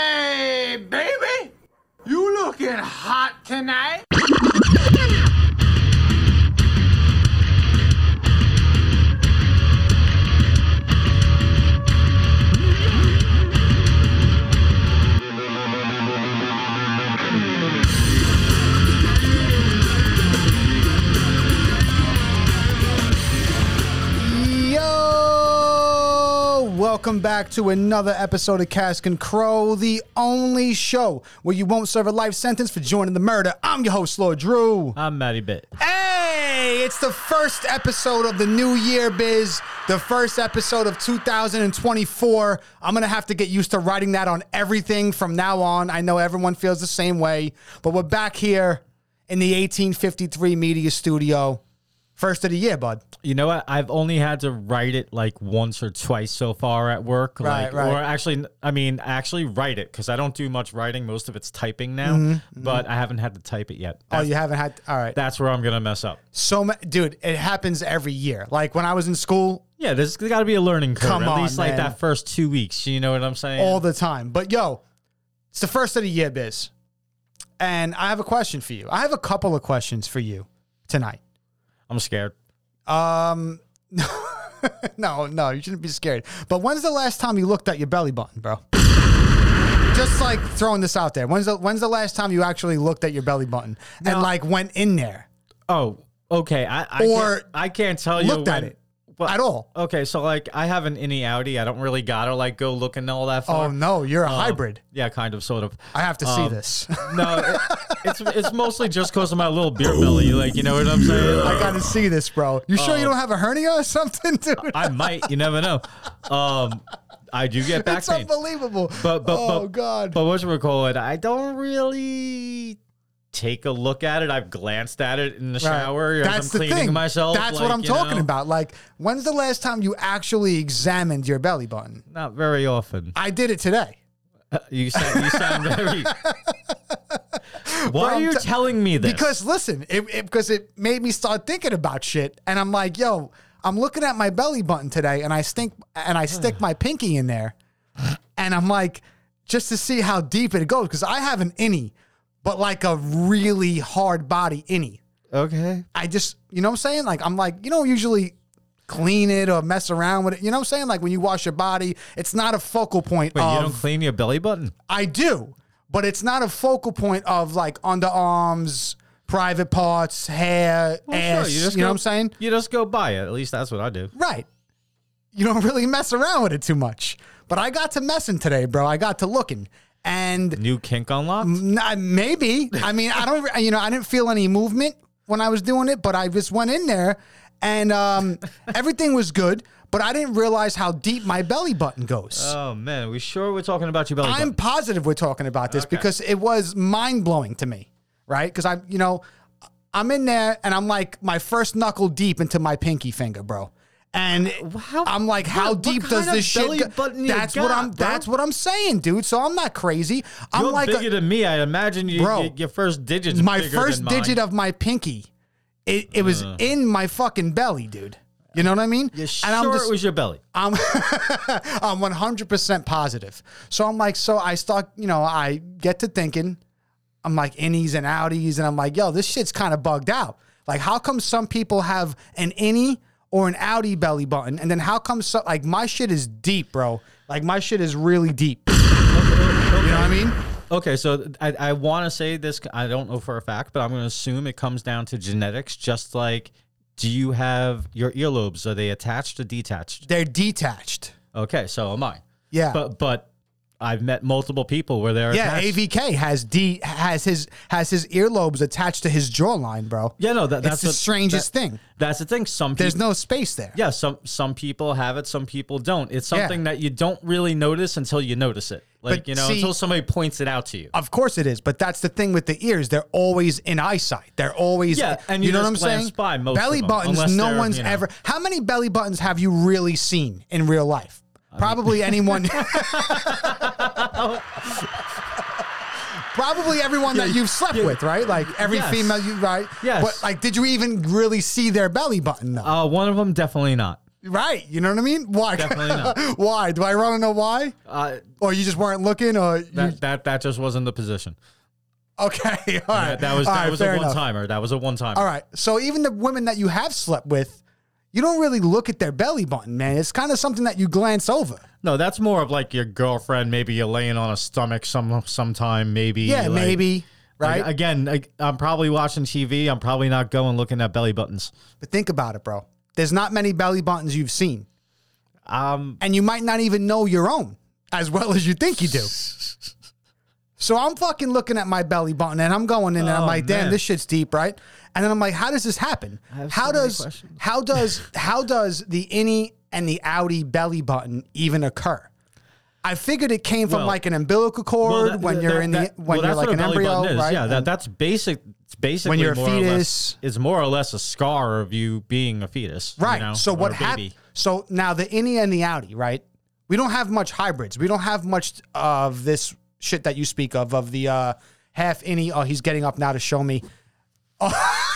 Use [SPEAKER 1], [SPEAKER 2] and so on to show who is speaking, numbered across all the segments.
[SPEAKER 1] Hey, baby! You looking hot tonight?
[SPEAKER 2] Yo! Welcome back to another episode of Cask and Crow, the only show where you won't serve a life sentence for joining the murder. I'm your host, Lord Drew.
[SPEAKER 3] I'm Matty Bit.
[SPEAKER 2] Hey, it's the first episode of the new year, Biz. The first episode of 2024. I'm going to have to get used to writing that on everything from now on. I know everyone feels the same way, but we're back here in the 1853 media studio. First of the year, bud.
[SPEAKER 3] You know what? I've only had to write it like once or twice so far at work.
[SPEAKER 2] Right,
[SPEAKER 3] like,
[SPEAKER 2] right.
[SPEAKER 3] Or actually, I mean, actually write it because I don't do much writing. Most of it's typing now, but I haven't had to type it yet.
[SPEAKER 2] Mm-hmm, Oh,
[SPEAKER 3] That's,
[SPEAKER 2] you haven't had. All right.
[SPEAKER 3] that's where I'm going to mess up.
[SPEAKER 2] So, ma- dude, it happens every year. Like when I was in school,
[SPEAKER 3] Yeah, there's got to be a learning curve.
[SPEAKER 2] Come
[SPEAKER 3] at
[SPEAKER 2] on,
[SPEAKER 3] least like
[SPEAKER 2] man.
[SPEAKER 3] that first two weeks. You know what I'm saying?
[SPEAKER 2] all the time. But yo, it's the first of the year, Biz. And I have a question for you. I have a couple of questions for you tonight.
[SPEAKER 3] I'm scared.
[SPEAKER 2] Um, no, no, you shouldn't be scared. But when's the last time you looked at your belly button, bro? Just like throwing this out there. When's the when's the last time you actually looked at your belly button and like went in there
[SPEAKER 3] Oh, okay. I, I
[SPEAKER 2] Or
[SPEAKER 3] can't, I can't tell you.
[SPEAKER 2] looked at
[SPEAKER 3] when-
[SPEAKER 2] it
[SPEAKER 3] Well,
[SPEAKER 2] at all?
[SPEAKER 3] Okay, so like I have an innie outie. I don't really gotta like go looking all that far.
[SPEAKER 2] Oh no, you're a hybrid.
[SPEAKER 3] Yeah, kind of, sort of.
[SPEAKER 2] I have to see this.
[SPEAKER 3] No, it, it's it's mostly just because of my little beer belly. Like you know what I'm saying.
[SPEAKER 2] I gotta see this, bro. You sure you don't have a hernia or something, dude?
[SPEAKER 3] I might. You never know. Um, I do get back
[SPEAKER 2] It's
[SPEAKER 3] pain.
[SPEAKER 2] unbelievable.
[SPEAKER 3] But but
[SPEAKER 2] oh
[SPEAKER 3] but,
[SPEAKER 2] god.
[SPEAKER 3] But what you call it? I don't really take a look at it. I've glanced at it in the
[SPEAKER 2] Right.
[SPEAKER 3] shower. as I'm cleaning myself.
[SPEAKER 2] That's
[SPEAKER 3] like,
[SPEAKER 2] what I'm
[SPEAKER 3] you
[SPEAKER 2] talking
[SPEAKER 3] know,
[SPEAKER 2] about. Like, when's the last time you actually examined your belly button?
[SPEAKER 3] Not very often.
[SPEAKER 2] I did it today.
[SPEAKER 3] You sound you sound very. Why
[SPEAKER 2] I'm
[SPEAKER 3] are you
[SPEAKER 2] t-
[SPEAKER 3] telling me this?
[SPEAKER 2] Because listen, it, it because it made me start thinking about shit, and I'm like, yo, I'm looking at my belly button today, and I stink, and I stick my pinky in there, and I'm like, just to see how deep it goes, because I have an innie, but like a really hard body innie.
[SPEAKER 3] okay.
[SPEAKER 2] I just, you know what I'm saying? Like, I'm like, you don't usually clean it or mess around with it. You know what I'm saying? Like, when you wash your body, it's not a focal point
[SPEAKER 3] Wait, you
[SPEAKER 2] of,
[SPEAKER 3] don't clean your belly button?
[SPEAKER 2] I do, but it's not a focal point of like underarms, private parts, hair,
[SPEAKER 3] Sure,
[SPEAKER 2] ass. You, know
[SPEAKER 3] go-
[SPEAKER 2] what I'm saying?
[SPEAKER 3] You just go buy it. At least that's what I do.
[SPEAKER 2] Right. You don't really mess around with it too much. But I got to messing today, bro. I got to looking. And
[SPEAKER 3] New kink unlocked.
[SPEAKER 2] N- I- maybe. I mean, I don't. You know, I didn't feel any movement when I was doing it, but I just went in there, and um, everything was good. But I didn't realize how deep my belly button goes.
[SPEAKER 3] Oh man, we sure we're talking about your belly
[SPEAKER 2] I'm
[SPEAKER 3] button.
[SPEAKER 2] positive we're talking about this because it was mind blowing to me, right? Because I'm, you know, I'm in there and I'm like my first knuckle deep into my pinky finger, bro. And
[SPEAKER 3] How-
[SPEAKER 2] I'm like, how
[SPEAKER 3] what
[SPEAKER 2] deep
[SPEAKER 3] kind
[SPEAKER 2] does
[SPEAKER 3] of
[SPEAKER 2] this shit?
[SPEAKER 3] belly
[SPEAKER 2] go-
[SPEAKER 3] button you
[SPEAKER 2] That's what
[SPEAKER 3] got,
[SPEAKER 2] I'm.
[SPEAKER 3] bro?
[SPEAKER 2] That's what I'm saying, dude. So I'm not crazy. I'm
[SPEAKER 3] You're
[SPEAKER 2] like a-
[SPEAKER 3] bigger than me. I imagine you,
[SPEAKER 2] Bro,
[SPEAKER 3] you- your first digits.
[SPEAKER 2] my
[SPEAKER 3] bigger
[SPEAKER 2] first
[SPEAKER 3] than mine. Uh.
[SPEAKER 2] digit of my pinky, it, it was in my fucking belly, dude. You know what I mean?
[SPEAKER 3] You're sure
[SPEAKER 2] and I'm just,
[SPEAKER 3] it was your belly.
[SPEAKER 2] I'm, I'm 100% positive. So I'm like, so I start, you know, I get to thinking, I'm like innies and outies, and I'm like, yo, this shit's kind of bugged out. Like, how come some people have an innie or an outie belly button, and then how come so like my shit is deep, bro? Like my shit is really deep. You know what I mean?
[SPEAKER 3] Okay, so I, I want to say this. I don't know for a fact, but I'm going to assume it comes down to genetics. Just like, do you have your earlobes? Are they attached or detached?
[SPEAKER 2] They're detached.
[SPEAKER 3] Okay, so am I.
[SPEAKER 2] Yeah.
[SPEAKER 3] But but I've met multiple people where they're
[SPEAKER 2] Yeah,
[SPEAKER 3] attached.
[SPEAKER 2] AVK has D has his has his earlobes attached to his jawline, bro.
[SPEAKER 3] Yeah, no, that,
[SPEAKER 2] That's
[SPEAKER 3] that's
[SPEAKER 2] the
[SPEAKER 3] what-
[SPEAKER 2] strangest
[SPEAKER 3] that-
[SPEAKER 2] thing.
[SPEAKER 3] That's the thing. Some people,
[SPEAKER 2] There's no space there.
[SPEAKER 3] yeah, some some people have it, some people don't. It's
[SPEAKER 2] Yeah.
[SPEAKER 3] something that you don't really notice until you notice it. Like
[SPEAKER 2] But
[SPEAKER 3] you know,
[SPEAKER 2] see-
[SPEAKER 3] until somebody points it out to you.
[SPEAKER 2] Of course it is, but that's the thing with the ears. They're always in eyesight. They're always
[SPEAKER 3] Yeah, and you
[SPEAKER 2] know what I'm
[SPEAKER 3] just
[SPEAKER 2] saying.
[SPEAKER 3] glance by most of
[SPEAKER 2] belly
[SPEAKER 3] them,
[SPEAKER 2] buttons.
[SPEAKER 3] unless
[SPEAKER 2] No
[SPEAKER 3] they're,
[SPEAKER 2] one's
[SPEAKER 3] you know.
[SPEAKER 2] ever. How many belly buttons have you really seen in real life? Probably anyone. Probably everyone that you've slept with, right? Like every
[SPEAKER 3] Yes.
[SPEAKER 2] female you right.
[SPEAKER 3] Yes.
[SPEAKER 2] But like, did you even really see their belly button though?
[SPEAKER 3] Uh, one of them definitely not.
[SPEAKER 2] Right. You know what I mean? Why?
[SPEAKER 3] Definitely not.
[SPEAKER 2] why? Do I want to know why?
[SPEAKER 3] Uh,
[SPEAKER 2] Or you just weren't looking? Or you,
[SPEAKER 3] that, that that just wasn't the position.
[SPEAKER 2] okay, all right.
[SPEAKER 3] That, that was
[SPEAKER 2] All
[SPEAKER 3] that
[SPEAKER 2] right,
[SPEAKER 3] was
[SPEAKER 2] fair
[SPEAKER 3] a
[SPEAKER 2] enough.
[SPEAKER 3] one timer. That was a one timer.
[SPEAKER 2] All right. So even the women that you have slept with, you don't really look at their belly button, man. It's kind of something that you glance over.
[SPEAKER 3] No, that's more of like your girlfriend. Maybe you're laying on a stomach some sometime. Maybe
[SPEAKER 2] Yeah,
[SPEAKER 3] like-
[SPEAKER 2] maybe. Right.
[SPEAKER 3] Like, again, I, I'm probably watching TV. I'm probably not going looking at belly buttons.
[SPEAKER 2] but think about it, bro. There's not many belly buttons you've seen,
[SPEAKER 3] Um,
[SPEAKER 2] and you might not even know your own as well as you think you do. So I'm fucking looking at my belly button and I'm going in and I'm
[SPEAKER 3] Oh,
[SPEAKER 2] like, damn,
[SPEAKER 3] man.
[SPEAKER 2] this shit's deep, right? And then I'm like, how does this happen?
[SPEAKER 3] have
[SPEAKER 2] How
[SPEAKER 3] so many
[SPEAKER 2] does
[SPEAKER 3] questions.
[SPEAKER 2] how does how does the innie and the outie belly button even occur? I figured it came from
[SPEAKER 3] Well-
[SPEAKER 2] like an umbilical cord
[SPEAKER 3] that-
[SPEAKER 2] when
[SPEAKER 3] that-
[SPEAKER 2] you're in the
[SPEAKER 3] that-
[SPEAKER 2] when
[SPEAKER 3] well,
[SPEAKER 2] you're
[SPEAKER 3] that's
[SPEAKER 2] like
[SPEAKER 3] what
[SPEAKER 2] an
[SPEAKER 3] a belly
[SPEAKER 2] embryo,
[SPEAKER 3] button is.
[SPEAKER 2] right?
[SPEAKER 3] Yeah, that,
[SPEAKER 2] And-
[SPEAKER 3] that's basic. It's basically
[SPEAKER 2] When you're a
[SPEAKER 3] more or
[SPEAKER 2] fetus-
[SPEAKER 3] less, it's more or less a scar of you being a fetus, you
[SPEAKER 2] right.
[SPEAKER 3] know,
[SPEAKER 2] so
[SPEAKER 3] or
[SPEAKER 2] what
[SPEAKER 3] a baby.
[SPEAKER 2] happened? So now the innie and the outie, right? We don't have much hybrids. We don't have much of this shit that you speak of of the uh, half innie. Oh, he's getting up now to show me.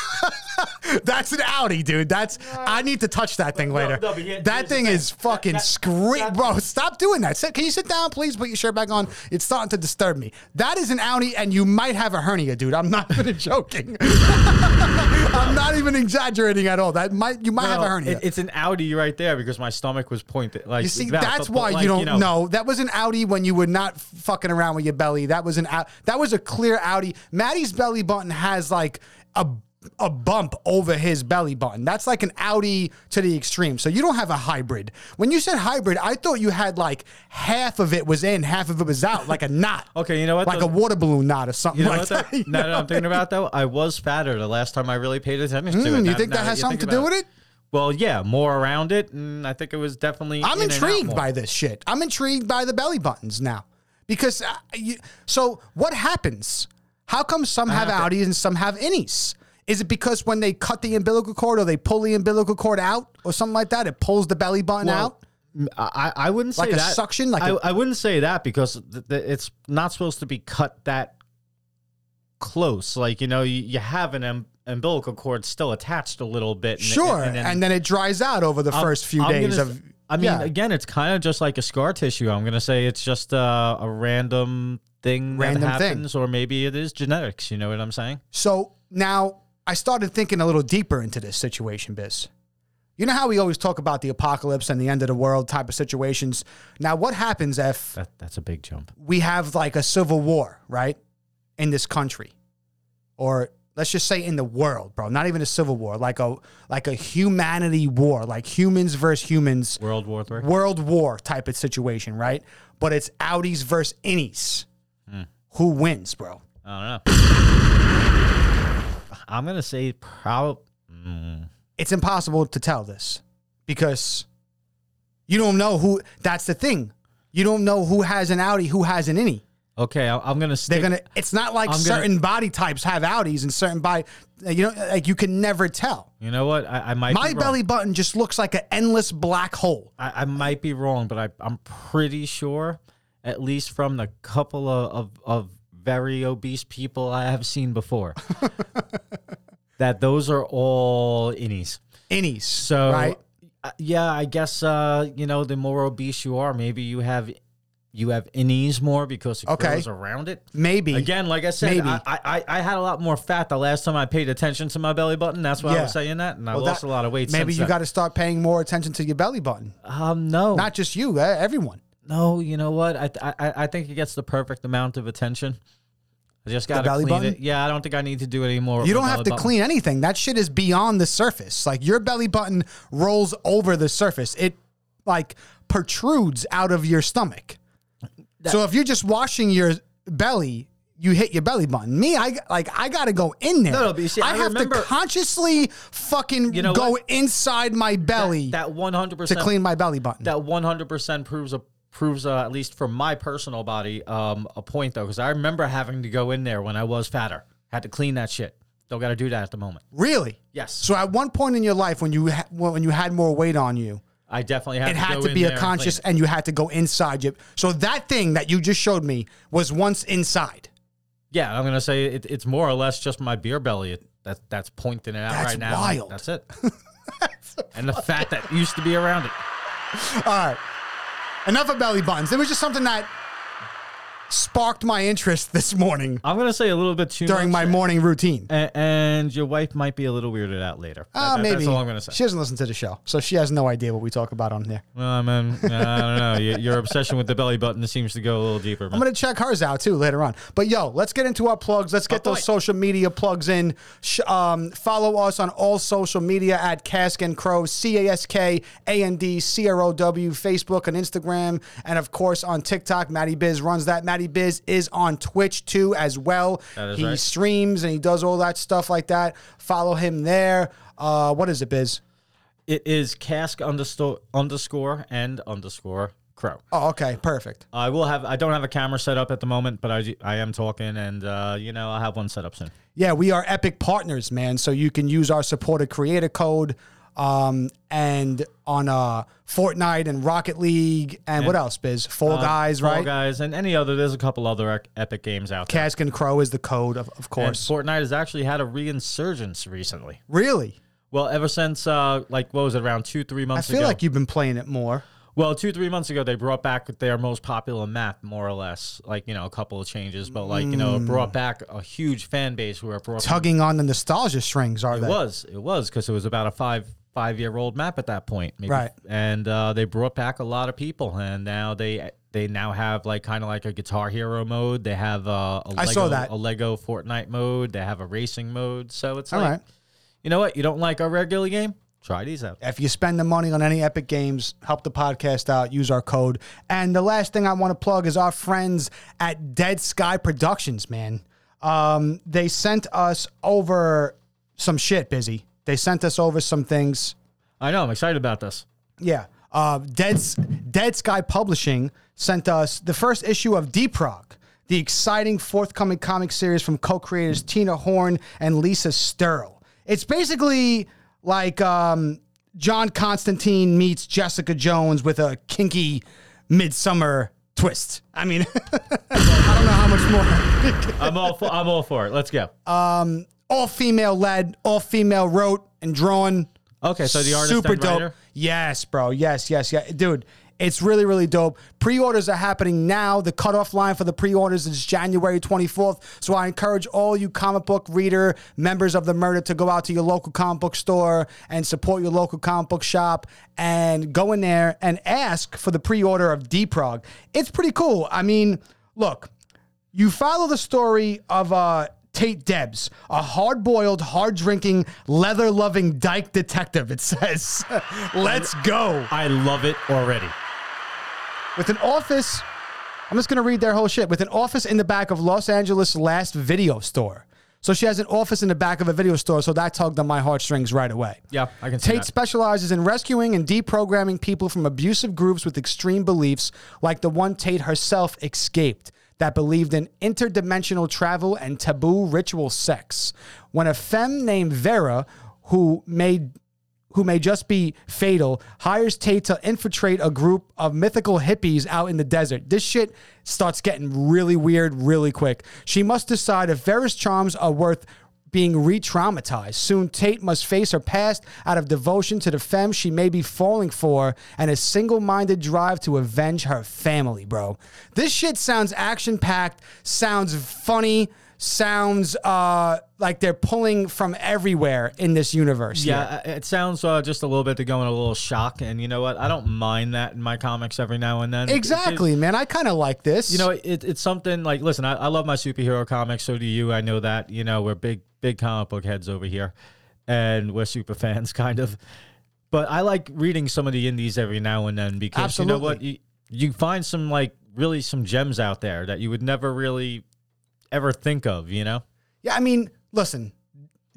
[SPEAKER 2] That's an Audi, dude. That's I need to touch that thing later.
[SPEAKER 3] no, but here-
[SPEAKER 2] that
[SPEAKER 3] here's the
[SPEAKER 2] thing
[SPEAKER 3] thing.
[SPEAKER 2] is fucking
[SPEAKER 3] That- that-
[SPEAKER 2] scream,
[SPEAKER 3] that-
[SPEAKER 2] bro. Stop doing that. Sit, can you sit down, please? Put your shirt back on. It's starting to disturb me. That is an Audi, and you might have a hernia, dude. I'm not even joking. I'm not even exaggerating at all. That might you might have a
[SPEAKER 3] Well,
[SPEAKER 2] hernia.
[SPEAKER 3] it- it's an Audi right there because my stomach was pointed. Like
[SPEAKER 2] you see,
[SPEAKER 3] that,
[SPEAKER 2] that's
[SPEAKER 3] but-
[SPEAKER 2] why
[SPEAKER 3] but, like,
[SPEAKER 2] you don't know. That was an Audi when you were not fucking around with your belly. That was an out. That was a clear Audi. Maddie's belly button has like a a bump over his belly button. That's like an Audi to the extreme. So you don't have a hybrid. When you said hybrid, I thought you had like half of it was in, half of it was out, like a knot.
[SPEAKER 3] Okay, you know what?
[SPEAKER 2] Like
[SPEAKER 3] though?
[SPEAKER 2] a water balloon knot or something
[SPEAKER 3] You know
[SPEAKER 2] like that.
[SPEAKER 3] what? Though? Now that I'm thinking about though, I was fatter the last time I really paid attention to it.
[SPEAKER 2] Mm, you
[SPEAKER 3] Now-
[SPEAKER 2] think
[SPEAKER 3] now
[SPEAKER 2] that has
[SPEAKER 3] you
[SPEAKER 2] something to
[SPEAKER 3] think
[SPEAKER 2] do
[SPEAKER 3] about
[SPEAKER 2] with it?
[SPEAKER 3] Well, yeah, more around it, and I think it was definitely.
[SPEAKER 2] I'm
[SPEAKER 3] in and out
[SPEAKER 2] intrigued
[SPEAKER 3] more.
[SPEAKER 2] by this shit. I'm intrigued by the belly buttons now because uh, you, so what happens? How come some have,
[SPEAKER 3] have
[SPEAKER 2] outies and some have innies? Is it because when they cut the umbilical cord or they pull the umbilical cord out or something like that, it pulls the belly button
[SPEAKER 3] Well,
[SPEAKER 2] out?
[SPEAKER 3] I, I I wouldn't say
[SPEAKER 2] Like a
[SPEAKER 3] that.
[SPEAKER 2] suction, like
[SPEAKER 3] I
[SPEAKER 2] a-
[SPEAKER 3] I wouldn't say that because th- th- it's not supposed to be cut that close. Like you know, you, you have an um, umbilical cord still attached a little bit. and-
[SPEAKER 2] Sure,
[SPEAKER 3] and, then
[SPEAKER 2] it dries out over the first few
[SPEAKER 3] I'm gonna
[SPEAKER 2] days
[SPEAKER 3] s-
[SPEAKER 2] of.
[SPEAKER 3] I mean,
[SPEAKER 2] yeah.
[SPEAKER 3] again, it's kind of just like a scar tissue. I'm gonna say it's just uh, a, a random thing
[SPEAKER 2] Random
[SPEAKER 3] that
[SPEAKER 2] thing.
[SPEAKER 3] happens, or maybe it is genetics. You know what I'm saying?
[SPEAKER 2] So now I started thinking a little deeper into this situation, Biz. You know how we always talk about the apocalypse and the end of the world type of situations. Now, what happens if
[SPEAKER 3] That that's a big jump.
[SPEAKER 2] we have like a civil war, right? In this country. Or let's just say in the world, bro. Not even a civil war, like a like a humanity war, like humans versus humans,
[SPEAKER 3] World War Three.
[SPEAKER 2] world war type of situation, right? But it's outies versus innies. Who wins, bro?
[SPEAKER 3] I don't know. I'm gonna say probably.
[SPEAKER 2] It's impossible to tell this because you don't know who that's the thing. You don't know who has an outie, who has an innie.
[SPEAKER 3] Okay, I, I'm gonna stick.
[SPEAKER 2] They're gonna. It's not like
[SPEAKER 3] I'm gonna-
[SPEAKER 2] certain body types have outies and certain body. You know, like you can never tell.
[SPEAKER 3] you know what? I, I might.
[SPEAKER 2] My
[SPEAKER 3] be wrong.
[SPEAKER 2] belly button just looks like an endless black hole.
[SPEAKER 3] I, I might be wrong, but I, I'm pretty sure, at least from the couple of, of, of very obese people I have seen before, that those are all innies.
[SPEAKER 2] Innies.
[SPEAKER 3] So,
[SPEAKER 2] right.
[SPEAKER 3] uh, yeah, I guess uh, you know the more obese you are, maybe you have you have innies more because it
[SPEAKER 2] Okay.
[SPEAKER 3] grows around it.
[SPEAKER 2] Maybe
[SPEAKER 3] Again, like I said,
[SPEAKER 2] Maybe.
[SPEAKER 3] I, I, I- I had a lot more fat the last time I paid attention to my belly button. That's why
[SPEAKER 2] Yeah.
[SPEAKER 3] I was saying that, and I
[SPEAKER 2] Well,
[SPEAKER 3] lost
[SPEAKER 2] that-
[SPEAKER 3] a lot of weight.
[SPEAKER 2] Maybe
[SPEAKER 3] since
[SPEAKER 2] you
[SPEAKER 3] then.
[SPEAKER 2] got to start paying more attention to your belly button.
[SPEAKER 3] um no,
[SPEAKER 2] Not just you, eh, everyone.
[SPEAKER 3] No, you know what? I I I- I think it gets the perfect amount of attention. I just gotta
[SPEAKER 2] belly
[SPEAKER 3] clean
[SPEAKER 2] button?
[SPEAKER 3] it. Yeah, I don't think I need to do it anymore. with
[SPEAKER 2] You
[SPEAKER 3] my
[SPEAKER 2] don't have
[SPEAKER 3] belly
[SPEAKER 2] to
[SPEAKER 3] button.
[SPEAKER 2] clean anything. That shit is beyond the surface. Like your belly button rolls over the surface. It like protrudes out of your stomach. so if you're just washing your belly, you hit your belly button. Me, I like I gotta go in there.
[SPEAKER 3] No, no, but you see, I
[SPEAKER 2] have
[SPEAKER 3] remember-
[SPEAKER 2] to consciously fucking
[SPEAKER 3] You know
[SPEAKER 2] go
[SPEAKER 3] what?
[SPEAKER 2] inside my belly
[SPEAKER 3] That one hundred
[SPEAKER 2] to
[SPEAKER 3] percent.
[SPEAKER 2] clean my belly button.
[SPEAKER 3] That one hundred percent proves a proves uh at least for my personal body um a point though because I remember having to go in there when I was fatter. Had to clean that shit. Don't gotta do that at the moment.
[SPEAKER 2] really?
[SPEAKER 3] Yes.
[SPEAKER 2] So at one point in your life, when you ha- when you had more weight on you,
[SPEAKER 3] I definitely had
[SPEAKER 2] it
[SPEAKER 3] to
[SPEAKER 2] had
[SPEAKER 3] go
[SPEAKER 2] to
[SPEAKER 3] in
[SPEAKER 2] be a
[SPEAKER 3] there and clean
[SPEAKER 2] conscious
[SPEAKER 3] it.
[SPEAKER 2] and you had to go inside you so that thing that you just showed me was once inside
[SPEAKER 3] Yeah, I'm gonna say it, it's more or less just my beer belly. It, that that's pointing it out
[SPEAKER 2] That's
[SPEAKER 3] right now.
[SPEAKER 2] wild.
[SPEAKER 3] That's it. and the fat that used to be around it.
[SPEAKER 2] Enough of belly buttons. It was just something that sparked my interest this morning
[SPEAKER 3] I'm gonna say a little bit too
[SPEAKER 2] during
[SPEAKER 3] much,
[SPEAKER 2] my morning routine.
[SPEAKER 3] a- and your wife might be a little weirded out later.
[SPEAKER 2] Uh,
[SPEAKER 3] That- that-
[SPEAKER 2] maybe
[SPEAKER 3] That's all I'm gonna say.
[SPEAKER 2] she doesn't listen to the show, so she has no idea what we talk about on here.
[SPEAKER 3] Well, man, I don't know. Your, your obsession with the belly button seems to go a little deeper.
[SPEAKER 2] I'm
[SPEAKER 3] Man.
[SPEAKER 2] gonna check hers out too later on. But yo, let's get into our plugs. Let's get
[SPEAKER 3] Good
[SPEAKER 2] those
[SPEAKER 3] point.
[SPEAKER 2] social media plugs in. Sh- um, follow us on all social media at Cask and Crow, C A S K A N D C R O W, Facebook and Instagram, and of course on TikTok. Matty Biz runs that. Matty Biz is on Twitch too as well.
[SPEAKER 3] That is
[SPEAKER 2] he
[SPEAKER 3] right.
[SPEAKER 2] streams and he does all that stuff like that. Follow him there. Uh, what is it, Biz?
[SPEAKER 3] It is cask underscore underscore and underscore crow.
[SPEAKER 2] Oh, okay, perfect.
[SPEAKER 3] I will have. I don't have a camera set up at the moment, but I I am talking, and uh, you know I'll have one set up soon.
[SPEAKER 2] Yeah, we are Epic Partners, man. So you can use our supported creator code um, and on uh, Fortnite and Rocket League and, what else, Biz? Four Guys,
[SPEAKER 3] Fall
[SPEAKER 2] right?
[SPEAKER 3] Uh, guys, and any other. There's a couple other ec- epic games out there.
[SPEAKER 2] Cask and Crow is the code, of, of
[SPEAKER 3] And
[SPEAKER 2] course.
[SPEAKER 3] Fortnite has actually had a reinsurgence recently.
[SPEAKER 2] really?
[SPEAKER 3] Well, ever since uh, like what was it around two three
[SPEAKER 2] I
[SPEAKER 3] months
[SPEAKER 2] feel
[SPEAKER 3] ago?
[SPEAKER 2] like you've been playing it more.
[SPEAKER 3] Well, two three months ago, they brought back their most popular map, more or less. Like you know, a couple of changes, but like you know, it
[SPEAKER 2] Mm.
[SPEAKER 3] brought back a huge fan base who were brought.
[SPEAKER 2] Tugging on the nostalgia strings, are
[SPEAKER 3] it
[SPEAKER 2] they?
[SPEAKER 3] was it was because it was about a five five year old map at that point, maybe.
[SPEAKER 2] Right.
[SPEAKER 3] And uh, they brought back a lot of people, and now they they now have like kind of like a Guitar Hero mode. They have uh, a Lego,
[SPEAKER 2] I saw that.
[SPEAKER 3] a Lego Fortnite mode. They have a racing mode. So it's
[SPEAKER 2] All
[SPEAKER 3] like,
[SPEAKER 2] right.
[SPEAKER 3] you know what? You don't like our regular game? Try these out.
[SPEAKER 2] If you spend the money on any Epic Games, help the podcast out, use our code. And the last thing I want to plug is our friends at Dead Sky Productions, man. Um, they sent us over some shit, Busy. They sent us over some things.
[SPEAKER 3] I know. I'm excited about this.
[SPEAKER 2] Yeah. Uh, Dead, S- Dead Sky Publishing sent us the first issue of Deep Rock, the exciting forthcoming comic series from co creators Tina Horn and Lisa Sterl. It's basically like um, John Constantine meets Jessica Jones with a kinky midsummer twist. I mean, I don't know how much more.
[SPEAKER 3] I'm all for, I'm all for it. Let's go.
[SPEAKER 2] All female led, all female wrote and drawn.
[SPEAKER 3] Okay, so the artist and writer.
[SPEAKER 2] Yes, bro. Yes, yes, yeah, dude. It's really, really dope. Pre-orders are happening now. The cutoff line for the pre-orders is January 24th. So I encourage all you comic book reader members of the murder to go out to your local comic book store and support your local comic book shop and go in there and ask for the pre-order of D-Prog. It's pretty cool. I mean, look, you follow the story of uh, Tate Debs, a hard boiled, hard drinking, leather loving dyke detective, it says. Let's go.
[SPEAKER 3] I love it already.
[SPEAKER 2] With an office, I'm just going to read their whole shit. With an office in the back of Los Angeles' last video store. So she has an office in the back of a video store, so that tugged on my heartstrings right away.
[SPEAKER 3] Yeah, I can see
[SPEAKER 2] Tate
[SPEAKER 3] that.
[SPEAKER 2] specializes in rescuing and deprogramming people from abusive groups with extreme beliefs, like the one Tate herself escaped that believed in interdimensional travel and taboo ritual sex. When a femme named Vera, who may who may just be fatal, hires Tate to infiltrate a group of mythical hippies out in the desert. This shit starts getting really weird really quick. She must decide if Vera's charms are worth being re traumatized. Soon, Tate must face her past out of devotion to the femme she may be falling for and a single minded drive to avenge her family, bro. This shit sounds action packed, sounds funny, sounds uh, like they're pulling from everywhere in this universe. here.
[SPEAKER 3] Yeah, I- it sounds uh, just a little bit to go in a little shock, and you know what? I don't mind that in my comics every now and then.
[SPEAKER 2] Exactly, man. I kind of like this.
[SPEAKER 3] You know, it, it's something like listen. I, I love my superhero comics. So do you. I know that. You know, we're big big comic book heads over here, and we're super fans, kind of. But I like reading some of the indies every now and then because you know what you, you find some like really some gems out there that you would never really ever think of. You know,
[SPEAKER 2] yeah. I mean, listen,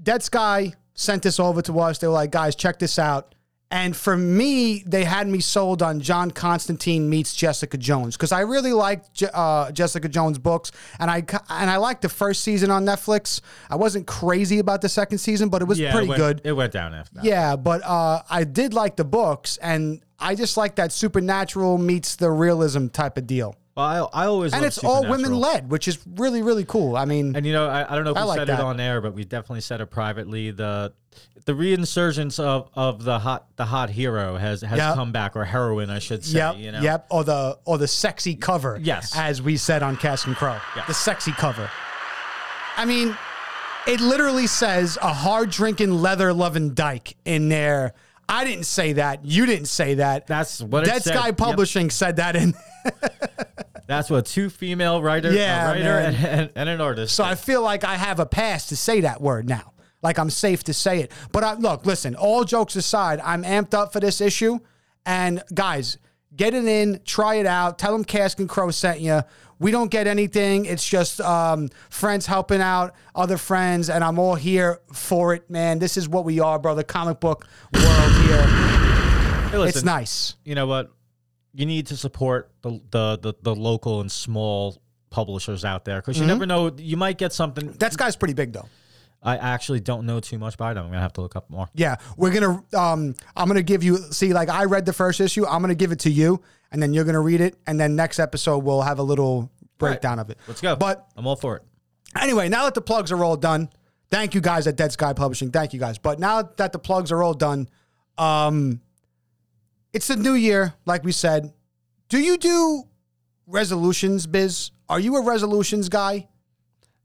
[SPEAKER 2] Dead Sky sent this over to us. They were like, guys, check this out. And for me, they had me sold on John Constantine meets Jessica Jones because I really liked Je- uh, Jessica Jones books, and I ca- and I liked the first season on Netflix. I wasn't crazy about the second season, but it was
[SPEAKER 3] yeah, it
[SPEAKER 2] pretty
[SPEAKER 3] went-
[SPEAKER 2] good.
[SPEAKER 3] It went down after that.
[SPEAKER 2] Yeah, but uh, I did like the books, and I just like that supernatural meets the realism type of deal.
[SPEAKER 3] Well, I, I always
[SPEAKER 2] and
[SPEAKER 3] loved
[SPEAKER 2] it's all women
[SPEAKER 3] Supernatural.
[SPEAKER 2] led, which is really really cool. I mean,
[SPEAKER 3] And you know, I, I don't know if
[SPEAKER 2] I
[SPEAKER 3] we
[SPEAKER 2] like
[SPEAKER 3] said
[SPEAKER 2] that.
[SPEAKER 3] it on air, but we definitely said it privately. The the reinsurgence of, of the hot the hot hero has has
[SPEAKER 2] Yep.
[SPEAKER 3] come back or heroine, I should say.
[SPEAKER 2] yep,
[SPEAKER 3] You know,
[SPEAKER 2] yep, or the or the sexy cover.
[SPEAKER 3] Yes.
[SPEAKER 2] as we said on Cast and Crow,
[SPEAKER 3] Yeah.
[SPEAKER 2] the sexy cover. I mean, it literally says a hard drinking leather loving dyke in there. I didn't say that. You didn't say that.
[SPEAKER 3] that's what it
[SPEAKER 2] Dead
[SPEAKER 3] said.
[SPEAKER 2] Sky
[SPEAKER 3] Yep.
[SPEAKER 2] Publishing said that in.
[SPEAKER 3] That's what two female writers,
[SPEAKER 2] Yeah,
[SPEAKER 3] a writer
[SPEAKER 2] man.
[SPEAKER 3] and, and, and an artist.
[SPEAKER 2] So I feel like I have a pass to say that word now. Like I'm safe to say it. But I, look, listen, all jokes aside, I'm amped up for this issue. And guys, get it in, try it out. Tell them Cask and Crow sent you. We don't get anything. It's just um, friends helping out other friends. And I'm all here for it, man. This is what we are, brother. Comic book world here.
[SPEAKER 3] Hey, listen,
[SPEAKER 2] It's nice.
[SPEAKER 3] You know what? You need to support the the the, the local and small publishers out there because you
[SPEAKER 2] Mm-hmm.
[SPEAKER 3] never know. You might get something.
[SPEAKER 2] That guy's pretty big, though.
[SPEAKER 3] I actually don't know too much about them. I'm gonna have to look up more.
[SPEAKER 2] Yeah, we're gonna. Um, I'm gonna give you. See, like I read the first issue. I'm gonna give it to you, and then you're gonna read it, and then next episode we'll have a little breakdown of it.
[SPEAKER 3] Let's go.
[SPEAKER 2] But
[SPEAKER 3] I'm all for it.
[SPEAKER 2] anyway, now that the plugs are all done, thank you guys at Dead Sky Publishing. Thank you guys. But now that the plugs are all done, um, it's the new year, like we said. Do you do resolutions, Biz? Are you a resolutions guy?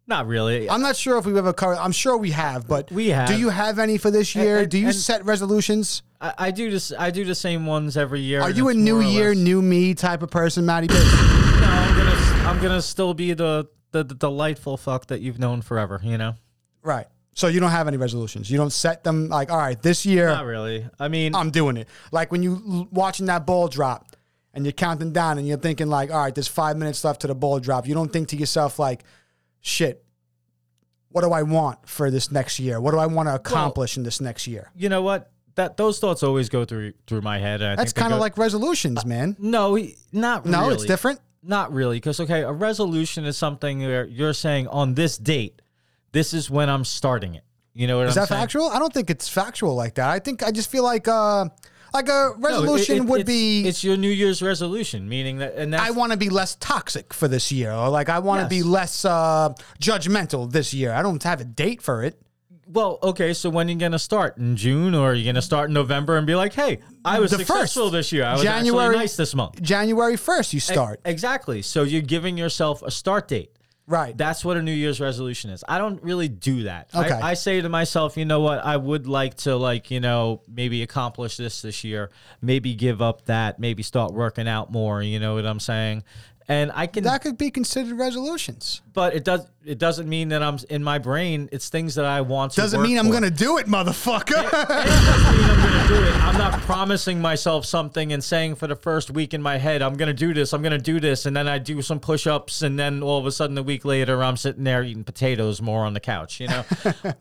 [SPEAKER 3] Not really.
[SPEAKER 2] I'm not sure if we've ever covered. I'm sure we have, but
[SPEAKER 3] We have.
[SPEAKER 2] Do you have any for this year?
[SPEAKER 3] and-
[SPEAKER 2] do you
[SPEAKER 3] and-
[SPEAKER 2] set resolutions?
[SPEAKER 3] I, I do this. I do the same ones every year.
[SPEAKER 2] Are
[SPEAKER 3] and
[SPEAKER 2] you a
[SPEAKER 3] it's
[SPEAKER 2] new
[SPEAKER 3] more or
[SPEAKER 2] year,
[SPEAKER 3] less-
[SPEAKER 2] new me type of person, Matty? Bitch?
[SPEAKER 3] No, I'm gonna. s- I'm gonna still be the, the the delightful fuck that you've known forever. You know.
[SPEAKER 2] right. So you don't have any resolutions. You don't set them like, all right, this year
[SPEAKER 3] Not really. I mean,
[SPEAKER 2] I'm doing it. Like when you l- watching that ball drop and you're counting down and you're thinking like, all right, there's five minutes left to the ball drop. You don't think to yourself like, shit, what do I want for this next year? What do I want to accomplish in this next year?
[SPEAKER 3] you know what? That those thoughts always go through through my head. and I
[SPEAKER 2] That's
[SPEAKER 3] think they
[SPEAKER 2] kind of
[SPEAKER 3] go-
[SPEAKER 2] like resolutions, man.
[SPEAKER 3] no, he- not
[SPEAKER 2] No,
[SPEAKER 3] really.
[SPEAKER 2] it's different.
[SPEAKER 3] Not really, because okay, a resolution is something where you're saying on this date, this is when I'm starting it. You know what
[SPEAKER 2] Is
[SPEAKER 3] I'm
[SPEAKER 2] that
[SPEAKER 3] saying?
[SPEAKER 2] factual? I don't think it's factual like that. I think I just feel like uh like a
[SPEAKER 3] No, it-
[SPEAKER 2] resolution
[SPEAKER 3] it-
[SPEAKER 2] would
[SPEAKER 3] it's-
[SPEAKER 2] be
[SPEAKER 3] It's your New Year's resolution, meaning that, and that's
[SPEAKER 2] I want to be less toxic for this year, or like I want to be
[SPEAKER 3] Yes.
[SPEAKER 2] less uh, judgmental this year. I don't have a date for it.
[SPEAKER 3] Well, okay, so when are you gonna start? In June or are you gonna start in November and be like, hey, I was
[SPEAKER 2] The first.
[SPEAKER 3] successful this year. I was
[SPEAKER 2] January-
[SPEAKER 3] actually nice this month.
[SPEAKER 2] January first, you start
[SPEAKER 3] Exactly. So you're giving yourself a start date.
[SPEAKER 2] right.
[SPEAKER 3] That's what a New Year's resolution is. I don't really do that. I-
[SPEAKER 2] Okay.
[SPEAKER 3] I, say to myself, you know what? I would like to, like, you know, maybe accomplish this this year, maybe give up that, maybe start working out more. You know what I'm saying? And I can,
[SPEAKER 2] that could be considered resolutions.
[SPEAKER 3] but it does. It doesn't mean that I'm in my brain. It's things that I want to.
[SPEAKER 2] Doesn't
[SPEAKER 3] work
[SPEAKER 2] mean I'm
[SPEAKER 3] for.
[SPEAKER 2] gonna do it, motherfucker.
[SPEAKER 3] It doesn't mean I'm gonna do it. I'm not promising myself something and saying for the first week in my head, I'm gonna do this, I'm gonna do this, and then I do some push ups, and then all of a sudden a week later, I'm sitting there eating potatoes more on the couch, you know?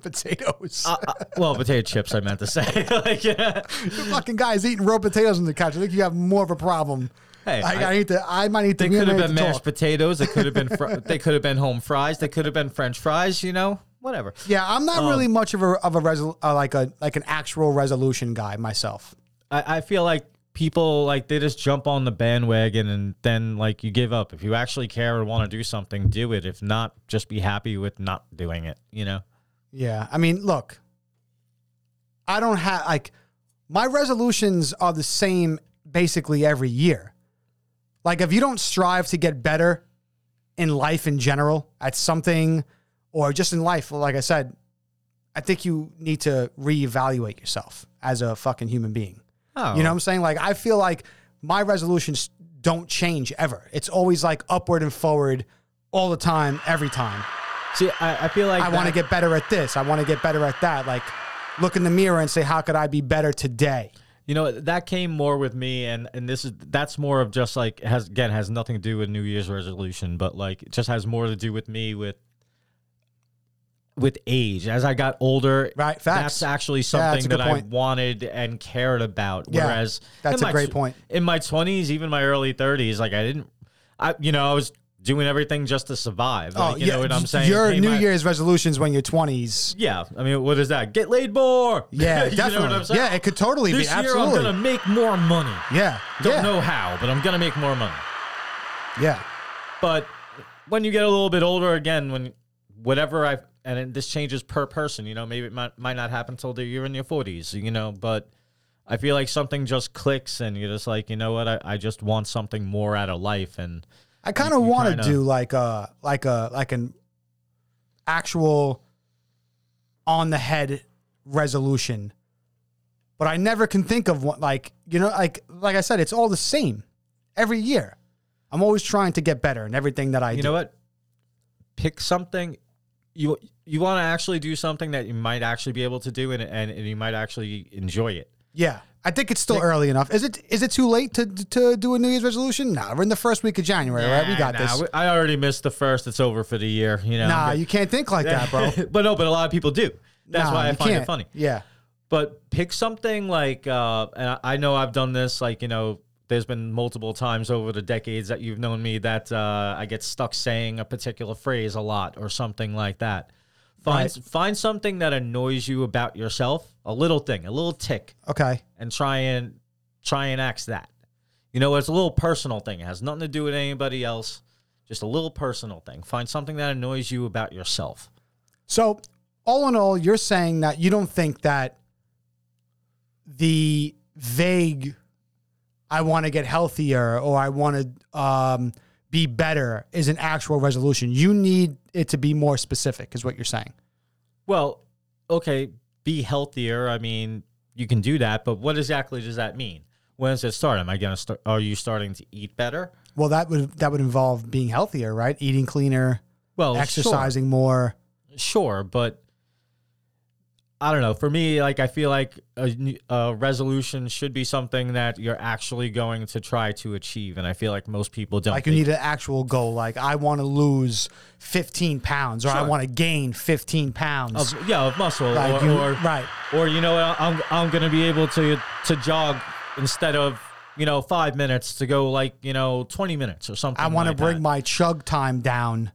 [SPEAKER 2] potatoes.
[SPEAKER 3] Uh, uh, well, potato chips, I meant to say. like, yeah.
[SPEAKER 2] the fucking guy's eating raw potatoes on the couch. I think you have more of a problem.
[SPEAKER 3] Hey,
[SPEAKER 2] I, I,
[SPEAKER 3] I-
[SPEAKER 2] need to. I might need to.
[SPEAKER 3] They
[SPEAKER 2] we
[SPEAKER 3] could have
[SPEAKER 2] might
[SPEAKER 3] been
[SPEAKER 2] need to
[SPEAKER 3] mashed
[SPEAKER 2] talk.
[SPEAKER 3] potatoes. They could have been fr- they could have been home fries. They could have been French fries. You know, whatever.
[SPEAKER 2] Yeah, I'm
[SPEAKER 3] Um.
[SPEAKER 2] not really much of a of a resol- uh, like a like an actual resolution guy myself.
[SPEAKER 3] I, I feel like people like they just jump on the bandwagon and then like you give up. If you actually care and want to do something, do it. If not, just be happy with not doing it. You know.
[SPEAKER 2] Yeah. I mean, look, I don't have like my resolutions are the same basically every year. Like if you don't strive to get better in life in general at something or just in life, like I said, I think you need to reevaluate yourself as a fucking human being.
[SPEAKER 3] Oh,
[SPEAKER 2] You know what I'm saying? Like I feel like my resolutions don't change ever. It's always like upward and forward all the time, every time.
[SPEAKER 3] See, I, I feel like
[SPEAKER 2] I want to
[SPEAKER 3] that-
[SPEAKER 2] get better at this. I want to get better at that. Like, look in the mirror and say, how could I be better today?
[SPEAKER 3] You know that came more with me, and and this is that's more of just like has again has nothing to do with New Year's resolution, but like it just has more to do with me with with age. As I got older,
[SPEAKER 2] Right, facts.
[SPEAKER 3] that's actually
[SPEAKER 2] a
[SPEAKER 3] something
[SPEAKER 2] good
[SPEAKER 3] that I
[SPEAKER 2] point.
[SPEAKER 3] wanted and cared about.
[SPEAKER 2] Yeah,
[SPEAKER 3] Whereas
[SPEAKER 2] that's
[SPEAKER 3] in
[SPEAKER 2] a
[SPEAKER 3] my
[SPEAKER 2] great
[SPEAKER 3] tw-
[SPEAKER 2] point.
[SPEAKER 3] In my twenties, even my early thirties, like I didn't, I you know I was doing everything just to survive. Like, you know what I'm saying?
[SPEAKER 2] Oh, Your
[SPEAKER 3] Hey,
[SPEAKER 2] New
[SPEAKER 3] my-
[SPEAKER 2] Year's resolutions when you're 20s.
[SPEAKER 3] yeah, I mean, what is that? Get laid more.
[SPEAKER 2] Yeah,
[SPEAKER 3] You know what
[SPEAKER 2] definitely.
[SPEAKER 3] I'm saying?
[SPEAKER 2] yeah, it could totally
[SPEAKER 3] This
[SPEAKER 2] be.
[SPEAKER 3] year
[SPEAKER 2] Absolutely.
[SPEAKER 3] I'm gonna make more money.
[SPEAKER 2] yeah.
[SPEAKER 3] Don't
[SPEAKER 2] yeah.
[SPEAKER 3] know how, but I'm gonna make more money.
[SPEAKER 2] Yeah.
[SPEAKER 3] But when you get a little bit older, again, when whatever I and it, this changes per person, you know, maybe it might, might not happen until you're in your 40s, you know, but I feel like something just clicks and you're just like, you know what, I, I just want something more out of life. And
[SPEAKER 2] I kind of want
[SPEAKER 3] kinda-
[SPEAKER 2] to do like a like a like an actual on the head resolution, but I never can think of one. Like you know, like like I said, it's all the same every year. I'm always trying to get better in everything that I
[SPEAKER 3] you
[SPEAKER 2] do.
[SPEAKER 3] know what? Pick something you you want to actually do something that you might actually be able to do and, and, and you might actually enjoy it.
[SPEAKER 2] Yeah, I think it's still early enough. Is it is it too late to to do a New Year's resolution? Nah, we're in the first week of January, right? We got
[SPEAKER 3] Nah,
[SPEAKER 2] this.
[SPEAKER 3] we- I already missed the first. It's over for the year. You know.
[SPEAKER 2] Nah, you can't think like that, bro.
[SPEAKER 3] but no, but a lot of people do. That's
[SPEAKER 2] Nah,
[SPEAKER 3] why I
[SPEAKER 2] you
[SPEAKER 3] find
[SPEAKER 2] can't.
[SPEAKER 3] it funny.
[SPEAKER 2] Yeah,
[SPEAKER 3] But pick something like, uh, and I- I know I've done this. Like you know, there's been multiple times over the decades that you've known me that uh, I get stuck saying a particular phrase a lot or something like that. Find find something that annoys you about yourself, a little thing, a little tick,
[SPEAKER 2] okay.
[SPEAKER 3] and try and try and axe that. You know, it's a little personal thing. It has nothing to do with anybody else. Just a little personal thing. Find something that annoys you about yourself.
[SPEAKER 2] So, all in all, you're saying that you don't think that the vague, I want to get healthier or I want to um, be better is an actual resolution. You need it to be more specific, is what you're saying.
[SPEAKER 3] Well, okay, be healthier. I mean, you can do that, but what exactly does that mean? When does it start? Am I going to start? Are you starting to eat better?
[SPEAKER 2] Well, that would that would involve being healthier, right? Eating cleaner,
[SPEAKER 3] Well, Oh, sure.
[SPEAKER 2] exercising more.
[SPEAKER 3] sure, but I don't know. For me, like I feel like a, n- a resolution should be something that you're actually going to try to achieve, and I feel like most people don't.
[SPEAKER 2] Like you
[SPEAKER 3] They-
[SPEAKER 2] need an actual goal. Like I want to lose 15 pounds, or I
[SPEAKER 3] Sure.
[SPEAKER 2] want to gain 15 pounds.
[SPEAKER 3] of, yeah, of muscle,
[SPEAKER 2] Like
[SPEAKER 3] or,
[SPEAKER 2] you-
[SPEAKER 3] or
[SPEAKER 2] right.
[SPEAKER 3] or you know, what, I'm I'm gonna be able to to jog instead of you know five minutes to go like you know twenty minutes or something.
[SPEAKER 2] I want
[SPEAKER 3] like
[SPEAKER 2] to bring
[SPEAKER 3] that.
[SPEAKER 2] my chug time down.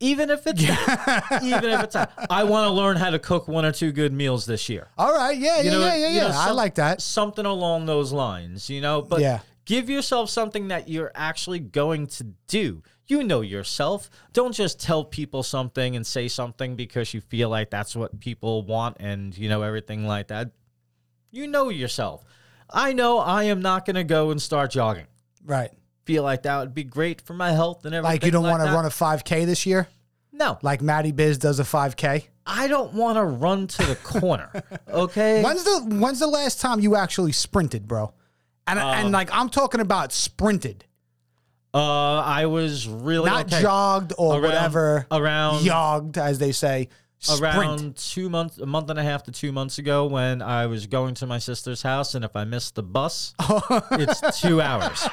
[SPEAKER 3] even if it's even if it's I want to learn how to cook one or two good meals this year.
[SPEAKER 2] All right, yeah, yeah,
[SPEAKER 3] You know,
[SPEAKER 2] yeah, yeah,
[SPEAKER 3] you know,
[SPEAKER 2] yeah. I
[SPEAKER 3] some-
[SPEAKER 2] like that.
[SPEAKER 3] Something along those lines, you know. But
[SPEAKER 2] Yeah.
[SPEAKER 3] give yourself something that you're actually going to do. You know yourself. Don't just tell people something and say something because you feel like that's what people want and you know everything like that. You know yourself. I know I am not going to go and start jogging.
[SPEAKER 2] Right.
[SPEAKER 3] Feel like that would be great for my health and everything.
[SPEAKER 2] Like you don't want to
[SPEAKER 3] that.
[SPEAKER 2] run a 5K this year,
[SPEAKER 3] No,
[SPEAKER 2] like Maddie Biz does a 5K.
[SPEAKER 3] I don't want to run to the corner. Okay.
[SPEAKER 2] When's the When's the last time you actually sprinted, bro? And
[SPEAKER 3] Um,
[SPEAKER 2] and like I'm talking about sprinted,
[SPEAKER 3] Uh, I was really
[SPEAKER 2] not
[SPEAKER 3] okay.
[SPEAKER 2] jogged or
[SPEAKER 3] Around-
[SPEAKER 2] whatever.
[SPEAKER 3] around-
[SPEAKER 2] jogged, as they say. Sprint.
[SPEAKER 3] around two months, a month and a half to two months ago when I was going to my sister's house, and if I missed the bus, it's two hours.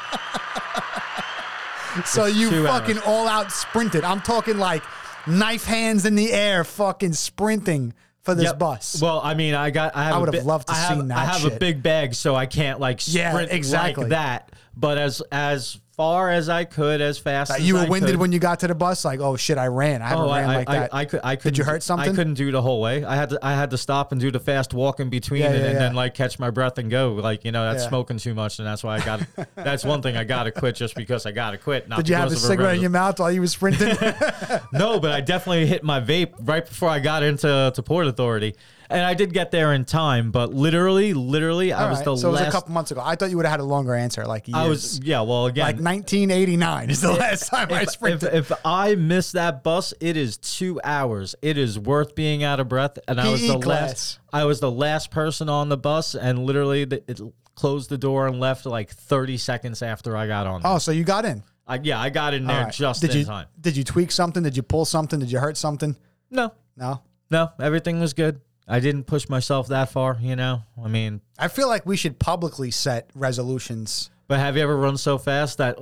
[SPEAKER 2] so you
[SPEAKER 3] two
[SPEAKER 2] fucking all out sprinted. I'm talking like knife hands in the air, fucking sprinting for this
[SPEAKER 3] Yep.
[SPEAKER 2] bus.
[SPEAKER 3] Well, I mean, I got. I, have a
[SPEAKER 2] would've
[SPEAKER 3] bi-
[SPEAKER 2] loved to
[SPEAKER 3] I have,
[SPEAKER 2] seen that
[SPEAKER 3] I have
[SPEAKER 2] shit.
[SPEAKER 3] a big bag, so I can't like
[SPEAKER 2] Yeah,
[SPEAKER 3] sprint
[SPEAKER 2] exactly.
[SPEAKER 3] like that. But as as far as I could, as fast
[SPEAKER 2] Uh,
[SPEAKER 3] as
[SPEAKER 2] you were
[SPEAKER 3] I
[SPEAKER 2] winded
[SPEAKER 3] could,
[SPEAKER 2] when you got to the bus, like oh shit, I ran. I haven't
[SPEAKER 3] Oh, I,
[SPEAKER 2] ran
[SPEAKER 3] I,
[SPEAKER 2] like
[SPEAKER 3] I,
[SPEAKER 2] that.
[SPEAKER 3] I, could. I couldn't
[SPEAKER 2] you
[SPEAKER 3] do-
[SPEAKER 2] hurt something?
[SPEAKER 3] I couldn't do the whole way. I had to. I had to stop and do the fast walk in between,
[SPEAKER 2] Yeah,
[SPEAKER 3] and,
[SPEAKER 2] yeah,
[SPEAKER 3] and then
[SPEAKER 2] yeah.
[SPEAKER 3] like catch my breath and go. Like you know, that's
[SPEAKER 2] Yeah.
[SPEAKER 3] smoking too much, and that's why I got. that's one thing I got to quit just because I got to quit. Not
[SPEAKER 2] Did you have a
[SPEAKER 3] because of
[SPEAKER 2] cigarette in
[SPEAKER 3] resi-
[SPEAKER 2] your mouth while you were sprinting?
[SPEAKER 3] no, but I definitely hit my vape right before I got into to Port Authority, and I did get there in time. But literally, literally, I
[SPEAKER 2] All
[SPEAKER 3] was
[SPEAKER 2] right,
[SPEAKER 3] the
[SPEAKER 2] so
[SPEAKER 3] last.
[SPEAKER 2] it was a couple months ago. I thought you would have had a longer answer, like years.
[SPEAKER 3] I was yeah. Well, again,
[SPEAKER 2] like 1989 is the last time I
[SPEAKER 3] if,
[SPEAKER 2] sprinted.
[SPEAKER 3] if I miss that bus, it is two hours. It is worth being out of breath. And I was
[SPEAKER 2] PE
[SPEAKER 3] the
[SPEAKER 2] E class.
[SPEAKER 3] last. I was the last person on the bus, and literally the, it closed the door and left like thirty seconds after I got on.
[SPEAKER 2] oh, so you got in.
[SPEAKER 3] I, yeah, I got in there
[SPEAKER 2] All right.
[SPEAKER 3] just
[SPEAKER 2] did
[SPEAKER 3] in
[SPEAKER 2] you
[SPEAKER 3] time.
[SPEAKER 2] did you tweak something? Did you pull something? Did you hurt something?
[SPEAKER 3] No,
[SPEAKER 2] No.
[SPEAKER 3] no, everything was good. I didn't push myself that far, you know. I mean,
[SPEAKER 2] I feel like we should publicly set resolutions.
[SPEAKER 3] but have you ever run so fast that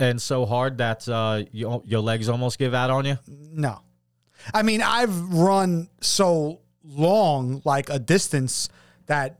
[SPEAKER 3] and so hard that uh, your your legs almost give out on you?
[SPEAKER 2] No. I mean, I've run so long, like a distance that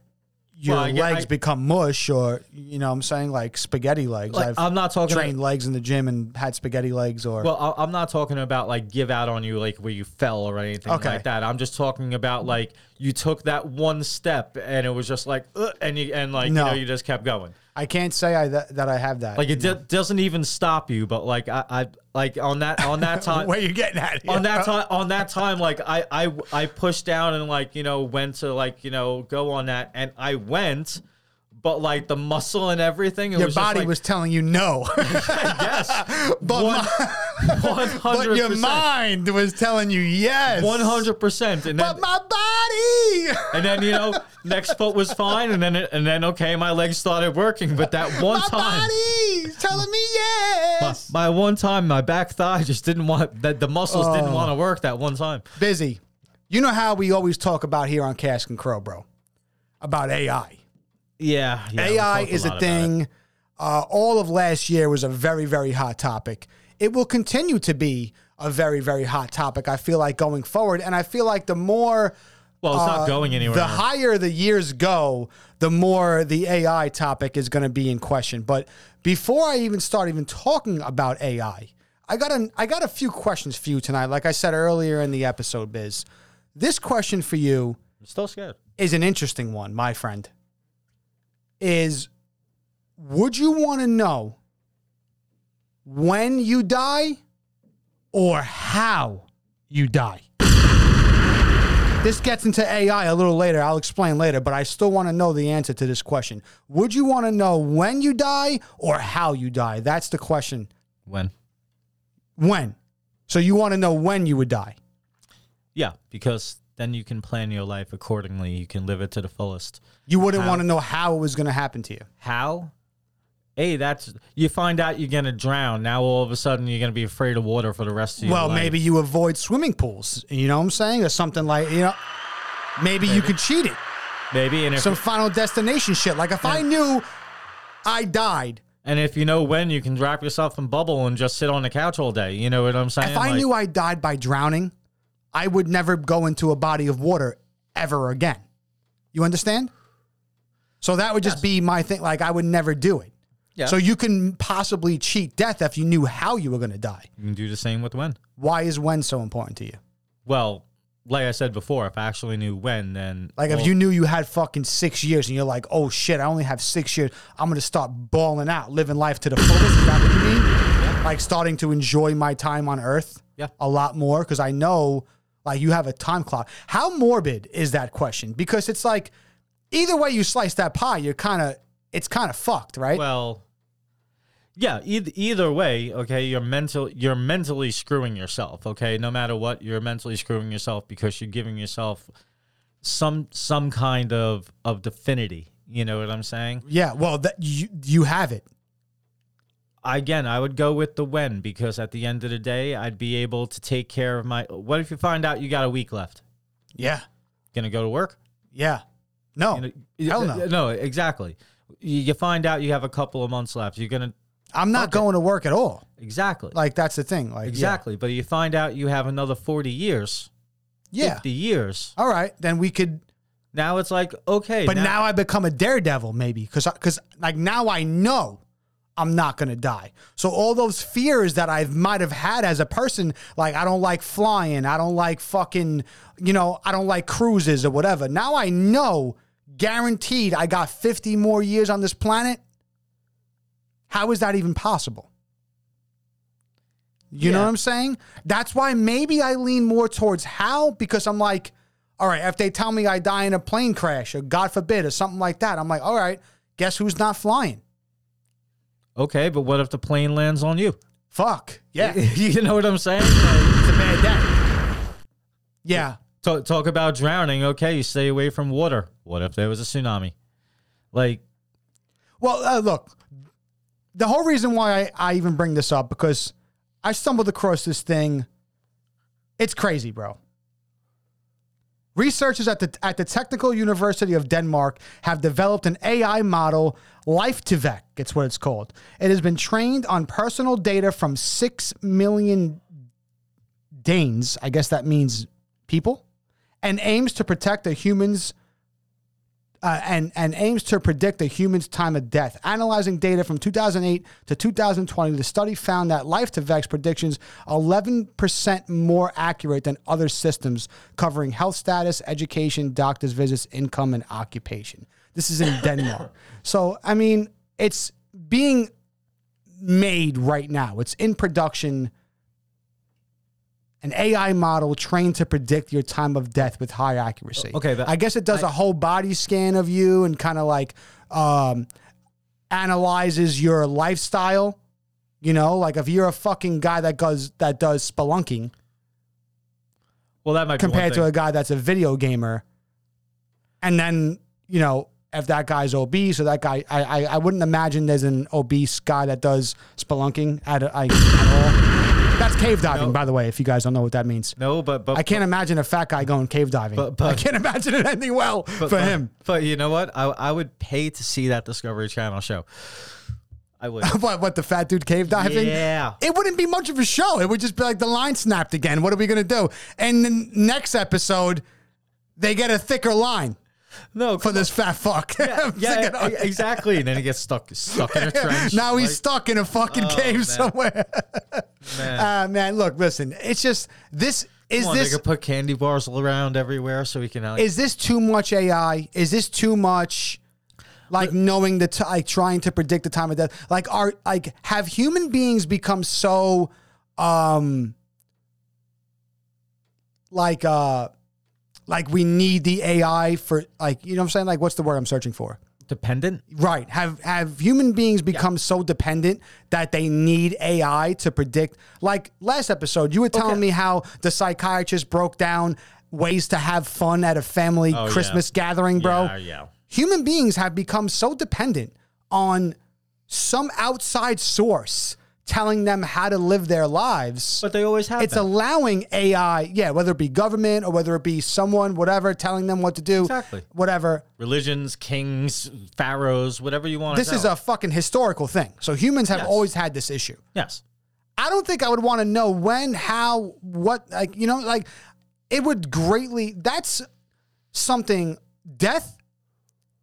[SPEAKER 2] your
[SPEAKER 3] Well, I get-
[SPEAKER 2] legs
[SPEAKER 3] I-
[SPEAKER 2] become mush, or you know, what I'm saying like spaghetti legs.
[SPEAKER 3] Like,
[SPEAKER 2] I've
[SPEAKER 3] I'm not talking.
[SPEAKER 2] trained legs in the gym and had spaghetti legs, or
[SPEAKER 3] Well, I- I'm not talking about like give out on you, like where you fell or anything
[SPEAKER 2] Okay.
[SPEAKER 3] like that. I'm just talking about like you took that one step and it was just like, "Ugh," and you and like
[SPEAKER 2] No.
[SPEAKER 3] you know you just kept going.
[SPEAKER 2] I can't say I that, that I have that.
[SPEAKER 3] Like it d- doesn't even stop you, but like I, I Like on that on that time
[SPEAKER 2] Where you getting at?
[SPEAKER 3] on that time on that time like I, I i pushed down and like you know went to like you know go on that and i went but like the muscle and everything it
[SPEAKER 2] your
[SPEAKER 3] was just
[SPEAKER 2] body
[SPEAKER 3] like,
[SPEAKER 2] was telling you no,
[SPEAKER 3] yes
[SPEAKER 2] but
[SPEAKER 3] one-
[SPEAKER 2] my-
[SPEAKER 3] 100%
[SPEAKER 2] but your mind was telling you yes.
[SPEAKER 3] 100% and
[SPEAKER 2] But
[SPEAKER 3] then
[SPEAKER 2] my body,
[SPEAKER 3] and then you know next foot was fine and then it, and then okay my legs started working but that one
[SPEAKER 2] my
[SPEAKER 3] time
[SPEAKER 2] body's telling me
[SPEAKER 3] my,
[SPEAKER 2] yes.
[SPEAKER 3] my one time my back thigh just didn't want that the muscles didn't want to work that one time
[SPEAKER 2] Busy. You know how we always talk about here on Cask and Crow, bro, about AI.
[SPEAKER 3] yeah, yeah we
[SPEAKER 2] AI
[SPEAKER 3] talked
[SPEAKER 2] is
[SPEAKER 3] lot
[SPEAKER 2] a
[SPEAKER 3] about it.
[SPEAKER 2] thing. Uh, all of last year was a very, very hot topic. It will continue to be a very, very hot topic, I feel like, going forward. And I feel like the more.
[SPEAKER 3] well it's
[SPEAKER 2] uh,
[SPEAKER 3] not going anywhere
[SPEAKER 2] The higher the years go, the more the AI topic is going to be in question. But before I even start even talking about AI, I got an, I got a few questions for you tonight. Like I said earlier in the episode, Biz, this question for you
[SPEAKER 3] i'm still scared
[SPEAKER 2] is an interesting one, my friend. Is would you want to know when you die or how you die? This gets into AI a little later. I'll explain later, but I still want to know the answer to this question. Would you want to know when you die or how you die? That's the question.
[SPEAKER 3] when
[SPEAKER 2] When? So you want to know when you would die.
[SPEAKER 3] Yeah, because then you can plan your life accordingly. You can live it to the fullest.
[SPEAKER 2] You wouldn't want to know how it was going to happen to you.
[SPEAKER 3] How? Hey, that's you find out you're gonna drown. Now all of a sudden you're gonna be afraid of water for the rest of your
[SPEAKER 2] Well,
[SPEAKER 3] life.
[SPEAKER 2] maybe you avoid swimming pools. You know what I'm saying, or something like you know. Maybe, you could cheat it.
[SPEAKER 3] maybe, and if
[SPEAKER 2] Some Final Destination shit. Like if I knew I died,
[SPEAKER 3] and if you know when, you can wrap yourself in bubble and just sit on the couch all day. You know what I'm saying?
[SPEAKER 2] if I
[SPEAKER 3] Like,
[SPEAKER 2] knew I died by drowning, I would never go into a body of water ever again. You understand? So that would just be my thing. Like I would never do it.
[SPEAKER 3] Yeah.
[SPEAKER 2] So you can possibly cheat death if you knew how you were going to die.
[SPEAKER 3] you can do the same with when.
[SPEAKER 2] Why is when so important to you?
[SPEAKER 3] Well, like I said before, if I actually knew when, then
[SPEAKER 2] Like
[SPEAKER 3] all-
[SPEAKER 2] if you knew you had fucking six years and you're like, oh shit, I only have six years. I'm gonna start balling out, living life to the fullest. Is that what you mean? Like starting to enjoy my time on Earth
[SPEAKER 3] Yeah.
[SPEAKER 2] a lot more because I know like you have a time clock. How morbid is that question? Because it's like either way you slice that pie, you're kind of it's kind of fucked, right?
[SPEAKER 3] well yeah either, either way okay you're mental you're mentally screwing yourself okay no matter what you're mentally screwing yourself because you're giving yourself some some kind of of definity you know what i'm saying
[SPEAKER 2] yeah. Well, that you you have it.
[SPEAKER 3] again i would go with the when because at the end of the day i'd be able to take care of my what if you find out you got a week left
[SPEAKER 2] Yeah.
[SPEAKER 3] gonna go to work
[SPEAKER 2] Yeah. No.
[SPEAKER 3] You know,
[SPEAKER 2] Hell
[SPEAKER 3] uh,
[SPEAKER 2] no.
[SPEAKER 3] no exactly you you find out you have a couple of months left you're gonna
[SPEAKER 2] I'm not going to work at all.
[SPEAKER 3] exactly
[SPEAKER 2] Like that's the thing. Like yeah.
[SPEAKER 3] exactly but you find out you have another 40 years
[SPEAKER 2] Yeah.
[SPEAKER 3] 50 years.
[SPEAKER 2] All right, then we could
[SPEAKER 3] Now it's like, okay.
[SPEAKER 2] But now, I become a daredevil, maybe, because because like now I know I'm not gonna die. So all those fears that I might have had as a person, like I don't like flying, I don't like fucking, you know, I don't like cruises or whatever. Now I know, guaranteed, I got 50 more years on this planet. How is that even possible? You know
[SPEAKER 3] Yeah.
[SPEAKER 2] what I'm saying? That's why maybe I lean more towards how because I'm like, all right, if they tell me I die in a plane crash or God forbid or something like that, I'm like, all right, guess who's not flying?
[SPEAKER 3] okay, but what if the plane lands on you?
[SPEAKER 2] Fuck. Yeah. it's
[SPEAKER 3] you know what I'm saying? Like,
[SPEAKER 2] a bad day. Yeah.
[SPEAKER 3] talk, talk about drowning. Okay, you stay away from water. What if there was a tsunami? Like,
[SPEAKER 2] Well, uh, look, the whole reason why I, I even bring this up because I stumbled across this thing. It's crazy, bro. Researchers at the at the Technical University of Denmark have developed an AI model, LifeTivek, it's what it's called. It has been trained on personal data from six million Danes, I guess that means people, and aims to protect the humans uh, and and aims to predict a human's time of death. Analyzing data from 2008 to 2020, the study found that life to vex predictions 11% more accurate than other systems covering health status, education, doctor's visits, income, and occupation. This is in Denmark. So I mean, it's being made right now. It's in production an AI model trained to predict your time of death with high accuracy.
[SPEAKER 3] Okay, that-
[SPEAKER 2] I guess it does a whole body scan of you and kind of like um, analyzes your lifestyle. You know, like if you're a fucking guy that does that does spelunking
[SPEAKER 3] Well, that might
[SPEAKER 2] compared
[SPEAKER 3] be
[SPEAKER 2] to
[SPEAKER 3] one
[SPEAKER 2] a guy that's a video gamer, and then you know if that guy's obese or that guy, I I, I wouldn't imagine there's an obese guy that does spelunking at, I, at all. That's cave diving, by the way. If you guys don't know what that means.
[SPEAKER 3] thing. No, but but
[SPEAKER 2] I can't imagine a fat guy going cave diving.
[SPEAKER 3] But- but-
[SPEAKER 2] I can't imagine it ending well for
[SPEAKER 3] but-
[SPEAKER 2] him.
[SPEAKER 3] But you know what? I I would pay to see that Discovery Channel show. I would.
[SPEAKER 2] What, what, the fat dude cave diving?
[SPEAKER 3] Yeah.
[SPEAKER 2] It wouldn't be much of a show. It would just be like the line snapped again. What are we going to do? And then next episode, they get a thicker line
[SPEAKER 3] No,
[SPEAKER 2] for this fat fuck. I'm
[SPEAKER 3] yeah,
[SPEAKER 2] thinking,
[SPEAKER 3] e- exactly. And then he gets stuck stuck in a trench.
[SPEAKER 2] now he's
[SPEAKER 3] Like,
[SPEAKER 2] stuck in a fucking
[SPEAKER 3] Oh,
[SPEAKER 2] cave
[SPEAKER 3] man.
[SPEAKER 2] somewhere.
[SPEAKER 3] man.
[SPEAKER 2] Uh, man, look, listen. It's just this is
[SPEAKER 3] Come on,
[SPEAKER 2] this
[SPEAKER 3] they could put candy bars all around everywhere so he can. uh, Like,
[SPEAKER 2] is this too much AI? Is this too much like knowing the t- like trying to predict the time of death? Like are like have human beings become so um like uh like we need the AI for like you know what I'm saying? Like what's the word I'm searching for?
[SPEAKER 3] dependent?
[SPEAKER 2] Right. Have have human beings become so dependent that they need AI to predict? Like last episode, you were telling me how the psychiatrist broke down ways to have fun at a family
[SPEAKER 3] Oh, yeah.
[SPEAKER 2] Christmas gathering, bro.
[SPEAKER 3] Yeah, yeah.
[SPEAKER 2] Human beings have become so dependent on some outside source telling them how to live their lives
[SPEAKER 3] But they always have.
[SPEAKER 2] it's allowing AI, yeah, whether it be government or whether it be someone, whatever, telling them what to do,
[SPEAKER 3] Exactly.
[SPEAKER 2] whatever.
[SPEAKER 3] religions, kings, pharaohs, whatever you want.
[SPEAKER 2] This
[SPEAKER 3] to
[SPEAKER 2] is a fucking historical thing. So humans have
[SPEAKER 3] Yes.
[SPEAKER 2] always had this issue.
[SPEAKER 3] yes.
[SPEAKER 2] I don't think I would want to know when, how, what, like, you know, like it would greatly, that's something, death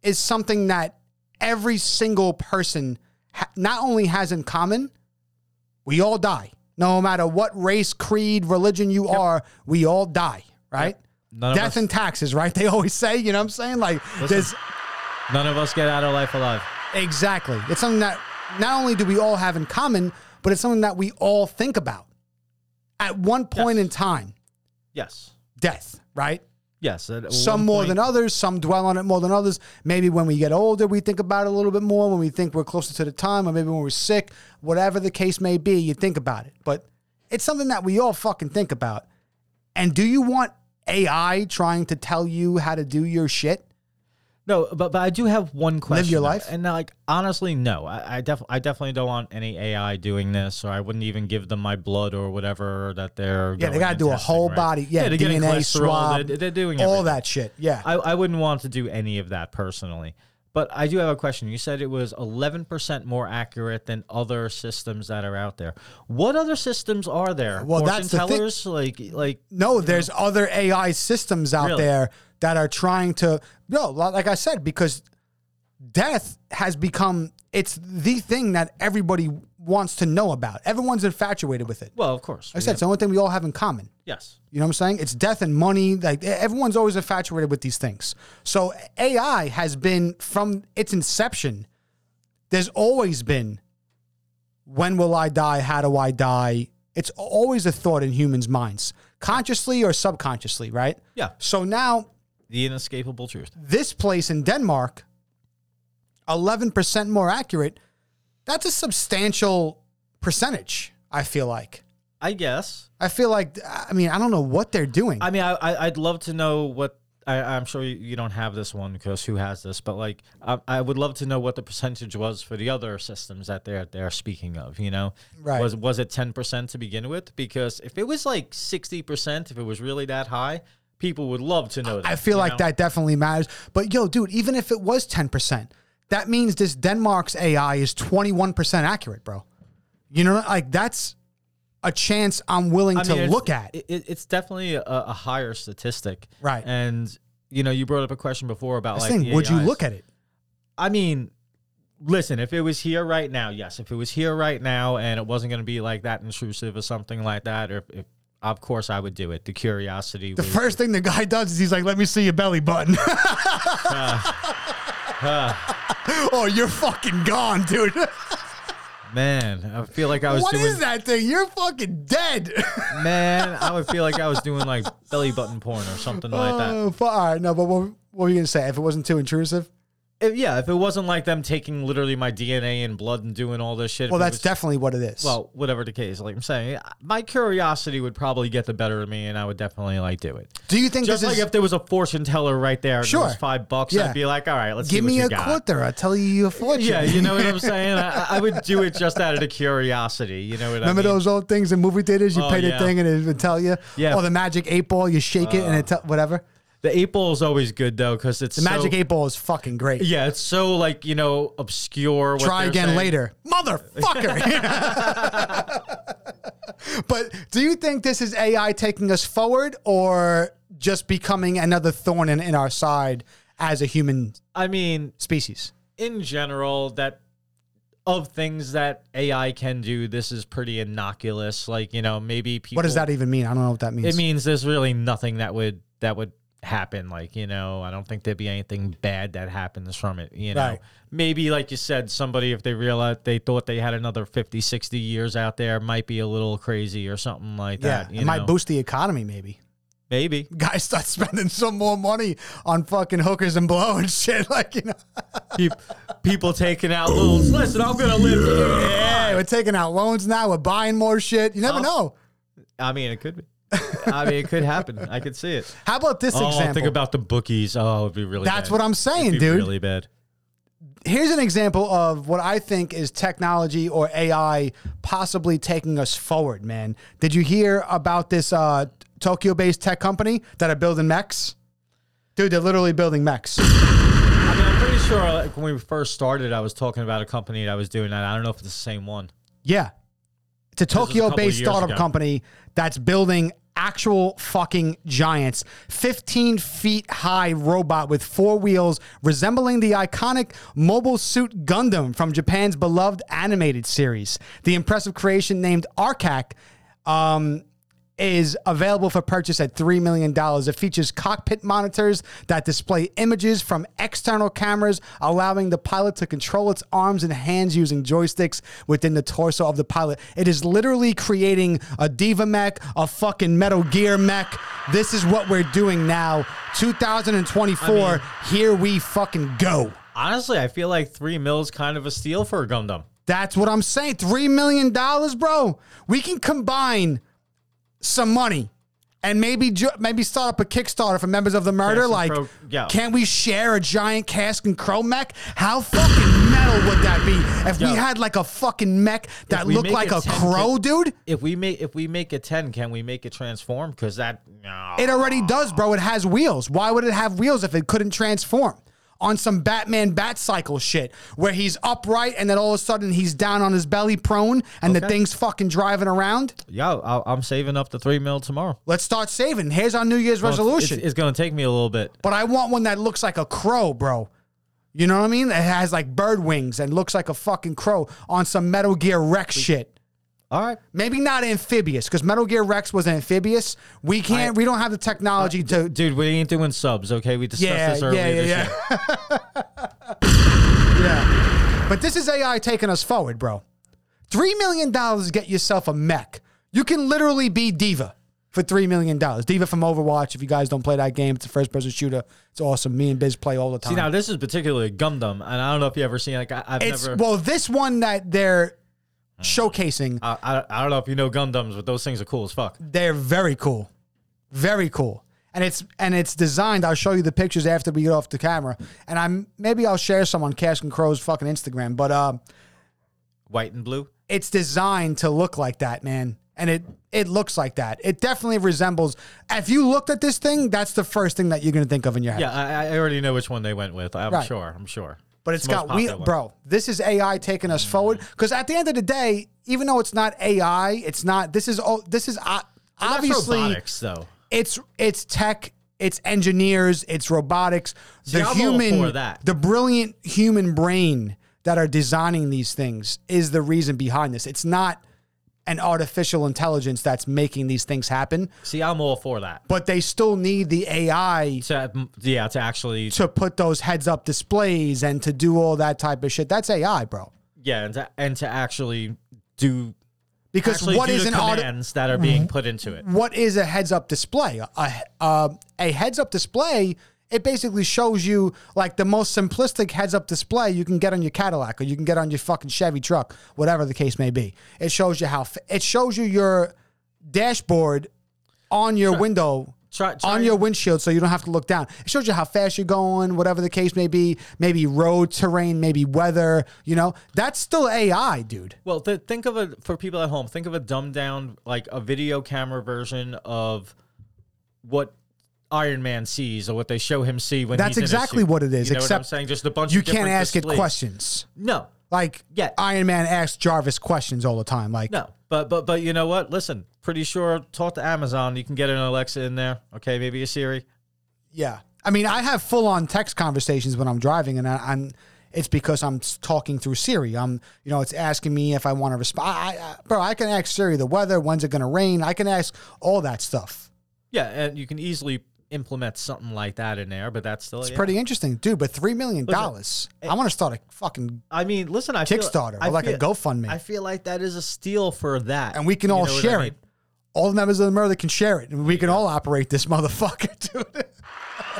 [SPEAKER 2] is something that every single person ha- not only has in common, we all die. No matter what race, creed, religion you are, we all die, right?
[SPEAKER 3] None of
[SPEAKER 2] Death
[SPEAKER 3] us-
[SPEAKER 2] and taxes, right? They always say, you know what I'm saying? Like, there's
[SPEAKER 3] None of us get out of life alive.
[SPEAKER 2] Exactly. It's something that not only do we all have in common, but it's something that we all think about at one point in time.
[SPEAKER 3] Yes.
[SPEAKER 2] Death, right?
[SPEAKER 3] Yes. at
[SPEAKER 2] Some
[SPEAKER 3] one
[SPEAKER 2] more
[SPEAKER 3] point-
[SPEAKER 2] than others. Some dwell on it more than others. Maybe when we get older, we think about it a little bit more. When we think we're closer to the time, or maybe when we're sick, whatever the case may be, you think about it. But it's something that we all fucking think about. And do you want AI trying to tell you how to do your shit?
[SPEAKER 3] No, but but I do have one question.
[SPEAKER 2] your
[SPEAKER 3] though.
[SPEAKER 2] life?
[SPEAKER 3] and now, like honestly, no. I, I definitely I definitely don't want any AI doing this, or I wouldn't even give them my blood or whatever that they're.
[SPEAKER 2] Yeah, they got to do a whole body. Yeah,
[SPEAKER 3] they're getting
[SPEAKER 2] DNA
[SPEAKER 3] cholesterol,
[SPEAKER 2] swab.
[SPEAKER 3] They're, they're doing
[SPEAKER 2] all
[SPEAKER 3] everything.
[SPEAKER 2] that shit. Yeah.
[SPEAKER 3] I, I wouldn't want to do any of that personally. But I do have a question. You said it was 11% more accurate than other systems that are out there. What other systems are there?
[SPEAKER 2] Well,
[SPEAKER 3] Fortune
[SPEAKER 2] that's the thing.
[SPEAKER 3] tellers, like like
[SPEAKER 2] No, there's other AI systems out
[SPEAKER 3] Really?
[SPEAKER 2] there that are trying to no, li- like I said, because death has become it's the thing that everybody wants to know about. Everyone's infatuated with it. Like
[SPEAKER 3] well, of course.
[SPEAKER 2] I said it's the only thing we all have in common.
[SPEAKER 3] yes.
[SPEAKER 2] You know what I'm saying? It's death and money. Like e- everyone's always infatuated with these things. So AI has been from its inception. There's always been when will I die? How do I die? It's always a thought in humans' minds, consciously or subconsciously, right?
[SPEAKER 3] Yeah.
[SPEAKER 2] So now
[SPEAKER 3] The inescapable truth.
[SPEAKER 2] this place in Denmark, 11% more accurate. That's a substantial percentage, I feel like.
[SPEAKER 3] I guess.
[SPEAKER 2] I feel like, I mean, I don't know what they're doing.
[SPEAKER 3] I mean, I, I I'd love to know what I, I'm sure you, you don't have this one because who has this? But like, I, I would love to know what the percentage was for the other systems that they're they're speaking of. You know,
[SPEAKER 2] Right.
[SPEAKER 3] Was was it 10 percent to begin with? Because if it was like 60 percent, if it was really that high, people would love to know. That,
[SPEAKER 2] I feel
[SPEAKER 3] you
[SPEAKER 2] like
[SPEAKER 3] know?
[SPEAKER 2] that definitely matters. But yo, dude, even if it was 10%, that means this Denmark's AI is 21% accurate, bro. You know, like that's a chance I'm willing
[SPEAKER 3] I mean,
[SPEAKER 2] to
[SPEAKER 3] it's-
[SPEAKER 2] look at.
[SPEAKER 3] It, it- it's definitely a, a higher statistic,
[SPEAKER 2] Right.
[SPEAKER 3] And you know, you brought up a question before about
[SPEAKER 2] This
[SPEAKER 3] like,
[SPEAKER 2] thing,
[SPEAKER 3] the
[SPEAKER 2] would you
[SPEAKER 3] AIs.
[SPEAKER 2] look at it?
[SPEAKER 3] I mean, listen, if it was here right now, yes. If it was here right now and it wasn't going to be like that intrusive or something like that, or if, if of course I would do it. The curiosity.
[SPEAKER 2] The
[SPEAKER 3] was,
[SPEAKER 2] first thing the guy does is he's like, let me see your belly button. oh, you're fucking gone, dude.
[SPEAKER 3] Man, I feel like I was
[SPEAKER 2] What is
[SPEAKER 3] doing.
[SPEAKER 2] that thing? You're fucking dead.
[SPEAKER 3] Man, I would feel like I was doing like belly button porn or something like that.
[SPEAKER 2] Oh, fu- all right, no, but what, what were you gonna say? If it wasn't too intrusive,
[SPEAKER 3] If- yeah, if it wasn't like them taking literally my DNA and blood and doing all this shit. if
[SPEAKER 2] well,
[SPEAKER 3] it
[SPEAKER 2] that's
[SPEAKER 3] was-
[SPEAKER 2] definitely what it is.
[SPEAKER 3] well, whatever the case. Like I'm saying, my curiosity would probably get the better of me, and I would definitely like do it.
[SPEAKER 2] do you think
[SPEAKER 3] Just
[SPEAKER 2] this
[SPEAKER 3] like
[SPEAKER 2] is?
[SPEAKER 3] if there was a fortune teller right there, and it was
[SPEAKER 2] Sure.
[SPEAKER 3] five bucks,
[SPEAKER 2] Yeah.
[SPEAKER 3] I'd be like, all right, let's
[SPEAKER 2] give
[SPEAKER 3] see
[SPEAKER 2] me
[SPEAKER 3] what you
[SPEAKER 2] a
[SPEAKER 3] got.
[SPEAKER 2] quarter, I'll tell you your fortune.
[SPEAKER 3] Yeah, you know what I'm saying. I, I would do it just out of the curiosity. You know what
[SPEAKER 2] Remember
[SPEAKER 3] I mean?
[SPEAKER 2] those old things in movie theaters? You
[SPEAKER 3] Oh,
[SPEAKER 2] pay the
[SPEAKER 3] yeah.
[SPEAKER 2] thing and it would tell you.
[SPEAKER 3] Yeah.
[SPEAKER 2] Or the magic eight ball, you shake it and it tell whatever.
[SPEAKER 3] The eight ball is always good though, because it's
[SPEAKER 2] The magic
[SPEAKER 3] so-
[SPEAKER 2] eight ball is fucking great.
[SPEAKER 3] Yeah, it's so like you know obscure. What
[SPEAKER 2] Try
[SPEAKER 3] they're
[SPEAKER 2] again
[SPEAKER 3] saying.
[SPEAKER 2] later, motherfucker. but do you think this is AI taking us forward or just becoming another thorn in, in our side as a human
[SPEAKER 3] I mean,
[SPEAKER 2] species?
[SPEAKER 3] in general, that of things that AI can do, this is pretty innocuous. Like you know, maybe people.
[SPEAKER 2] What does that even mean? I don't know what that means.
[SPEAKER 3] It means there's really nothing that would that would happen. Like you know, I don't think there'd be anything bad that happens from it. You know,
[SPEAKER 2] Right.
[SPEAKER 3] maybe like you said, somebody if they realized they thought they had another 50, 60 years out there, might be a little crazy or something like
[SPEAKER 2] yeah,
[SPEAKER 3] that.
[SPEAKER 2] it
[SPEAKER 3] you
[SPEAKER 2] might
[SPEAKER 3] know?
[SPEAKER 2] boost the economy maybe.
[SPEAKER 3] Maybe.
[SPEAKER 2] Guys start spending some more money on fucking hookers and blow and shit like, you know.
[SPEAKER 3] Pe- people taking out little. Listen, I'm gonna live.
[SPEAKER 2] Hey, we're taking out loans now. We're buying more shit. You
[SPEAKER 3] Oh.
[SPEAKER 2] never know.
[SPEAKER 3] I mean, it could be. I mean, it could happen. I could see it.
[SPEAKER 2] How about this
[SPEAKER 3] Oh,
[SPEAKER 2] example?
[SPEAKER 3] think about the bookies. Oh, it'd be really.
[SPEAKER 2] That's
[SPEAKER 3] bad.
[SPEAKER 2] what I'm
[SPEAKER 3] It'd
[SPEAKER 2] saying,
[SPEAKER 3] be
[SPEAKER 2] dude.
[SPEAKER 3] Really bad.
[SPEAKER 2] Here's an example of what I think is technology or AI possibly taking us forward, man. Did you hear about this uh, Tokyo based tech company that are building mechs? Dude, they're literally building mechs.
[SPEAKER 3] I mean, I'm pretty sure like, when we first started, I was talking about a company that was doing that. I don't know if it's the same one.
[SPEAKER 2] Yeah. It's a
[SPEAKER 3] was a couple
[SPEAKER 2] Tokyo based
[SPEAKER 3] years
[SPEAKER 2] startup
[SPEAKER 3] ago.
[SPEAKER 2] company that's building actual fucking giants. 15 feet high robot with four wheels resembling the iconic mobile suit Gundam from Japan's beloved animated series. The impressive creation named Arcac. Um, is available for purchase at $3 million. It features cockpit monitors that display images from external cameras, allowing the pilot to control its arms and hands using joysticks within the torso of the pilot. It is literally creating a Diva mech, a fucking Metal Gear mech. This is what we're doing now. 2024,
[SPEAKER 3] I mean-
[SPEAKER 2] here we fucking go.
[SPEAKER 3] Honestly, I feel like three mils kind of a steal for a Gundam.
[SPEAKER 2] That's what I'm saying. Three million dollars, bro. We can combine some money and maybe ju- maybe start up a Kickstarter for members of the murder.
[SPEAKER 3] Cask and
[SPEAKER 2] like,
[SPEAKER 3] Crow- yeah.
[SPEAKER 2] can we share a giant cask and crow mech? How fucking metal would that be if
[SPEAKER 3] Yo.
[SPEAKER 2] we had like a fucking mech that
[SPEAKER 3] we
[SPEAKER 2] looked
[SPEAKER 3] make
[SPEAKER 2] like
[SPEAKER 3] it
[SPEAKER 2] a
[SPEAKER 3] 10
[SPEAKER 2] crow, dude?
[SPEAKER 3] If we make if we make a ten, can we make it transform? Because that no.
[SPEAKER 2] It already does, bro. It has wheels. Why would it have wheels if it couldn't transform? On some Batman Bat Cycle shit, where he's upright and then all of a sudden he's down on his belly prone and the
[SPEAKER 3] Okay.
[SPEAKER 2] thing's fucking driving around.
[SPEAKER 3] Yo, I, I'm saving up the three mil tomorrow.
[SPEAKER 2] Let's start saving. Here's our New Year's
[SPEAKER 3] Well, it's-
[SPEAKER 2] resolution.
[SPEAKER 3] It's, it's going to take me a little bit.
[SPEAKER 2] but I want one that looks like a crow, bro. You know what I mean? That has like bird wings and looks like a fucking crow on some Metal Gear Rex shit.
[SPEAKER 3] All right.
[SPEAKER 2] Maybe not amphibious, because Metal Gear Rex was amphibious. We can't. we don't have the technology to.
[SPEAKER 3] Dude, we ain't doing subs, okay? We discussed
[SPEAKER 2] Yeah,
[SPEAKER 3] this
[SPEAKER 2] yeah,
[SPEAKER 3] earlier
[SPEAKER 2] yeah,
[SPEAKER 3] this
[SPEAKER 2] yeah.
[SPEAKER 3] year.
[SPEAKER 2] yeah. But this is AI taking us forward, bro. Three million dollars get yourself a mech. You can literally be Diva for three million dollars. Diva from Overwatch. If you guys don't play that game, it's a first-person shooter. It's awesome. Me and Biz play all the time.
[SPEAKER 3] See, now this is particularly Gundam, and I don't know if you ever seen like I, I've
[SPEAKER 2] It's
[SPEAKER 3] never. Hmm.
[SPEAKER 2] well, this one that they're showcasing,
[SPEAKER 3] I, I, I don't know if you know Gundams, but those things are cool as fuck.
[SPEAKER 2] they're very cool, very cool, and it's and it's designed. I'll show you the pictures after we get off the camera, and I'm maybe I'll share some on Cash and Crow's fucking Instagram. But um,
[SPEAKER 3] White and blue.
[SPEAKER 2] it's designed to look like that, man, and it it looks like that. It definitely resembles. If you looked at this thing, that's the first thing that you're gonna think of in your head.
[SPEAKER 3] Yeah, I, I already know which one they went with. I'm
[SPEAKER 2] Right.
[SPEAKER 3] sure. I'm sure.
[SPEAKER 2] But it's
[SPEAKER 3] the most
[SPEAKER 2] got we,
[SPEAKER 3] popular one. Mm-hmm.
[SPEAKER 2] bro. This is AI taking us forward because at the end of the day, even though it's not AI, it's not. This is all. This is uh,
[SPEAKER 3] That's
[SPEAKER 2] obviously
[SPEAKER 3] robotics though.
[SPEAKER 2] it's it's tech, it's engineers, it's robotics. the
[SPEAKER 3] I'm all
[SPEAKER 2] human,
[SPEAKER 3] for that.
[SPEAKER 2] the brilliant human brain that are designing these things is the reason behind this. It's not an artificial intelligence that's making these things happen,
[SPEAKER 3] See, I'm all for that.
[SPEAKER 2] but they still need the AI
[SPEAKER 3] To yeah, to actually
[SPEAKER 2] to put those heads up displays and to do all that type of shit. That's AI, bro.
[SPEAKER 3] yeah, and to, and to actually do
[SPEAKER 2] Because
[SPEAKER 3] actually
[SPEAKER 2] what
[SPEAKER 3] do
[SPEAKER 2] is
[SPEAKER 3] the
[SPEAKER 2] an auto, Mm-hmm.
[SPEAKER 3] commands that are being put into it.
[SPEAKER 2] what is a heads up display? A uh, a heads up display. It basically shows you like the most simplistic heads up display you can get on your Cadillac or you can get on your fucking Chevy truck, whatever the case may be. It shows you how f- it shows you your dashboard on your window.
[SPEAKER 3] Try- try-
[SPEAKER 2] on your windshield so you don't have to look down. It shows you how fast you're going, whatever the case may be, maybe road terrain, maybe weather, you know. That's still AI, dude.
[SPEAKER 3] Well, th- think of a for people at home. Think of a dumbed down, like a video camera version of what Iron Man sees or what they show him see when.
[SPEAKER 2] That's
[SPEAKER 3] he's in a
[SPEAKER 2] exactly
[SPEAKER 3] suit.
[SPEAKER 2] what it is,
[SPEAKER 3] You know what I'm
[SPEAKER 2] except
[SPEAKER 3] saying just a bunch.
[SPEAKER 2] You
[SPEAKER 3] of
[SPEAKER 2] can't
[SPEAKER 3] different
[SPEAKER 2] ask
[SPEAKER 3] displays.
[SPEAKER 2] it questions.
[SPEAKER 3] No,
[SPEAKER 2] Like
[SPEAKER 3] Yeah.
[SPEAKER 2] Iron Man asks Jarvis questions all the time. Like
[SPEAKER 3] no. But but but you know what? Listen, pretty sure. Talk to Amazon. You can get an Alexa in there. Okay, maybe a Siri.
[SPEAKER 2] yeah. I mean, I have full on text conversations when I'm driving, and I, I'm. It's because I'm s- talking through Siri. I'm, you know, it's asking me if I want to respond. I, I, bro, I can ask Siri the weather, when's it going to rain. I can ask all that stuff.
[SPEAKER 3] Yeah, and you can easily implement something like that in there. But that's still
[SPEAKER 2] It's pretty interesting, dude. But three million dollars, I want to start a fucking,
[SPEAKER 3] I mean, listen, I feel-
[SPEAKER 2] Kickstarter or
[SPEAKER 3] eh, I
[SPEAKER 2] like a
[SPEAKER 3] feel-
[SPEAKER 2] GoFundMe.
[SPEAKER 3] I feel like that is a steal for that,
[SPEAKER 2] and we can
[SPEAKER 3] You
[SPEAKER 2] all
[SPEAKER 3] know what I
[SPEAKER 2] share
[SPEAKER 3] mean?
[SPEAKER 2] it. All the members of the murder can share it, and we can all operate this motherfucker, dude.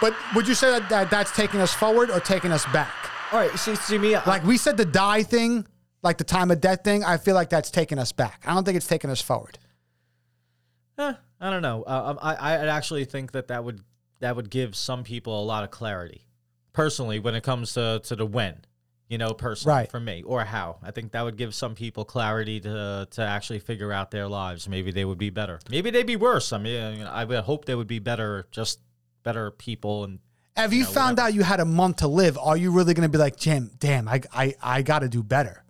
[SPEAKER 2] but would you say that, that that's taking us forward or taking us back?
[SPEAKER 3] All right, see, see me. I-
[SPEAKER 2] Like we said, the die thing, like the time of death thing, I feel like that's taking us back. I don't think it's taking us forward.
[SPEAKER 3] Eh, I don't know. Uh, I I I'd actually think that that would that would give some people a lot of clarity, personally, when it comes to to the when, you know, personally
[SPEAKER 2] Right.
[SPEAKER 3] for me or how. I think that would give some people clarity to to actually figure out their lives. Maybe they would be better. Maybe they'd be worse. I mean, I would hope they would be better, just better people. And
[SPEAKER 2] If you found out you had a month to live, are you really going to be like, damn, damn, I, I, I got to do better?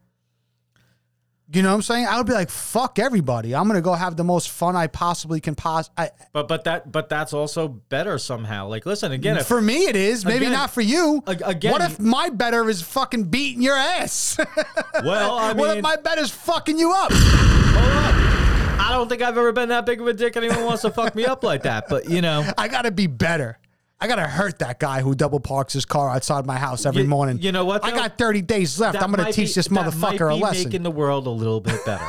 [SPEAKER 2] You know what I'm saying? I would be like, fuck everybody. I'm going to go have the most fun I possibly can pos. I,
[SPEAKER 3] but but that but that's also better somehow. Like, listen again. If,
[SPEAKER 2] for me, it is. Maybe
[SPEAKER 3] Again-
[SPEAKER 2] not for you.
[SPEAKER 3] Ag- again-
[SPEAKER 2] what if my better is fucking beating your ass?
[SPEAKER 3] well, I mean,
[SPEAKER 2] what if my bet is fucking you up?
[SPEAKER 3] hold on. I don't think I've ever been that big of a dick. Anyone wants to fuck me up like that, but you know.
[SPEAKER 2] I got to be better. I got to hurt that guy who double parks his car outside my house every
[SPEAKER 3] You-
[SPEAKER 2] morning.
[SPEAKER 3] you know what,
[SPEAKER 2] I
[SPEAKER 3] though?
[SPEAKER 2] got 30 days left. I'm going to
[SPEAKER 3] might
[SPEAKER 2] teach
[SPEAKER 3] be-
[SPEAKER 2] this
[SPEAKER 3] that might
[SPEAKER 2] motherfucker a
[SPEAKER 3] be
[SPEAKER 2] lesson.
[SPEAKER 3] Making the world a little bit better,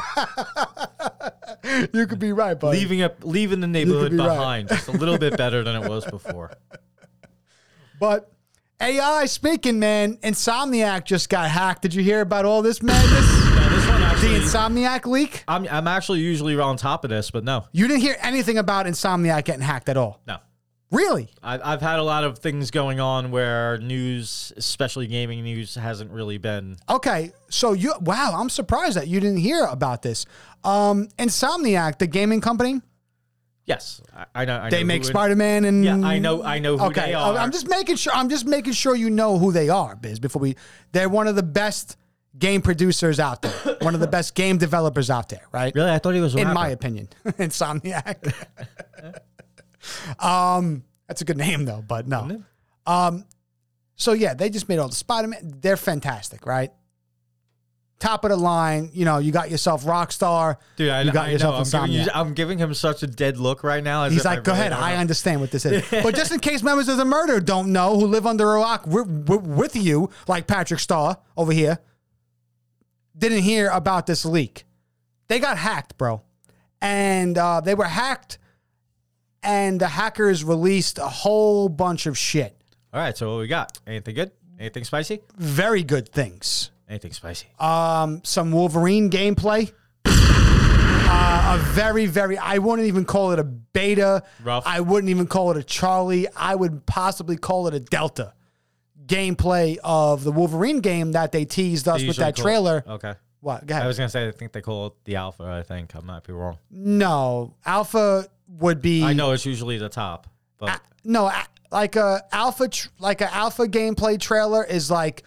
[SPEAKER 2] you could be right, buddy.
[SPEAKER 3] leaving up, leaving the neighborhood
[SPEAKER 2] be right.
[SPEAKER 3] behind just a little bit better than it was before.
[SPEAKER 2] But AI speaking, man, Insomniac just got hacked. Did you hear about all this madness?
[SPEAKER 3] Now, this one
[SPEAKER 2] the
[SPEAKER 3] actually,
[SPEAKER 2] Insomniac leak?
[SPEAKER 3] I'm, I'm actually usually on top of this, but no,
[SPEAKER 2] You didn't hear anything about Insomniac getting hacked at all.
[SPEAKER 3] no.
[SPEAKER 2] Really?
[SPEAKER 3] I, I've had a lot of things going on where news, especially gaming news, hasn't really been.
[SPEAKER 2] Okay, so you wow, I'm surprised that you didn't hear about this. Um, Insomniac, the gaming company,
[SPEAKER 3] Yes, I, I know. I
[SPEAKER 2] they
[SPEAKER 3] know
[SPEAKER 2] make
[SPEAKER 3] who it-
[SPEAKER 2] Spider Man and
[SPEAKER 3] Yeah, I know. I know who
[SPEAKER 2] okay,
[SPEAKER 3] they
[SPEAKER 2] I-
[SPEAKER 3] are.
[SPEAKER 2] I'm just making sure. I'm just making sure you know who they are, Biz. Before we, they're one of the best game producers out there, one of the best game developers out there, right?
[SPEAKER 3] really. I thought he was a
[SPEAKER 2] in
[SPEAKER 3] rapper.
[SPEAKER 2] my opinion, Insomniac. um, that's a good name though, but no. Um, so yeah, they just made all the Spider-Man. They're fantastic, right? Top of the line. You know, you got yourself Rockstar.
[SPEAKER 3] Dude, I,
[SPEAKER 2] you
[SPEAKER 3] I know. I'm giving, you, I'm giving him such a dead look right now. as
[SPEAKER 2] He's
[SPEAKER 3] if I
[SPEAKER 2] like, go
[SPEAKER 3] really
[SPEAKER 2] ahead.
[SPEAKER 3] don't
[SPEAKER 2] I
[SPEAKER 3] know."
[SPEAKER 2] understand what this is. but just in case members of the murder don't know who live under a rock we're, we're with you, like Patrick Starr over here, didn't hear about this leak. They got hacked, bro. And uh, they were hacked, and the hackers released a whole bunch of shit.
[SPEAKER 3] All right, so what we got? Anything good? Anything spicy?
[SPEAKER 2] Very good things.
[SPEAKER 3] Anything spicy?
[SPEAKER 2] Um, some Wolverine gameplay. Uh, a very, very, I wouldn't even call it a beta.
[SPEAKER 3] Rough.
[SPEAKER 2] I wouldn't even call it a Charlie. I would possibly call it a Delta gameplay of the Wolverine game that they teased us
[SPEAKER 3] They
[SPEAKER 2] with
[SPEAKER 3] usually
[SPEAKER 2] that
[SPEAKER 3] call-
[SPEAKER 2] trailer.
[SPEAKER 3] Okay.
[SPEAKER 2] What? Go
[SPEAKER 3] I
[SPEAKER 2] ahead.
[SPEAKER 3] was gonna say I think they call it the alpha. I think I might be wrong.
[SPEAKER 2] no, Alpha would be.
[SPEAKER 3] I know it's usually the top, but
[SPEAKER 2] Ah. No, a- like a Alpha, tr- like a Alpha gameplay trailer is like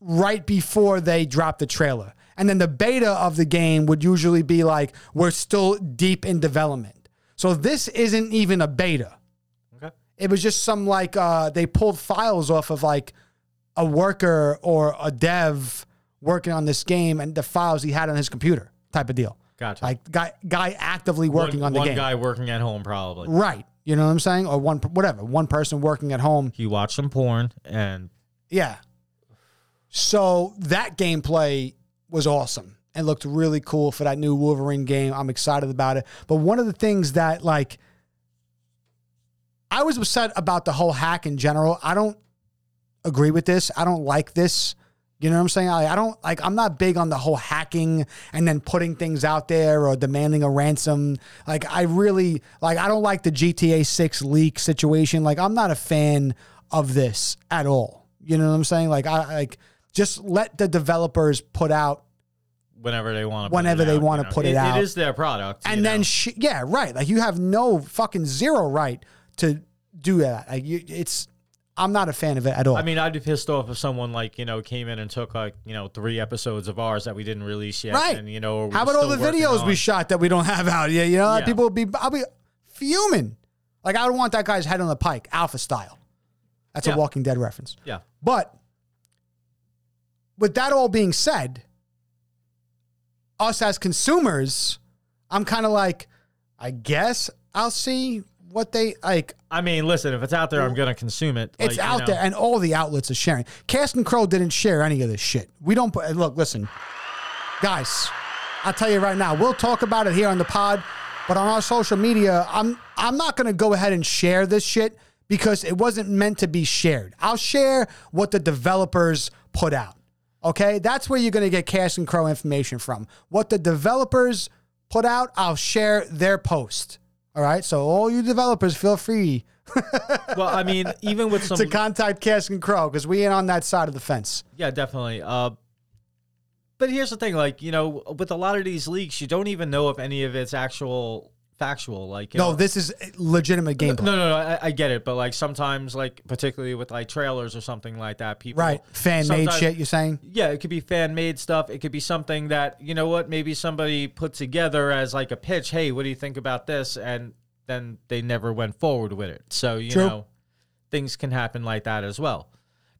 [SPEAKER 2] right before they drop the trailer. And then the beta of the game would usually be like, we're still deep in development. So this isn't even a beta.
[SPEAKER 3] okay.
[SPEAKER 2] It was just some like, uh, they pulled files off of like a worker or a dev working on this game and the files he had on his computer type of deal.
[SPEAKER 3] Gotcha.
[SPEAKER 2] Like guy, guy actively working
[SPEAKER 3] one,
[SPEAKER 2] on the
[SPEAKER 3] one
[SPEAKER 2] game.
[SPEAKER 3] guy working at home probably.
[SPEAKER 2] Right. You know what I'm saying? Or one, whatever, one person working at home.
[SPEAKER 3] He watched some porn and
[SPEAKER 2] Yeah. So that gameplay was awesome and looked really cool for that new Wolverine game. I'm excited about it. But one of the things that like I was upset about the whole hack in general. I don't agree with this. I don't like this. You know what I'm saying? I, I don't like. I'm not big on the whole hacking and then putting things out there or demanding a ransom. Like I really like. I don't like the GTA Six leak situation. Like I'm not a fan of this at all. You know what I'm saying? Like I like just let the developers put out
[SPEAKER 3] whenever they want to.
[SPEAKER 2] Whenever they wanna put it out.
[SPEAKER 3] it is their product. you
[SPEAKER 2] and then
[SPEAKER 3] know.
[SPEAKER 2] sh- yeah, right. Like you have no fucking zero right to do that. Like you, it's. I'm not a fan of it at all.
[SPEAKER 3] I mean, I'd be pissed off if someone like you know came in and took like you know three episodes of ours that we didn't release yet.
[SPEAKER 2] Right.
[SPEAKER 3] And you know, we
[SPEAKER 2] How
[SPEAKER 3] were
[SPEAKER 2] about all the
[SPEAKER 3] still working
[SPEAKER 2] videos we
[SPEAKER 3] on.
[SPEAKER 2] shot that we don't have out yet? You know,
[SPEAKER 3] Yeah.
[SPEAKER 2] people would be, I'll be fuming. Like, I would want that guy's head on the pike, alpha style. That's
[SPEAKER 3] Yeah.
[SPEAKER 2] a Walking Dead reference.
[SPEAKER 3] yeah.
[SPEAKER 2] But with that all being said, us as consumers, I'm kind of like, I guess I'll see what they like.
[SPEAKER 3] I mean, listen, if it's out there, I'm gonna consume it.
[SPEAKER 2] It's
[SPEAKER 3] Like, you
[SPEAKER 2] out
[SPEAKER 3] know.
[SPEAKER 2] there, and all the outlets are sharing. Cast and Crow didn't share any of this shit. We don't put, look, listen, guys. I'll tell you right now, we'll talk about it here on the pod, but on our social media, I'm I'm not gonna go ahead and share this shit because it wasn't meant to be shared. I'll share what the developers put out. Okay, that's where you're gonna get Cast and Crow information from. What the developers put out, I'll share their post. All right, so all you developers, feel free
[SPEAKER 3] Well, I mean, even with some
[SPEAKER 2] to contact Cask and Crow because we ain't on that side of the fence.
[SPEAKER 3] Yeah, definitely. Uh, but here's the thing, like you know, with a lot of these leaks, you don't even know if any of it's actual factual. Like, you
[SPEAKER 2] No,
[SPEAKER 3] know,
[SPEAKER 2] this is legitimate gameplay.
[SPEAKER 3] no, no, no. I, I get it, but like sometimes, like particularly with like trailers or something like that, people
[SPEAKER 2] Right, fan made
[SPEAKER 3] sometimes-
[SPEAKER 2] shit. You're saying?
[SPEAKER 3] Yeah, it could be fan made stuff. It could be something that you know what maybe somebody put together as like a pitch. Hey, what do you think about this? And then they never went forward with it. So you
[SPEAKER 2] True.
[SPEAKER 3] know, things can happen like that as well.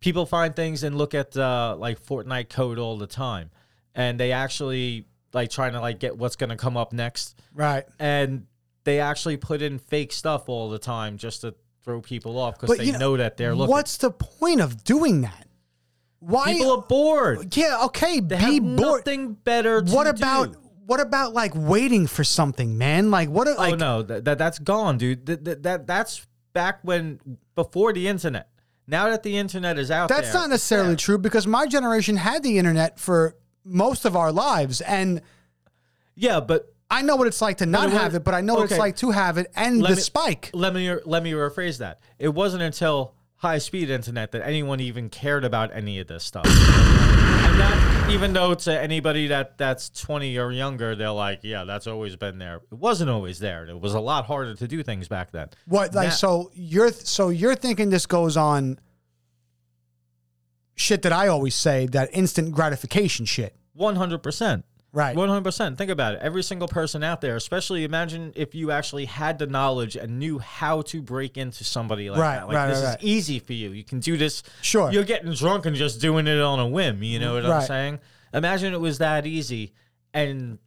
[SPEAKER 3] People find things and look at uh, like Fortnite code all the time, and they actually like trying to like get what's going to come up next,
[SPEAKER 2] Right.
[SPEAKER 3] and they actually put in fake stuff all the time just to throw people off because
[SPEAKER 2] But
[SPEAKER 3] they
[SPEAKER 2] you
[SPEAKER 3] know,
[SPEAKER 2] know-
[SPEAKER 3] that they're looking.
[SPEAKER 2] What's the point of doing that? Why?
[SPEAKER 3] people are bored.
[SPEAKER 2] yeah. Okay.
[SPEAKER 3] They
[SPEAKER 2] Be
[SPEAKER 3] have
[SPEAKER 2] bored.
[SPEAKER 3] nothing better. To
[SPEAKER 2] What
[SPEAKER 3] do.
[SPEAKER 2] about what about like waiting for something, man? Like what? Like
[SPEAKER 3] oh no, that, that that's gone, dude. That, that, that that's back when before the internet. Now that the internet is out,
[SPEAKER 2] that's
[SPEAKER 3] there,
[SPEAKER 2] not necessarily true because my generation had the internet for most of our lives, and
[SPEAKER 3] Yeah, but
[SPEAKER 2] I know what it's like to not
[SPEAKER 3] it was-
[SPEAKER 2] have it, but I know what it's
[SPEAKER 3] okay.
[SPEAKER 2] like to have it and
[SPEAKER 3] Let
[SPEAKER 2] the
[SPEAKER 3] me-
[SPEAKER 2] spike.
[SPEAKER 3] let me let me rephrase that. It wasn't until high speed internet that anyone even cared about any of this stuff. and that, even though to anybody that that's 20 or younger, they're like, yeah, that's always been there. It wasn't always there. It was a lot harder to do things back then.
[SPEAKER 2] What like
[SPEAKER 3] Now-
[SPEAKER 2] so you're so you're thinking this goes on shit that I always say that instant gratification shit.
[SPEAKER 3] 100%.
[SPEAKER 2] Right.
[SPEAKER 3] One hundred percent. Think about it. Every single person out there, especially imagine if you actually had the knowledge and knew how to break into somebody like
[SPEAKER 2] Right,
[SPEAKER 3] that. Like
[SPEAKER 2] right,
[SPEAKER 3] this
[SPEAKER 2] right,
[SPEAKER 3] is
[SPEAKER 2] right.
[SPEAKER 3] easy for you. You can do this.
[SPEAKER 2] Sure.
[SPEAKER 3] You're getting drunk and just doing it on a whim. You know what I'm
[SPEAKER 2] Right.
[SPEAKER 3] saying? Imagine it was that easy, and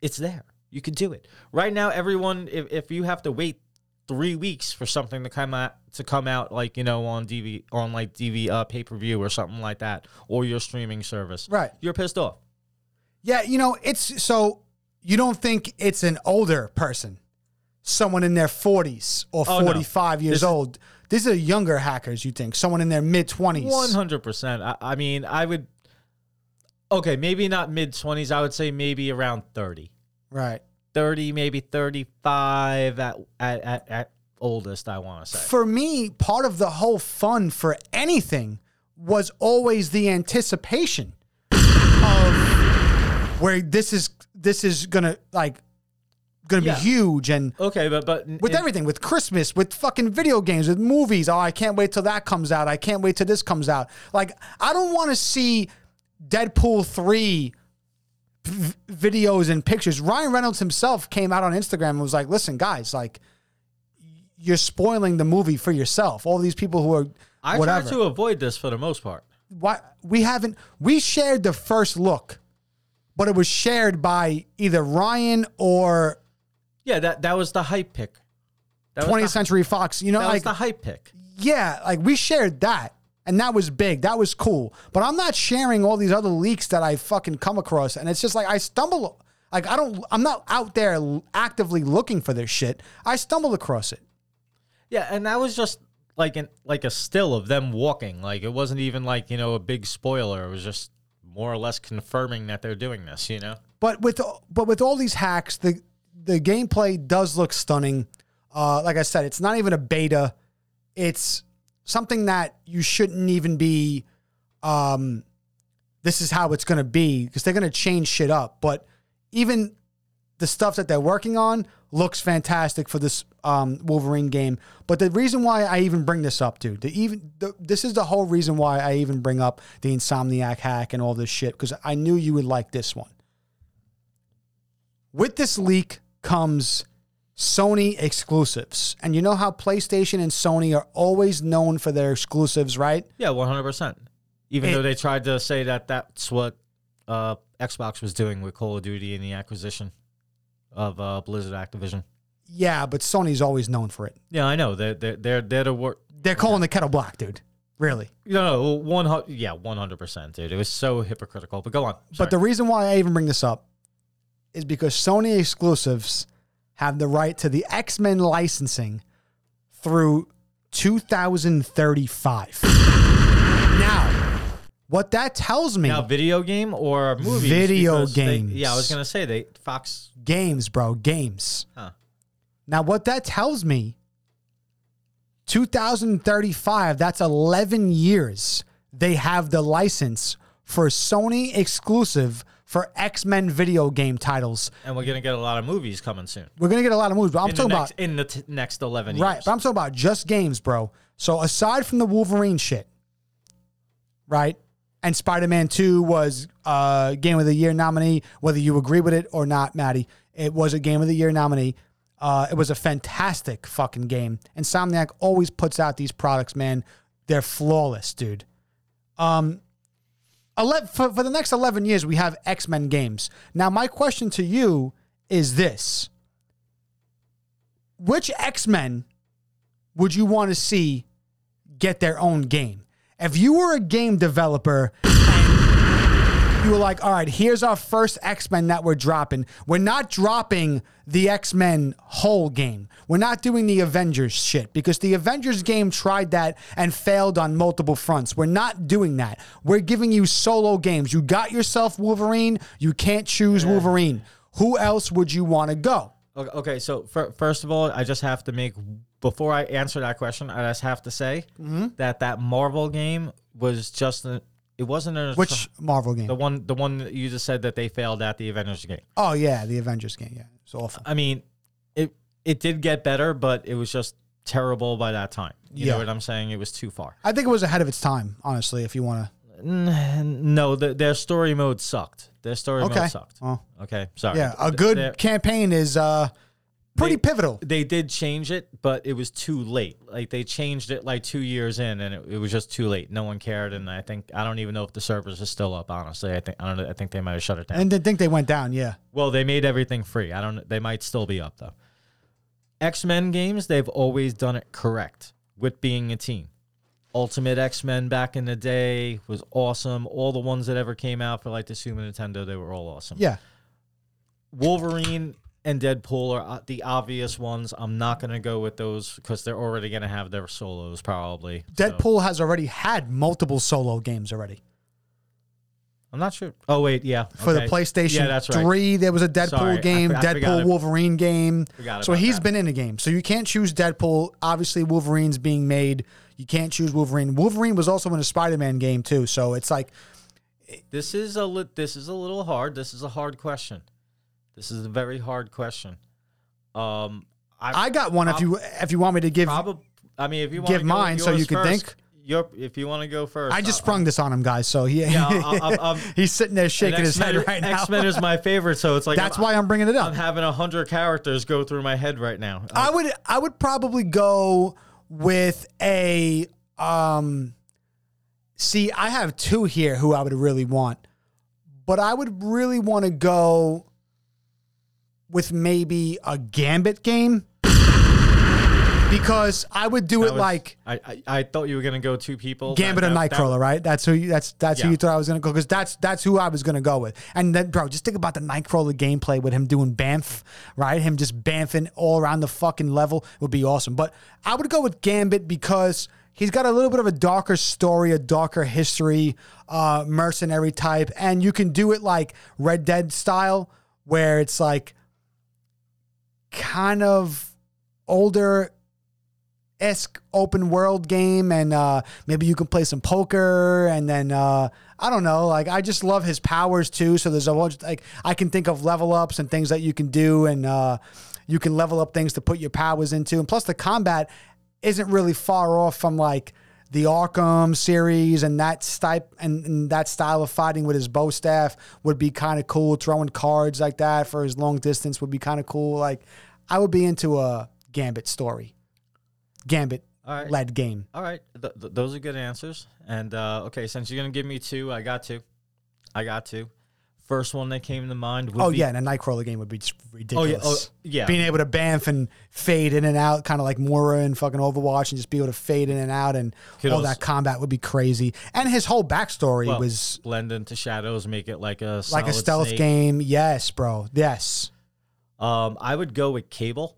[SPEAKER 3] it's there. You can do it right now. Everyone, if, if you have to wait three weeks for something to come out to come out, like you know on DV on like DV uh, pay per view or something like that, or your streaming service,
[SPEAKER 2] Right.
[SPEAKER 3] You're pissed off.
[SPEAKER 2] Yeah, you know, it's so you don't think it's an older person, someone in their 40s or
[SPEAKER 3] Oh, no.
[SPEAKER 2] 45 years
[SPEAKER 3] This is-
[SPEAKER 2] old. These are younger hackers, you think, someone in their mid 20s.
[SPEAKER 3] One hundred percent. I mean, I would. Okay, maybe not mid twenties. I would say maybe around 30.
[SPEAKER 2] Right.
[SPEAKER 3] 30, maybe thirty-five at at at, at oldest. I want to say.
[SPEAKER 2] For me, part of the whole fun for anything was always the anticipation of where this is this is going to like going to
[SPEAKER 3] Yeah.
[SPEAKER 2] be huge and
[SPEAKER 3] Okay, but but
[SPEAKER 2] with
[SPEAKER 3] in-
[SPEAKER 2] everything, with Christmas, with fucking video games, with movies. Oh, I can't wait till that comes out. I can't wait till this comes out. Like, I don't want to see Deadpool 3 v- videos and pictures. Ryan Reynolds himself came out on Instagram and was like, listen, guys, like, you're spoiling the movie for yourself. All these people who are.
[SPEAKER 3] I
[SPEAKER 2] whatever
[SPEAKER 3] try to avoid this for the most part.
[SPEAKER 2] why we haven't we shared the first look, but it was shared by either Ryan or
[SPEAKER 3] Yeah, that that was the hype pick. That was
[SPEAKER 2] 20th
[SPEAKER 3] the-
[SPEAKER 2] Century Fox. You know,
[SPEAKER 3] That was
[SPEAKER 2] like
[SPEAKER 3] the hype pick.
[SPEAKER 2] yeah, like we shared that, And that was big. That was cool. But I'm not sharing all these other leaks that I fucking come across. And it's just like I stumble. Like I don't. I'm not out there l- actively looking for this shit. I stumbled across it.
[SPEAKER 3] Yeah, and that was just like an like a still of them walking. Like it wasn't even like, you know, a big spoiler. It was just more or less confirming that they're doing this, you know?
[SPEAKER 2] But with but with all these hacks, the the gameplay does look stunning. Uh, like I said, it's not even a beta. It's something that you shouldn't even be. Um, this is how it's going to be because they're going to change shit up. But even the stuff that they're working on looks fantastic for this um, Wolverine game. But the reason why I even bring this up, dude, the even the, this is the whole reason why I even bring up the Insomniac hack and all this shit because I knew you would like this one with this leak comes Sony exclusives. And you know how PlayStation and Sony are always known for their exclusives, right?
[SPEAKER 3] Yeah, 100%. Even
[SPEAKER 2] It-
[SPEAKER 3] though they tried to say that that's what uh, Xbox was doing with Call of Duty and the acquisition of uh, Blizzard Activision.
[SPEAKER 2] Yeah, but Sony's always known for it.
[SPEAKER 3] Yeah, I know. They're, they're, they're, they're the wor-
[SPEAKER 2] They're calling the kettle black, dude. Really.
[SPEAKER 3] No, no, one hu- yeah, one hundred percent, dude. It was so hypocritical. But go on.
[SPEAKER 2] But the reason why I even bring this up is because Sony exclusives have the right to the X Men licensing through 2035. now, what that tells me
[SPEAKER 3] now video game or movie?
[SPEAKER 2] Video games.
[SPEAKER 3] yeah, I was gonna say they Fox.
[SPEAKER 2] games, bro, games.
[SPEAKER 3] Huh.
[SPEAKER 2] Now, what that tells me, 2035, that's 11 years they have the license for Sony exclusive for X Men video game titles.
[SPEAKER 3] And we're gonna get a lot of movies coming soon.
[SPEAKER 2] We're going to get a lot of moves, but I'm
[SPEAKER 3] In the
[SPEAKER 2] talking
[SPEAKER 3] next,
[SPEAKER 2] about.
[SPEAKER 3] in the t- next eleven
[SPEAKER 2] Right,
[SPEAKER 3] years.
[SPEAKER 2] but I'm talking about just games, bro. So aside from the Wolverine shit, right? And Spider Man 2 was uh, Game of the Year nominee, whether you agree with it or not, Maddie. It was a Game of the Year nominee. Uh, it was a fantastic fucking game. Insomniac always puts out these products, man. They're flawless, dude. Um, 11, for, for the next 11 years, we have X Men games. Now, my question to you is this which X Men would you want to see get their own game? If you were a game developer and you were like, all right, here's our first X Men that we're dropping, we're not dropping the X Men whole game. We're not doing the Avengers shit because the Avengers game tried that and failed on multiple fronts. We're not doing that. We're giving you solo games. You got yourself Wolverine, you can't choose Wolverine. Who else would you want to go?
[SPEAKER 3] Okay, okay, so fir- first of all, I just have to make before I answer that question, I just have to say
[SPEAKER 2] Mm-hmm.
[SPEAKER 3] that that Marvel game was just an, it wasn't a
[SPEAKER 2] Which Marvel game?
[SPEAKER 3] the one the one that you just said that they failed at the Avengers game.
[SPEAKER 2] Oh yeah, the Avengers game. Yeah, it's awful.
[SPEAKER 3] I mean, it it did get better, but it was just terrible by that time. You
[SPEAKER 2] Yeah.
[SPEAKER 3] know what I'm saying? It was too far.
[SPEAKER 2] I think it was ahead of its time, honestly. If you want
[SPEAKER 3] N- No, the, their story mode sucked. Their story
[SPEAKER 2] to, okay.
[SPEAKER 3] mode sucked.
[SPEAKER 2] Well,
[SPEAKER 3] Okay, sorry.
[SPEAKER 2] yeah, a
[SPEAKER 3] Th-
[SPEAKER 2] good
[SPEAKER 3] they're-
[SPEAKER 2] campaign is uh, pretty
[SPEAKER 3] They-
[SPEAKER 2] pivotal.
[SPEAKER 3] They did change it, but it was too late. Like they changed it like two years in, and it, it was just too late. No one cared, and I think I don't even know if the servers is still up. Honestly, I think I don't. know. I think they might have shut it down.
[SPEAKER 2] And I think they went down. Yeah,
[SPEAKER 3] Well, they made everything free. I don't. They might still be up though. X Men games, they've always done it correct with being a team. Ultimate X Men back in the day was awesome. All the ones that ever came out for like the Super Nintendo, they were all awesome.
[SPEAKER 2] yeah.
[SPEAKER 3] Wolverine and Deadpool are uh, the obvious ones. I'm not gonna go with those because they're already gonna have their solos probably. So,
[SPEAKER 2] Deadpool has already had multiple solo games already
[SPEAKER 3] I'm not sure. Oh wait, yeah.
[SPEAKER 2] for
[SPEAKER 3] okay.
[SPEAKER 2] the PlayStation
[SPEAKER 3] Yeah, that's right.
[SPEAKER 2] Three. There was a Deadpool
[SPEAKER 3] Sorry, I
[SPEAKER 2] game,
[SPEAKER 3] for- I forgot
[SPEAKER 2] Deadpool
[SPEAKER 3] it.
[SPEAKER 2] Wolverine game.
[SPEAKER 3] Forgot
[SPEAKER 2] So
[SPEAKER 3] about
[SPEAKER 2] he's
[SPEAKER 3] that.
[SPEAKER 2] been in a game. So you can't choose Deadpool. Obviously, Wolverine's being made. You can't choose Wolverine. Wolverine was also in a Spider-Man game too. So it's like
[SPEAKER 3] This is a li- this is a little hard. This is a hard question. This is a very hard question. Um, I,
[SPEAKER 2] I got one. If you if you want me to give,
[SPEAKER 3] probably. I mean, if you want
[SPEAKER 2] Give
[SPEAKER 3] to
[SPEAKER 2] mine so you can think.
[SPEAKER 3] Your, if you want to go first, uh,
[SPEAKER 2] I just sprung this on him, guys. So he
[SPEAKER 3] I'll- I'll- I'll-
[SPEAKER 2] he's sitting there shaking his head right now.
[SPEAKER 3] X Men is my favorite, so it's like
[SPEAKER 2] That's
[SPEAKER 3] I'm,
[SPEAKER 2] why I'm bringing it
[SPEAKER 3] I'm
[SPEAKER 2] up.
[SPEAKER 3] having a hundred characters go through my head right now.
[SPEAKER 2] I would I would probably go with a um. See, I have two here who I would really want, but I would really want to go with maybe a Gambit game. because I would do it
[SPEAKER 3] That was-
[SPEAKER 2] like
[SPEAKER 3] I, I, I thought you were gonna go two people.
[SPEAKER 2] Gambit
[SPEAKER 3] That-
[SPEAKER 2] or
[SPEAKER 3] that- that-
[SPEAKER 2] Nightcrawler, right? That's who. You, that's that's who
[SPEAKER 3] Yeah.
[SPEAKER 2] you thought I was gonna go because that's that's who I was gonna go with. And then, bro, just think about the Nightcrawler gameplay with him doing Banff, right? Him just Banffing all around the fucking level would be awesome. But I would go with Gambit because he's got a little bit of a darker story, a darker history, uh, mercenary type, and you can do it like Red Dead style, where it's like kind of older esque open world game and uh, maybe you can play some poker and then uh, I don't know like I just love his powers too so there's a bunch like I can think of level ups and things that you can do and uh, you can level up things to put your powers into and plus the combat isn't really far off from like the Arkham series and that type and, and that style of fighting with his bow staff would be kind of cool throwing cards like that for his long distance would be kind of cool like I would be into a Gambit story Gambit
[SPEAKER 3] All right.
[SPEAKER 2] led game.
[SPEAKER 3] All right, th- th- those are good answers. And uh, okay, since you're gonna give me two, I got two. I got two. First one that came to mind. Would
[SPEAKER 2] Oh
[SPEAKER 3] be,
[SPEAKER 2] yeah, and a Nightcrawler game would be just
[SPEAKER 3] Oh
[SPEAKER 2] ridiculous.
[SPEAKER 3] yeah. Oh yeah.
[SPEAKER 2] Being able to bamf and fade in and out, kind of like Mora and fucking Overwatch, and just be able to fade in and out, and
[SPEAKER 3] Could
[SPEAKER 2] all
[SPEAKER 3] also-
[SPEAKER 2] that combat would be crazy. And his whole backstory
[SPEAKER 3] Well,
[SPEAKER 2] was
[SPEAKER 3] blend into shadows, make it like a
[SPEAKER 2] like a
[SPEAKER 3] solid
[SPEAKER 2] stealth
[SPEAKER 3] snake.
[SPEAKER 2] game. Yes, bro. Yes.
[SPEAKER 3] Um, I would go with Cable.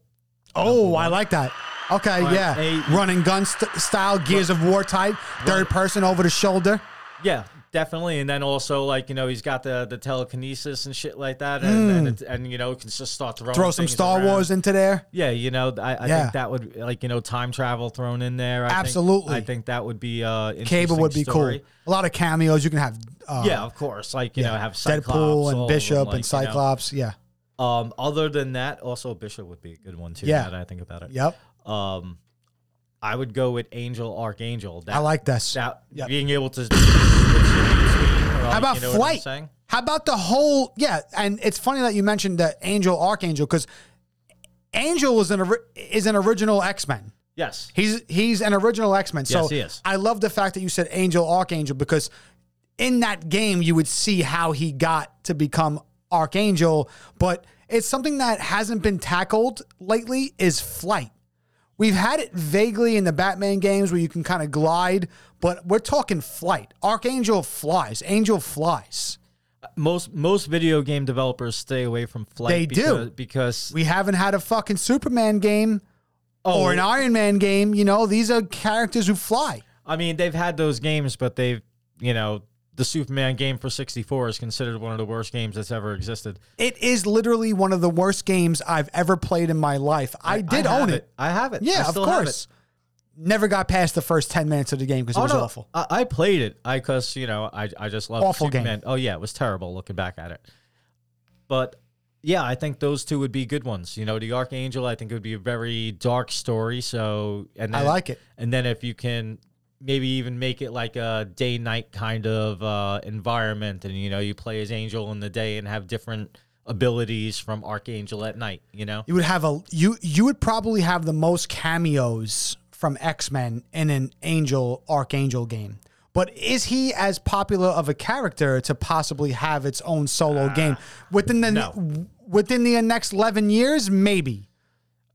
[SPEAKER 2] Oh, I like that. Okay,
[SPEAKER 3] Alright,
[SPEAKER 2] yeah.
[SPEAKER 3] a-
[SPEAKER 2] Run and gun st- style, Gears of War type, third person over the shoulder.
[SPEAKER 3] Yeah, definitely. And then also like you know he's got the the telekinesis and shit like that, and and, it, and you know can just start throwing
[SPEAKER 2] Hmm. Throw some
[SPEAKER 3] things
[SPEAKER 2] Star
[SPEAKER 3] around.
[SPEAKER 2] Wars into there.
[SPEAKER 3] Yeah, you know, I, I
[SPEAKER 2] Yeah.
[SPEAKER 3] think that would like you know time travel thrown in there. I think-
[SPEAKER 2] Absolutely.
[SPEAKER 3] I think that would be uh
[SPEAKER 2] Cable would be
[SPEAKER 3] interesting story.
[SPEAKER 2] cool. A lot of cameos. You can have uh,
[SPEAKER 3] Yeah, of course. Like you know, have Cyclops,
[SPEAKER 2] Deadpool
[SPEAKER 3] all
[SPEAKER 2] and
[SPEAKER 3] of them,
[SPEAKER 2] Bishop
[SPEAKER 3] like,
[SPEAKER 2] and
[SPEAKER 3] you know.
[SPEAKER 2] Cyclops. Yeah.
[SPEAKER 3] Um, other than that, also Bishop would be a good one too.
[SPEAKER 2] Yeah.
[SPEAKER 3] now that I think about it.
[SPEAKER 2] Yep.
[SPEAKER 3] Um, I would go with Angel Archangel. That,
[SPEAKER 2] I like this.
[SPEAKER 3] that
[SPEAKER 2] Yep.
[SPEAKER 3] being able to. switch in between, or, like,
[SPEAKER 2] How about
[SPEAKER 3] you know what I'm
[SPEAKER 2] flight?
[SPEAKER 3] saying?
[SPEAKER 2] How about the whole? Yeah, and it's funny that you mentioned the Angel Archangel because Angel was an ori- is an original X Men.
[SPEAKER 3] Yes.
[SPEAKER 2] He's he's an original X Men. So
[SPEAKER 3] Yes, he is.
[SPEAKER 2] I love the fact that you said Angel Archangel because in that game you would see how he got to become Archangel, but it's something that hasn't been tackled lately is flight. We've had it vaguely in the Batman games where you can kind of glide, but we're talking flight. Archangel flies. Angel flies.
[SPEAKER 3] Most most video game developers stay away from flight.
[SPEAKER 2] They do.
[SPEAKER 3] because, because
[SPEAKER 2] We haven't had a fucking Superman game
[SPEAKER 3] oh,
[SPEAKER 2] or an Iron Man game. You know, these are characters who fly.
[SPEAKER 3] I mean, they've had those games, but they've you know the Superman game for 64 is considered one of the worst games that's ever existed.
[SPEAKER 2] It is literally one of the worst games I've ever played in my life. I, did
[SPEAKER 3] I have
[SPEAKER 2] own it.
[SPEAKER 3] I have it. I
[SPEAKER 2] Yeah, of
[SPEAKER 3] still have it. Oh,
[SPEAKER 2] course. Never got past the first 10 minutes of the game because it was
[SPEAKER 3] no.
[SPEAKER 2] awful.
[SPEAKER 3] I, I played it. I because you know I I just love
[SPEAKER 2] Awful game.
[SPEAKER 3] Superman. Oh yeah, it was terrible looking back at it. But yeah, I think those two would be good ones. You know, the Archangel. I think it would be a very dark story. So and
[SPEAKER 2] I
[SPEAKER 3] then-
[SPEAKER 2] like it.
[SPEAKER 3] And then if you can maybe even make it like a day night kind of uh, environment, and you know you play as Angel in the day and have different abilities from Archangel at night. You know.
[SPEAKER 2] You would have a you you would probably have the most cameos from X-Men in an Angel Archangel game. But is he as popular of a character to possibly have its own solo game within the
[SPEAKER 3] Uh, no.
[SPEAKER 2] within the next 11 years maybe?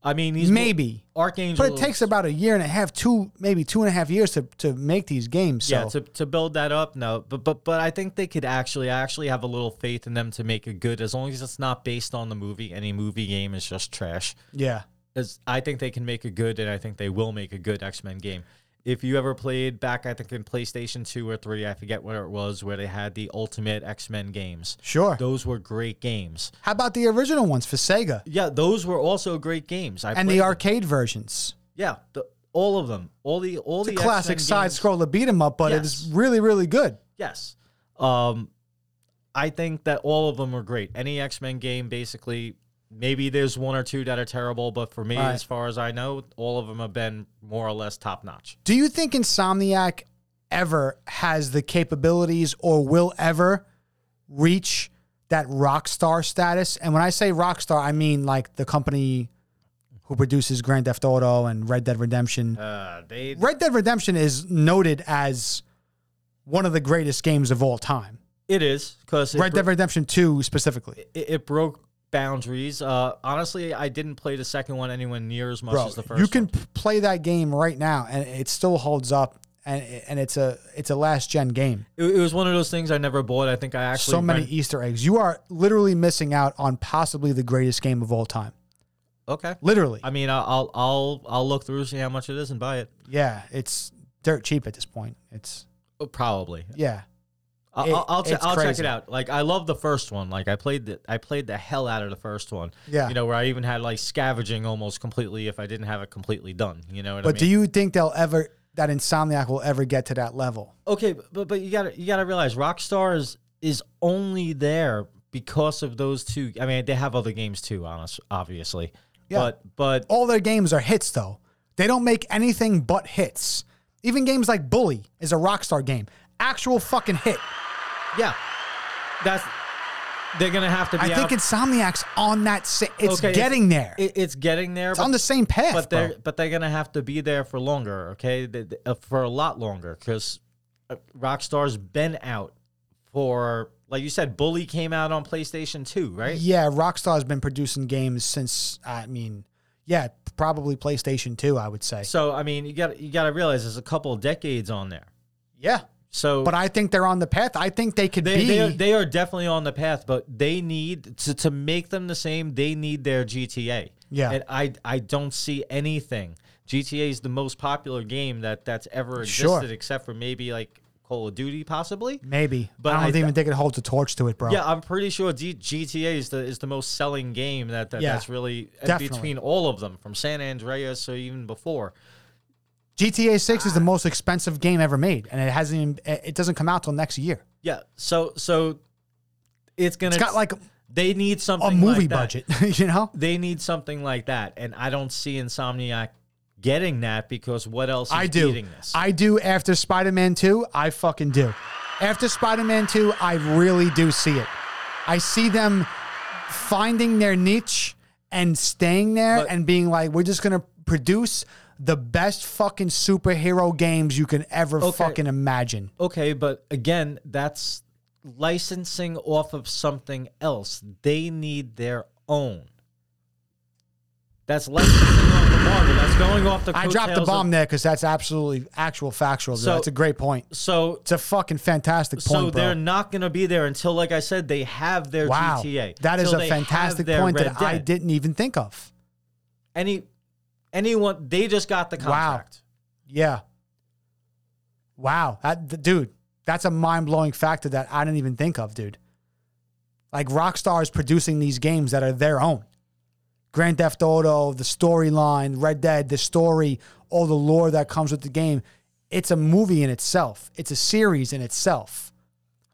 [SPEAKER 3] I mean, he's
[SPEAKER 2] Maybe.
[SPEAKER 3] Archangel.
[SPEAKER 2] But it takes about a year and a half, two maybe two and a half years to, to make these games. So
[SPEAKER 3] Yeah, to, to build that up, no, but but but I think they could actually I actually have a little faith in them to make it good as long as it's not based on the movie. Any movie game is just trash.
[SPEAKER 2] yeah.
[SPEAKER 3] As I think they can make a good, and I think they will make a good X Men game. If you ever played back, I think in PlayStation two or three, I forget where it was, where they had the Ultimate X Men games.
[SPEAKER 2] Sure.
[SPEAKER 3] Those were great games.
[SPEAKER 2] How about the original ones for Sega
[SPEAKER 3] Yeah, those were also great games. I
[SPEAKER 2] and
[SPEAKER 3] played
[SPEAKER 2] the
[SPEAKER 3] them.
[SPEAKER 2] arcade versions?
[SPEAKER 3] Yeah, the, all of them, all the all the,
[SPEAKER 2] The classic
[SPEAKER 3] X-Men
[SPEAKER 2] side
[SPEAKER 3] games.
[SPEAKER 2] scroller beat 'em up, but it was
[SPEAKER 3] Yes.
[SPEAKER 2] really, really good.
[SPEAKER 3] Yes. Um, I think that all of them were great. Any X Men game, basically, maybe there's one or two that are terrible, but for me,
[SPEAKER 2] Right.
[SPEAKER 3] as far as I know, all of them have been more or less top notch.
[SPEAKER 2] Do you think Insomniac ever has the capabilities or will ever reach that rock star status? And when I say rock star, I mean like the company who produces Grand Theft Auto and Red Dead Redemption.
[SPEAKER 3] Uh, they
[SPEAKER 2] Red Dead Redemption is noted as one of the greatest games of all time.
[SPEAKER 3] it is because it,
[SPEAKER 2] Red
[SPEAKER 3] bro-
[SPEAKER 2] Dead Redemption 2 specifically.
[SPEAKER 3] it, it broke boundaries. Uh, honestly, I didn't play the second one anywhere near as much
[SPEAKER 2] bro.
[SPEAKER 3] as the first.
[SPEAKER 2] you can p- play that game right now, and it still holds up. And and it's a it's a last gen game.
[SPEAKER 3] one. It, it was one of those things I never bought. I think I actually
[SPEAKER 2] so many
[SPEAKER 3] rent-
[SPEAKER 2] Easter eggs. You are literally missing out on possibly the greatest game of all time.
[SPEAKER 3] okay.
[SPEAKER 2] Literally,
[SPEAKER 3] I mean, I'll- I'll I'll I'll look through see how much it is and buy it.
[SPEAKER 2] yeah. It's dirt cheap at this point. It's
[SPEAKER 3] Oh, Probably.
[SPEAKER 2] yeah.
[SPEAKER 3] I'll
[SPEAKER 2] It-
[SPEAKER 3] I'll, I'll, che-
[SPEAKER 2] it's
[SPEAKER 3] I'll check
[SPEAKER 2] crazy.
[SPEAKER 3] it out. Like I love the first one. Like I played the I played the hell out of the first one.
[SPEAKER 2] Yeah.
[SPEAKER 3] You know where I even had like scavenging almost completely if I didn't have it completely done. You know what I
[SPEAKER 2] But
[SPEAKER 3] mean?
[SPEAKER 2] do you think they'll ever that Insomniac will ever get to that level?
[SPEAKER 3] okay, but but you gotta you gotta realize Rockstar is is only there because of those two. I mean, they have other games too, honest, obviously.
[SPEAKER 2] Yeah.
[SPEAKER 3] But but
[SPEAKER 2] All their games are hits though. They don't make anything but hits. Even games like Bully is a Rockstar game. Actual fucking hit.
[SPEAKER 3] yeah, that's they're gonna have to be.
[SPEAKER 2] I
[SPEAKER 3] out-
[SPEAKER 2] think Insomniac's on that. Sa- it's
[SPEAKER 3] okay,
[SPEAKER 2] getting there.
[SPEAKER 3] It, it's getting there.
[SPEAKER 2] it's on the same path.
[SPEAKER 3] but
[SPEAKER 2] bro.
[SPEAKER 3] they're but they're gonna have to be there for longer, okay? They- they- uh, for a lot longer, because Rockstar's been out for like you said, Bully came out on PlayStation Two, right?
[SPEAKER 2] Yeah, Rockstar has been producing games since I mean, yeah, probably PlayStation 2, I would say.
[SPEAKER 3] So I mean, you got you got to realize there's a couple of decades on there.
[SPEAKER 2] Yeah.
[SPEAKER 3] So
[SPEAKER 2] But I think they're on the path. I think they could
[SPEAKER 3] they,
[SPEAKER 2] be
[SPEAKER 3] they, are, they are definitely on the path, but they need to, to make them the same. They need their GTA.
[SPEAKER 2] Yeah.
[SPEAKER 3] and I I don't see anything. GTA is the most popular game that that's ever existed,
[SPEAKER 2] Sure.
[SPEAKER 3] except for maybe like Call of Duty, possibly.
[SPEAKER 2] maybe. But I
[SPEAKER 3] but I
[SPEAKER 2] don't
[SPEAKER 3] th-
[SPEAKER 2] even think it holds a torch to it, bro.
[SPEAKER 3] Yeah, I'm pretty sure D- GTA is the is the most selling game that, that
[SPEAKER 2] Yeah,
[SPEAKER 3] that's really and
[SPEAKER 2] definitely.
[SPEAKER 3] between all of them from San Andreas or even before.
[SPEAKER 2] GTA 6 is the most expensive game ever made and it hasn't even it doesn't come out till next year.
[SPEAKER 3] Yeah, so so it's gonna
[SPEAKER 2] It's got like
[SPEAKER 3] they need something
[SPEAKER 2] a movie
[SPEAKER 3] like that.
[SPEAKER 2] budget, you know?
[SPEAKER 3] They need something like that, and I don't see Insomniac getting that because what else is
[SPEAKER 2] I do.
[SPEAKER 3] beating this?
[SPEAKER 2] I do after Spider-Man 2, I fucking do. After Spider-Man 2, I really do see it. I see them finding their niche and staying there
[SPEAKER 3] But-
[SPEAKER 2] and being like, we're just gonna produce the best fucking superhero games you can ever fucking imagine.
[SPEAKER 3] okay, but again, that's licensing off of something else. They need their own. That's licensing off the Marvel. That's going off the.
[SPEAKER 2] I dropped
[SPEAKER 3] coattails
[SPEAKER 2] the
[SPEAKER 3] of-
[SPEAKER 2] bomb there because that's absolutely actual factual.
[SPEAKER 3] So-
[SPEAKER 2] So, that's a great point.
[SPEAKER 3] so,
[SPEAKER 2] It's a fucking fantastic
[SPEAKER 3] so
[SPEAKER 2] point,
[SPEAKER 3] they're
[SPEAKER 2] bro.
[SPEAKER 3] not going to be there until, like I said, they have their
[SPEAKER 2] Wow,
[SPEAKER 3] GTA.
[SPEAKER 2] that is
[SPEAKER 3] till
[SPEAKER 2] a
[SPEAKER 3] they have
[SPEAKER 2] fantastic
[SPEAKER 3] their
[SPEAKER 2] point
[SPEAKER 3] Red
[SPEAKER 2] that I
[SPEAKER 3] Dead.
[SPEAKER 2] didn't even think of.
[SPEAKER 3] Any, anyone, they just got the contract.
[SPEAKER 2] Yeah. Wow, that th- dude, that's a mind blowing factor that I didn't even think of, dude. Like Rockstar is producing these games that are their own. Grand Theft Auto, the storyline, Red Dead, the story, all the lore that comes with the game. It's a movie in itself. It's a series in itself.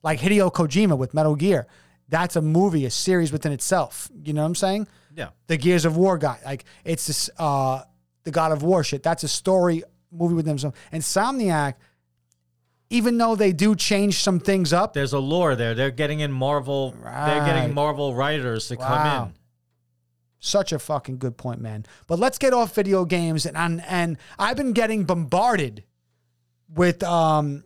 [SPEAKER 2] Like Hideo Kojima with Metal Gear. That's a movie, a series within itself. You know what I'm saying?
[SPEAKER 3] Yeah.
[SPEAKER 2] the Gears of War guy. Like it's this uh the God of War shit. That's a story movie with them. So Insomniac, even though they do change some things up,
[SPEAKER 3] There's a lore there. They're getting in Marvel. They're
[SPEAKER 2] Right.
[SPEAKER 3] getting Marvel writers to
[SPEAKER 2] Wow.
[SPEAKER 3] come in.
[SPEAKER 2] such a fucking good point, man. But let's get off video games and and, and I've been getting bombarded with um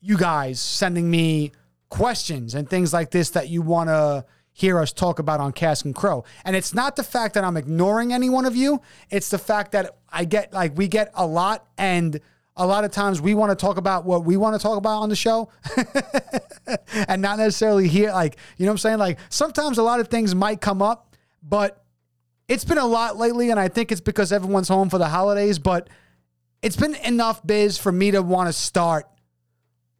[SPEAKER 2] you guys sending me questions and things like this that you want to hear us talk about on Cask and Crow. And it's not the fact that I'm ignoring any one of you. It's the fact that I get like we get a lot and a lot of times we want to talk about what we want to talk about on the show and not necessarily hear like, you know what I'm saying? Like sometimes a lot of things might come up, but it's been a lot lately and I think it's because everyone's home for the holidays, but it's been enough biz for me to want to start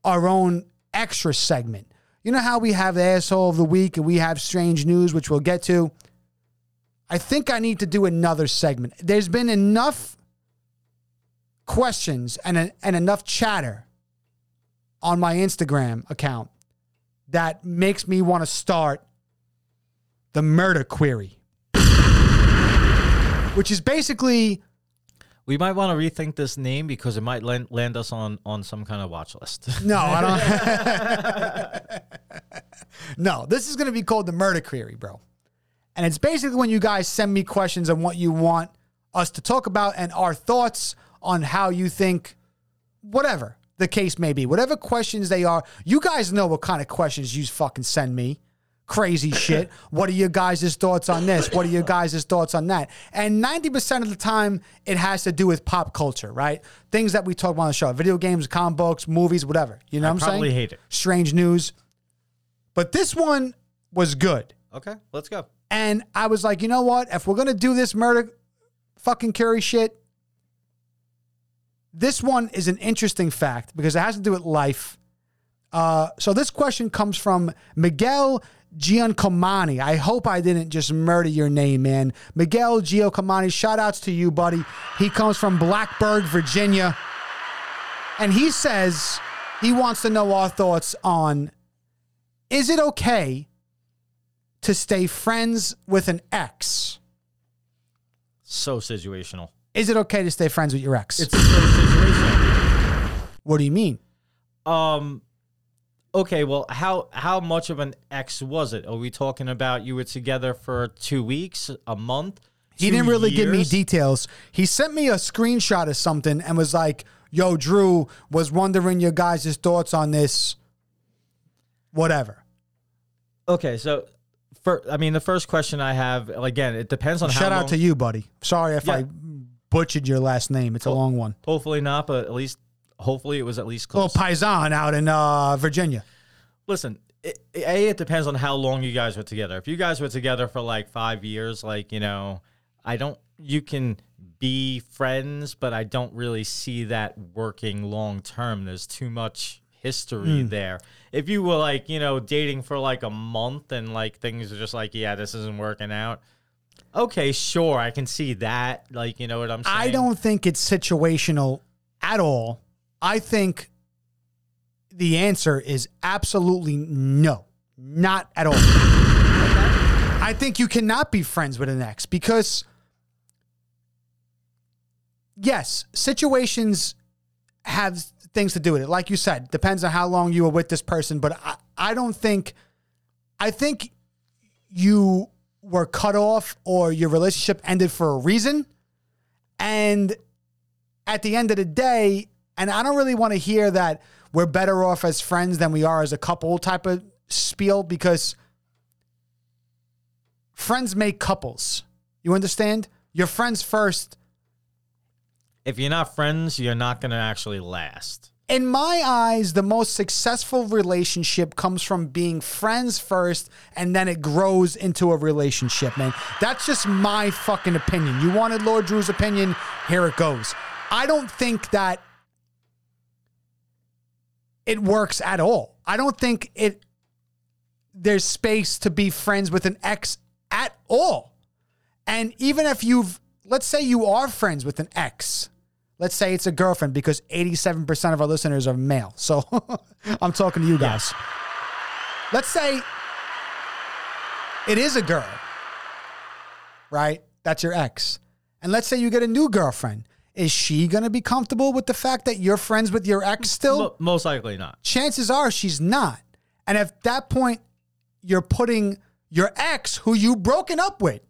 [SPEAKER 2] our own extra segment. You know how we have the asshole of the week and we have strange news, which we'll get to. I think I need to do another segment. There's been enough questions and, and enough chatter on my Instagram account that makes me want to start the murder query, which is basically
[SPEAKER 3] We might want to rethink this name because it might land, land us on, on some kind of watch list.
[SPEAKER 2] No, I don't. no, this is going to be called the murder query, bro. And it's basically when you guys send me questions on what you want us to talk about and our thoughts on how you think, whatever the case may be, whatever questions they are. You guys know what kind of questions you fucking send me crazy shit. What are your guys' thoughts on this? What are your guys' thoughts on that? And 90% of the time, it has to do with pop culture, right? Things that we talk about on the show video games, comic books, movies, whatever. You know what I'm
[SPEAKER 3] probably
[SPEAKER 2] saying?
[SPEAKER 3] hate it.
[SPEAKER 2] Strange news. But this one was good.
[SPEAKER 3] Okay, let's go.
[SPEAKER 2] And I was like, you know what? If we're gonna do this murder fucking Curry shit, this one is an interesting fact because it has to do with life. Uh, so this question comes from Miguel Giancomani. I hope I didn't just murder your name, man. Miguel Giancomani, shout outs to you, buddy. He comes from Blackburg, Virginia. And he says he wants to know our thoughts on is it okay to stay friends with an ex.
[SPEAKER 3] So situational.
[SPEAKER 2] Is it okay to stay friends with your ex?
[SPEAKER 3] It's so situational.
[SPEAKER 2] what do you mean?
[SPEAKER 3] Um, okay. Well, how how much of an ex was it? Are we talking about you were together for two weeks, a month?
[SPEAKER 2] He
[SPEAKER 3] two
[SPEAKER 2] didn't really give me
[SPEAKER 3] years?
[SPEAKER 2] details. He sent me a screenshot of something and was like, "Yo, Drew was wondering your guys' thoughts on this." Whatever.
[SPEAKER 3] Okay, so. For, I mean, the first question I have, again, it depends on how
[SPEAKER 2] Shout
[SPEAKER 3] long,
[SPEAKER 2] out to you, buddy. Sorry if
[SPEAKER 3] Yeah.
[SPEAKER 2] I butchered your last name. It's a long one.
[SPEAKER 3] Hopefully not, but at least hopefully it was at least close.
[SPEAKER 2] Little paisan out in uh, Virginia.
[SPEAKER 3] Listen, it, a it depends on how long you guys were together. If you guys were together for like five years, like you know, I don't. You can be friends, but I don't really see that working long term. There's too much history
[SPEAKER 2] Hmm.
[SPEAKER 3] there. If you were like you know dating for like a month and like things are just like yeah, this isn't working out. Okay, sure, I can see that. Like you know what I'm saying.
[SPEAKER 2] I don't think it's situational at all. I think the answer is absolutely no, not at all. I think you cannot be friends with an ex because, yes, situations have things to do with it. Like you said, depends on how long you were with this person, but I, I don't think, I think you were cut off or your relationship ended for a reason. And at the end of the day, and I don't really want to hear that we're better off as friends than we are as a couple type of spiel because friends make couples. You understand? You're friends first.
[SPEAKER 3] If you're not friends, you're not gonna actually last.
[SPEAKER 2] In my eyes, the most successful relationship comes from being friends first and then it grows into a relationship, man. That's just my fucking opinion. You wanted Lord Drew's opinion, here it goes. I don't think that it works at all. I don't think it there's space to be friends with an ex at all. And even if you've let's say you are friends with an ex, let's say it's a girlfriend because 87% of our listeners are male. So I'm talking to you guys. Let's say it is a girl, right? That's your ex. And let's say you get a new girlfriend. Is she going to be comfortable with the fact that you're friends with your ex still?
[SPEAKER 3] Mo- most likely not.
[SPEAKER 2] chances are she's not. And at that point, you're putting your ex, who you broken up with,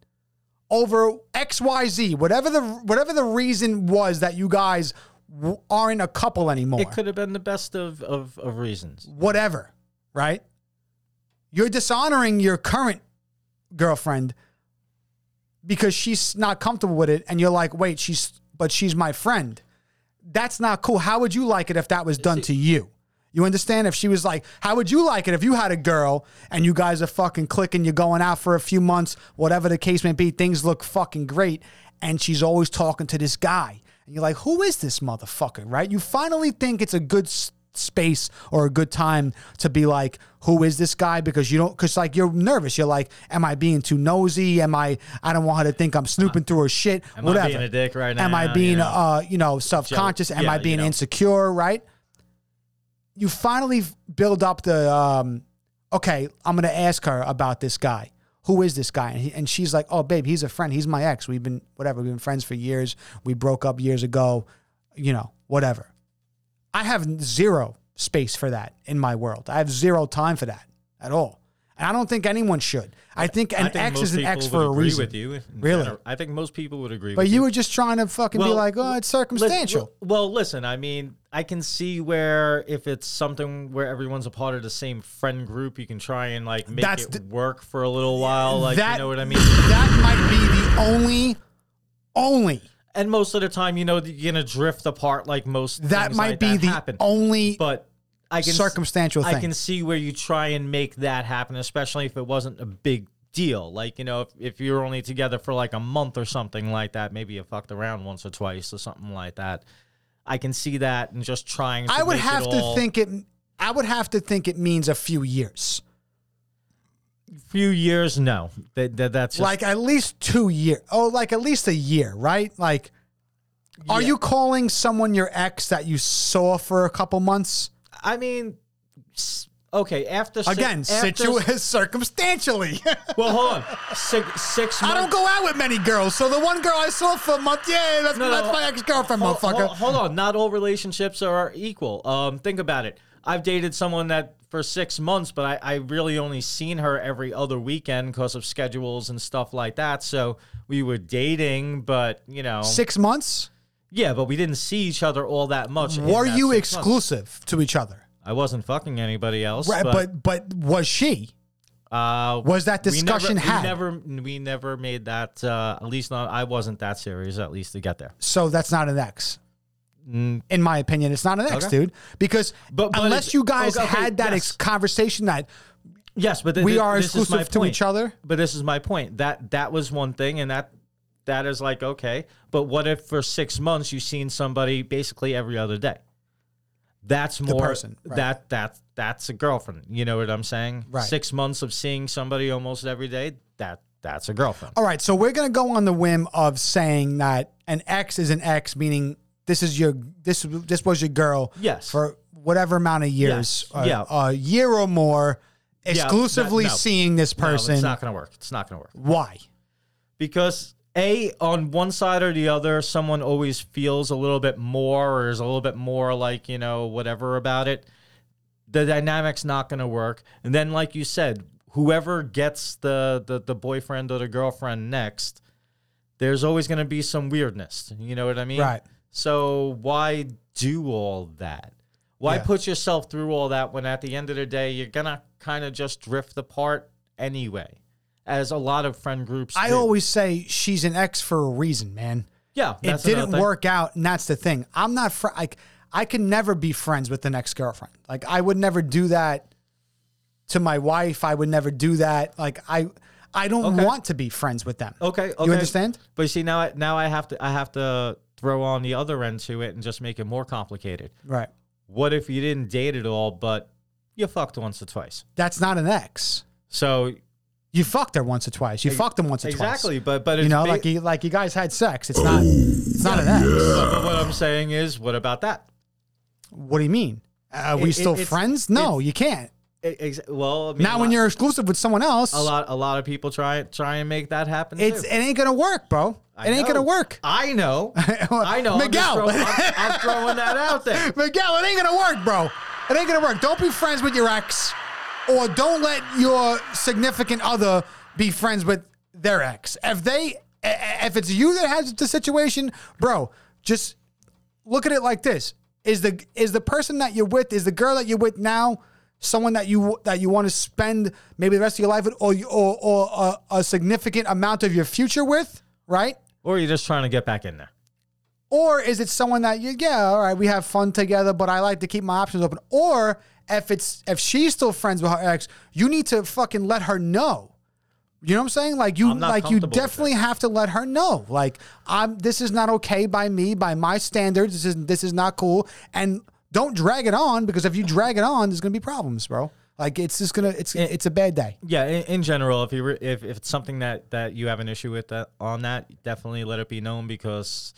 [SPEAKER 2] over XYZ, whatever the whatever the reason was that you guys w- aren't a couple anymore.
[SPEAKER 3] It could have been the best of, of, of reasons.
[SPEAKER 2] whatever, right? You're dishonoring your current girlfriend because she's not comfortable with it, and you're like, wait, she's but she's my friend. That's not cool. How would you like it if that was done to you? You understand? If she was like, how would you like it if you had a girl and you guys are fucking clicking, you're going out for a few months, whatever the case may be, things look fucking great, and she's always talking to this guy. And you're like, who is this motherfucker, right? You finally think it's a good s- space or a good time to be like, who is this guy? Because you don't, because like you're nervous. You're like, am I being too nosy? Am I, I don't want her to think I'm snooping through her shit.
[SPEAKER 3] Am
[SPEAKER 2] whatever.
[SPEAKER 3] I being a dick right now?
[SPEAKER 2] Am I being,
[SPEAKER 3] You know?
[SPEAKER 2] uh, you know, self conscious? Am
[SPEAKER 3] Yeah,
[SPEAKER 2] I
[SPEAKER 3] you
[SPEAKER 2] being
[SPEAKER 3] know.
[SPEAKER 2] insecure? Right? You finally f- build up the um, okay. I'm gonna ask her about this guy. Who is this guy? And, he, and she's like, "Oh, babe, he's a friend. He's my ex. We've been whatever. We've been friends for years. We broke up years ago. You know, whatever." I have zero space for that in my world. I have zero time for that at all. And I don't think anyone should. I think an
[SPEAKER 3] I think
[SPEAKER 2] X
[SPEAKER 3] most
[SPEAKER 2] is an
[SPEAKER 3] people
[SPEAKER 2] X
[SPEAKER 3] would
[SPEAKER 2] for a
[SPEAKER 3] agree
[SPEAKER 2] reason.
[SPEAKER 3] With you, in
[SPEAKER 2] Really?
[SPEAKER 3] general. I think most people would agree.
[SPEAKER 2] But
[SPEAKER 3] with
[SPEAKER 2] you were just trying to fucking be
[SPEAKER 3] Well,
[SPEAKER 2] like, oh, it's
[SPEAKER 3] Lis-
[SPEAKER 2] circumstantial.
[SPEAKER 3] Well, listen, I mean, I can see where if it's something where everyone's a part of the same friend group, you can try and like make
[SPEAKER 2] That's
[SPEAKER 3] it
[SPEAKER 2] the-
[SPEAKER 3] work for a little while. Like,
[SPEAKER 2] that
[SPEAKER 3] you know what I mean?
[SPEAKER 2] that might be the only, only
[SPEAKER 3] And most of the time, you know, you're gonna drift apart. Like most
[SPEAKER 2] that
[SPEAKER 3] things
[SPEAKER 2] might
[SPEAKER 3] like
[SPEAKER 2] be
[SPEAKER 3] that
[SPEAKER 2] the
[SPEAKER 3] happen.
[SPEAKER 2] only
[SPEAKER 3] but I can s-
[SPEAKER 2] circumstantial
[SPEAKER 3] I
[SPEAKER 2] thing.
[SPEAKER 3] can see where you try and make that happen, especially if it wasn't a big deal. Like you know, if, if you're only together for like a month or something like that, maybe you fucked around once or twice or something like that. I can see that and just trying. To
[SPEAKER 2] I would
[SPEAKER 3] make it
[SPEAKER 2] have to
[SPEAKER 3] all-
[SPEAKER 2] think it. I would have to think it means a few years,
[SPEAKER 3] few years. No, that, that that's just,
[SPEAKER 2] like at least two years. Oh, like at least a year, right? Like, are you calling someone your ex that you saw for a couple months?
[SPEAKER 3] I mean, s- okay. After si-
[SPEAKER 2] Again,
[SPEAKER 3] after,
[SPEAKER 2] situ- circumstantially.
[SPEAKER 3] Well, hold on. Six, six
[SPEAKER 2] I
[SPEAKER 3] months.
[SPEAKER 2] don't go out with many girls, so the one girl I saw for a month, yeah, that's,
[SPEAKER 3] No, no,
[SPEAKER 2] that's my ex girlfriend,
[SPEAKER 3] Hol-
[SPEAKER 2] motherfucker.
[SPEAKER 3] hol- Hold, on, not all relationships are equal. Um, think about it. I've dated someone that for six months, but I, I really only seen her every other weekend because of schedules and stuff like that. So we were dating, but you know,
[SPEAKER 2] Six months.
[SPEAKER 3] yeah, but we didn't see each other all that much. in
[SPEAKER 2] Were
[SPEAKER 3] that
[SPEAKER 2] you
[SPEAKER 3] six months.
[SPEAKER 2] exclusive to each other?
[SPEAKER 3] I wasn't fucking anybody else,
[SPEAKER 2] Right,
[SPEAKER 3] but,
[SPEAKER 2] but, but was she?
[SPEAKER 3] Uh,
[SPEAKER 2] Was that discussion
[SPEAKER 3] we never,
[SPEAKER 2] had?
[SPEAKER 3] We never, we never made that. Uh, at least not. I wasn't that serious. At least to get there.
[SPEAKER 2] So that's not an ex. In my opinion, it's not an ex,
[SPEAKER 3] Mm. Okay.
[SPEAKER 2] dude. Because
[SPEAKER 3] But- but
[SPEAKER 2] unless
[SPEAKER 3] it's-
[SPEAKER 2] you guys
[SPEAKER 3] okay, okay,
[SPEAKER 2] had that
[SPEAKER 3] yes.
[SPEAKER 2] ex- conversation that
[SPEAKER 3] Yes, but th-
[SPEAKER 2] we
[SPEAKER 3] th-
[SPEAKER 2] are
[SPEAKER 3] this is my
[SPEAKER 2] exclusive to
[SPEAKER 3] point.
[SPEAKER 2] each other,
[SPEAKER 3] But this is my point. That that was one thing, and that that is like okay. But what if for six months you've seen somebody basically every other day? That's more
[SPEAKER 2] person, right.
[SPEAKER 3] that that that's a girlfriend. You know what I'm saying?
[SPEAKER 2] Right.
[SPEAKER 3] Six months of seeing somebody almost every day. That that's a girlfriend.
[SPEAKER 2] All right, so we're gonna go on the whim of saying that an ex is an ex, meaning this is your this this was your girl,
[SPEAKER 3] Yes.
[SPEAKER 2] for whatever amount of years,
[SPEAKER 3] Yes, yeah.
[SPEAKER 2] a year or more,
[SPEAKER 3] that-
[SPEAKER 2] exclusively
[SPEAKER 3] no.
[SPEAKER 2] seeing this
[SPEAKER 3] No,
[SPEAKER 2] person.
[SPEAKER 3] it's not gonna work. It's not gonna work.
[SPEAKER 2] Why?
[SPEAKER 3] because a on one side or the other someone always feels a little bit more or is a little bit more like you know whatever about it the dynamic's not going to work and then like you said whoever gets the the, the boyfriend or the girlfriend next there's always going to be some weirdness you know what i mean
[SPEAKER 2] Right.
[SPEAKER 3] so why do all that why
[SPEAKER 2] Yeah.
[SPEAKER 3] put yourself through all that when at the end of the day you're going to kind of just drift apart anyway as a lot of friend groups
[SPEAKER 2] I
[SPEAKER 3] do.
[SPEAKER 2] always say she's an ex for a reason, man.
[SPEAKER 3] Yeah,
[SPEAKER 2] It
[SPEAKER 3] that's another
[SPEAKER 2] didn't
[SPEAKER 3] thing.
[SPEAKER 2] work out, and that's the thing. I'm not fr- like I can never be friends with an ex girlfriend. Like I would never do that to my wife. I would never do that. Like I, I don't
[SPEAKER 3] Okay.
[SPEAKER 2] want to be friends with them.
[SPEAKER 3] Okay, okay.
[SPEAKER 2] you understand?
[SPEAKER 3] But you see, now I, now I have to I have to throw on the other end to it and just make it more complicated.
[SPEAKER 2] Right.
[SPEAKER 3] What if you didn't date at all, but you fucked once or twice?
[SPEAKER 2] That's not an ex.
[SPEAKER 3] So
[SPEAKER 2] You fucked her once or twice. You fucked him once or twice.
[SPEAKER 3] exactly, but but it's
[SPEAKER 2] You know,
[SPEAKER 3] ba-
[SPEAKER 2] like you like you guys had sex. It's not. It's not an ex.
[SPEAKER 3] but what I'm saying is, what about that?
[SPEAKER 2] What do you mean? Are we
[SPEAKER 3] It- it-
[SPEAKER 2] still
[SPEAKER 3] it's-
[SPEAKER 2] friends? No, you can't.
[SPEAKER 3] E, Ex- well, I mean,
[SPEAKER 2] Not
[SPEAKER 3] a
[SPEAKER 2] when
[SPEAKER 3] lot-
[SPEAKER 2] you're exclusive with someone else.
[SPEAKER 3] a lot a lot of people try try and make that happen.
[SPEAKER 2] It's
[SPEAKER 3] too.
[SPEAKER 2] it ain't gonna work, bro.
[SPEAKER 3] I
[SPEAKER 2] it ain't gonna
[SPEAKER 3] know.
[SPEAKER 2] work.
[SPEAKER 3] I know. I know. I'm, just
[SPEAKER 2] Miguel.
[SPEAKER 3] throw- I'm- I'm throwing that out there.
[SPEAKER 2] Miguel, it ain't gonna work, bro. It ain't gonna work. Don't be friends with your ex, or don't let your significant other be friends with their ex. If they, if it's you that has the situation, bro, just look at it like this: is the is the person that you're with, is the girl that you're with now, someone that you that you want to spend maybe the rest of your life with, or you- or, or a, a significant amount of your future with, right?
[SPEAKER 3] Or you're just trying to get back in there.
[SPEAKER 2] Or is it someone that you yeah, all right, we have fun together, but I like to keep my options open. Or if it's if she's still friends with her ex, you need to fucking let her know. You know what I'm saying? Like you
[SPEAKER 3] I'm not
[SPEAKER 2] like you
[SPEAKER 3] comfortable with
[SPEAKER 2] definitely have to let her know. Like I'm this is not okay by me, by my standards. This is this is not cool. And don't drag it on because if you drag it on, there's gonna be problems, bro. Like it's just gonna it's it's a bad day.
[SPEAKER 3] Yeah, in, in general, if you re- if, if it's something that that you have an issue with that on that, definitely let it be known because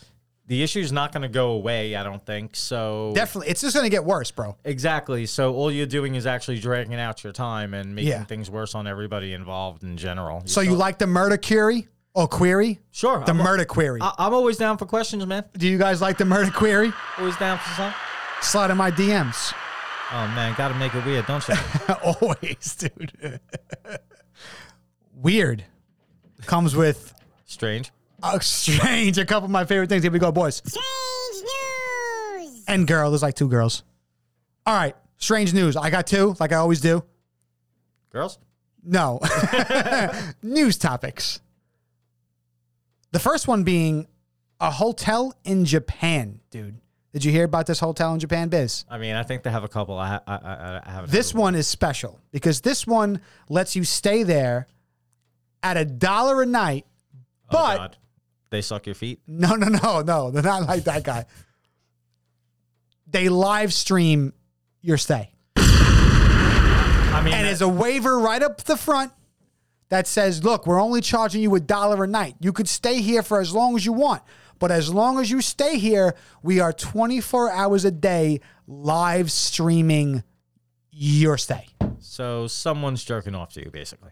[SPEAKER 3] the issue is not going to go away. I don't think so.
[SPEAKER 2] Definitely it's just gonna get worse, bro.
[SPEAKER 3] exactly. So all you're doing is actually dragging out your time and making
[SPEAKER 2] Yeah.
[SPEAKER 3] things worse on everybody involved in general.
[SPEAKER 2] So you like the murder query or query?
[SPEAKER 3] sure
[SPEAKER 2] The
[SPEAKER 3] I'm,
[SPEAKER 2] murder query.
[SPEAKER 3] I, I'm always down for questions, man.
[SPEAKER 2] Do you guys like the murder query?
[SPEAKER 3] Always down for something.
[SPEAKER 2] Slide in my DMs.
[SPEAKER 3] Oh man, gotta make it weird, don't you?
[SPEAKER 2] Always, dude. Weird comes with
[SPEAKER 3] Strange.
[SPEAKER 2] a strange. A couple of my favorite things. Here we go, boys
[SPEAKER 4] Strange news.
[SPEAKER 2] and girl. There's like two girls. All right, strange news. I got two, like I always do.
[SPEAKER 3] Girls?
[SPEAKER 2] No. News topics. The first one being a hotel in Japan, dude. Did you hear about this hotel in Japan, Biz?
[SPEAKER 3] I mean, I think they have a couple. I ha- I, I, I haven't.
[SPEAKER 2] This
[SPEAKER 3] heard
[SPEAKER 2] one is special because this one lets you stay there at a dollar a night,
[SPEAKER 3] of them.
[SPEAKER 2] but
[SPEAKER 3] Oh, God. they suck your feet.
[SPEAKER 2] no, no, no, no. They're not like that guy. They live stream your stay.
[SPEAKER 3] I mean,
[SPEAKER 2] and there's a waiver right up the front that says, "Look, we're only charging you a dollar a night. You could stay here for as long as you want, but as long as you stay here, we are 24 hours a day live streaming your stay.
[SPEAKER 3] so someone's jerking off to you, basically.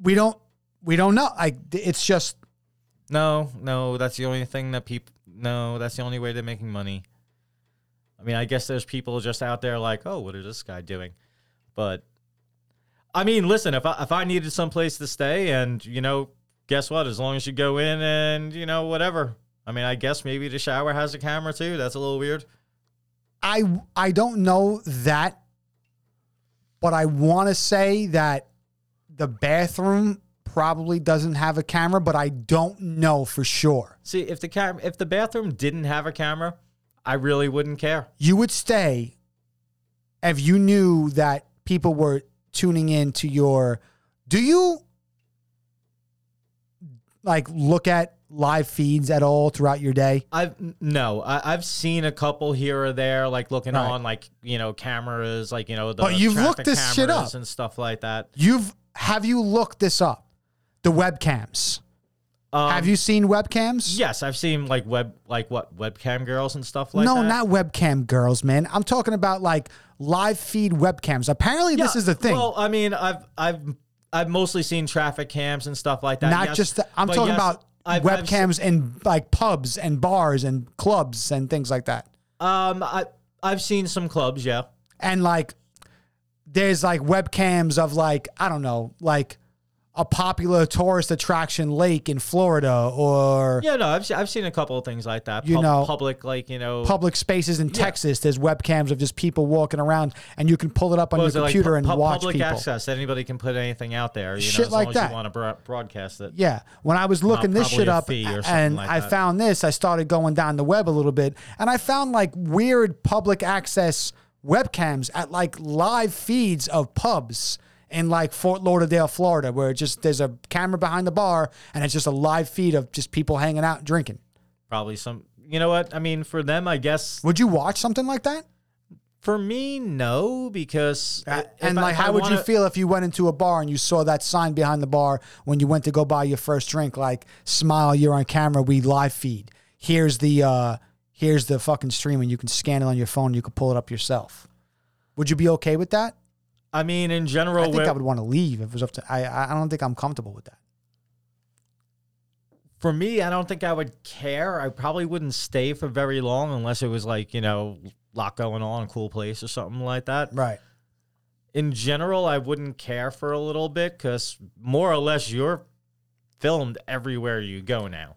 [SPEAKER 2] We don't, we don't know. Like it's just
[SPEAKER 3] No, no, that's the only thing that people. No, that's the only way they're making money. I mean, I guess there's people just out there like, oh, what is this guy doing? But I mean, listen, if I if I needed someplace to stay, and you know, guess what? As long as you go in and you know whatever. I mean, I guess maybe the shower has a camera too. That's a little weird.
[SPEAKER 2] I I don't know that, but I want to say that the bathroom probably doesn't have a camera, but I don't know for sure.
[SPEAKER 3] See, if the cam- if the bathroom didn't have a camera, I really wouldn't care.
[SPEAKER 2] you would stay if you knew that people were tuning in to your do you like look at live feeds at all throughout your day
[SPEAKER 3] I've n- no, I, I've seen a couple here or there, like looking
[SPEAKER 2] Right.
[SPEAKER 3] on like you know cameras, like you know the
[SPEAKER 2] But you've
[SPEAKER 3] traffic
[SPEAKER 2] looked this shit
[SPEAKER 3] cameras
[SPEAKER 2] up.
[SPEAKER 3] and stuff like that.
[SPEAKER 2] you've have you looked this up the webcams
[SPEAKER 3] Um,
[SPEAKER 2] have you seen webcams
[SPEAKER 3] Yes, I've seen like web, like what webcam girls and stuff like
[SPEAKER 2] no
[SPEAKER 3] that.
[SPEAKER 2] not webcam girls man i'm talking about like live feed webcams apparently this
[SPEAKER 3] Yeah,
[SPEAKER 2] is the thing
[SPEAKER 3] Well, I mean, I've I've I've mostly seen traffic cams and stuff like that.
[SPEAKER 2] not
[SPEAKER 3] yes,
[SPEAKER 2] just the, i'm
[SPEAKER 3] but
[SPEAKER 2] talking
[SPEAKER 3] yes,
[SPEAKER 2] about
[SPEAKER 3] I've- I've se-
[SPEAKER 2] webcams in like pubs and bars and clubs and things like that
[SPEAKER 3] um, I I've seen some clubs. Yeah,
[SPEAKER 2] and like there's like webcams of like I don't know like a popular tourist attraction lake in Florida or
[SPEAKER 3] yeah. No, I've se- I've seen a couple of things like that.
[SPEAKER 2] You know,
[SPEAKER 3] public like you know.
[SPEAKER 2] public spaces in Texas. There's webcams of just people walking around, and you can pull it up on
[SPEAKER 3] what
[SPEAKER 2] your
[SPEAKER 3] is it, like,
[SPEAKER 2] computer
[SPEAKER 3] pu-
[SPEAKER 2] and
[SPEAKER 3] pu-
[SPEAKER 2] watch
[SPEAKER 3] public
[SPEAKER 2] people.
[SPEAKER 3] access. Anybody can put anything out there. You know,
[SPEAKER 2] Shit
[SPEAKER 3] as
[SPEAKER 2] like
[SPEAKER 3] long as
[SPEAKER 2] that.
[SPEAKER 3] You want to broadcast it.
[SPEAKER 2] Yeah, when I was looking this
[SPEAKER 3] probably
[SPEAKER 2] shit
[SPEAKER 3] a
[SPEAKER 2] up
[SPEAKER 3] fee or something
[SPEAKER 2] and
[SPEAKER 3] like
[SPEAKER 2] I
[SPEAKER 3] that.
[SPEAKER 2] found this, I started going down the web a little bit, and I found like weird public access webcams at like live feeds of pubs in like Fort Lauderdale, Florida, where it just there's a camera behind the bar and it's just a live feed of just people hanging out and drinking.
[SPEAKER 3] Probably some. You know what? I mean, for them, I guess.
[SPEAKER 2] Would you watch something like that?
[SPEAKER 3] For me, no, because i-
[SPEAKER 2] Uh, and
[SPEAKER 3] if I-
[SPEAKER 2] like,
[SPEAKER 3] if
[SPEAKER 2] how
[SPEAKER 3] I
[SPEAKER 2] would you
[SPEAKER 3] wanna-
[SPEAKER 2] feel if you went into a bar and you saw that sign behind the bar when you went to go buy your first drink? Like, smile, you're on camera. We live feed. Here's the uh, here's the fucking stream, and you can scan it on your phone. You can pull it up yourself. Would you be okay with that?
[SPEAKER 3] I mean, in
[SPEAKER 2] I
[SPEAKER 3] general,
[SPEAKER 2] think
[SPEAKER 3] where-
[SPEAKER 2] I would want to leave if it was up to. I I I don't think I'm comfortable with that.
[SPEAKER 3] for me, I don't think I would care. I probably wouldn't stay for very long unless it was like you know, lot going on, a cool place or something like that.
[SPEAKER 2] Right.
[SPEAKER 3] In general, I wouldn't care for a little bit because more or less you're filmed everywhere you go now,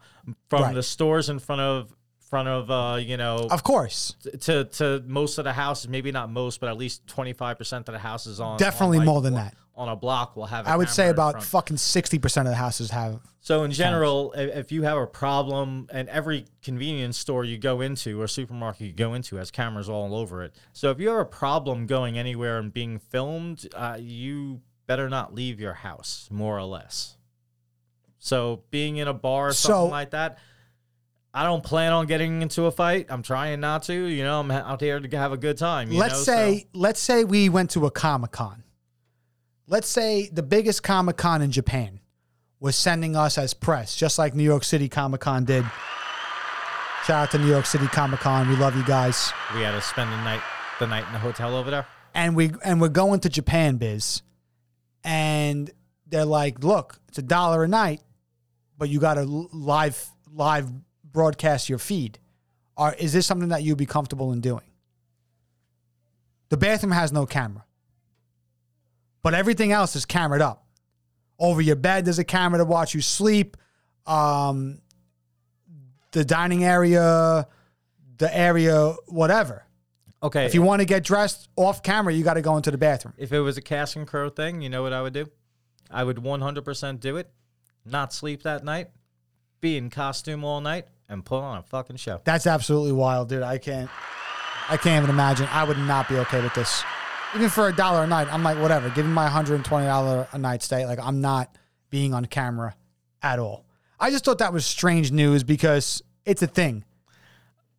[SPEAKER 3] from
[SPEAKER 2] Right.
[SPEAKER 3] the stores in front of front of uh, you know
[SPEAKER 2] Of course.
[SPEAKER 3] to to most of the houses, maybe not most, but at least twenty five percent of the houses on
[SPEAKER 2] Definitely
[SPEAKER 3] on, like,
[SPEAKER 2] more than that.
[SPEAKER 3] on a block will have. I
[SPEAKER 2] I would say about fucking sixty percent of the houses have.
[SPEAKER 3] so in general, i- if you have a problem, and every convenience store you go into or supermarket you go into has cameras all over it. So if you have a problem going anywhere and being filmed, uh, you better not leave your house, more or less. So being in a bar or something
[SPEAKER 2] So-
[SPEAKER 3] like that. I don't plan on getting into a fight. I'm trying not to. You know, I'm out there to have a good time. you
[SPEAKER 2] let's
[SPEAKER 3] know, so-
[SPEAKER 2] say let's say we went to a comic con. Let's say the biggest comic con in Japan was sending us as press, just like New York City Comic Con did. Shout out to New York City Comic Con. We love you guys.
[SPEAKER 3] We had to spend the night the night in the hotel over there.
[SPEAKER 2] And we and we're going to Japan biz. And they're like, look, it's a dollar a night, but you gotta l- live live broadcast your feed. Are is this something that you'd be comfortable in doing? The The bathroom has no camera, but everything else is camered up. Over your bed, there's a camera to watch you sleep. Um, the dining area, the area, whatever.
[SPEAKER 3] Okay.
[SPEAKER 2] If you want to get dressed off camera, you got to go into the bathroom.
[SPEAKER 3] if it was a cast and crow thing, you know what I would do? I would 100% do it, not sleep that night, be in costume all night, and put on a fucking show.
[SPEAKER 2] That's absolutely wild, dude. I can't, I can't even imagine. I would not be okay with this, even for a dollar a night. I'm like, whatever. Give me my hundred and twenty dollar a night stay. Like, I'm not being on camera at all. I just thought that was strange news because it's a thing.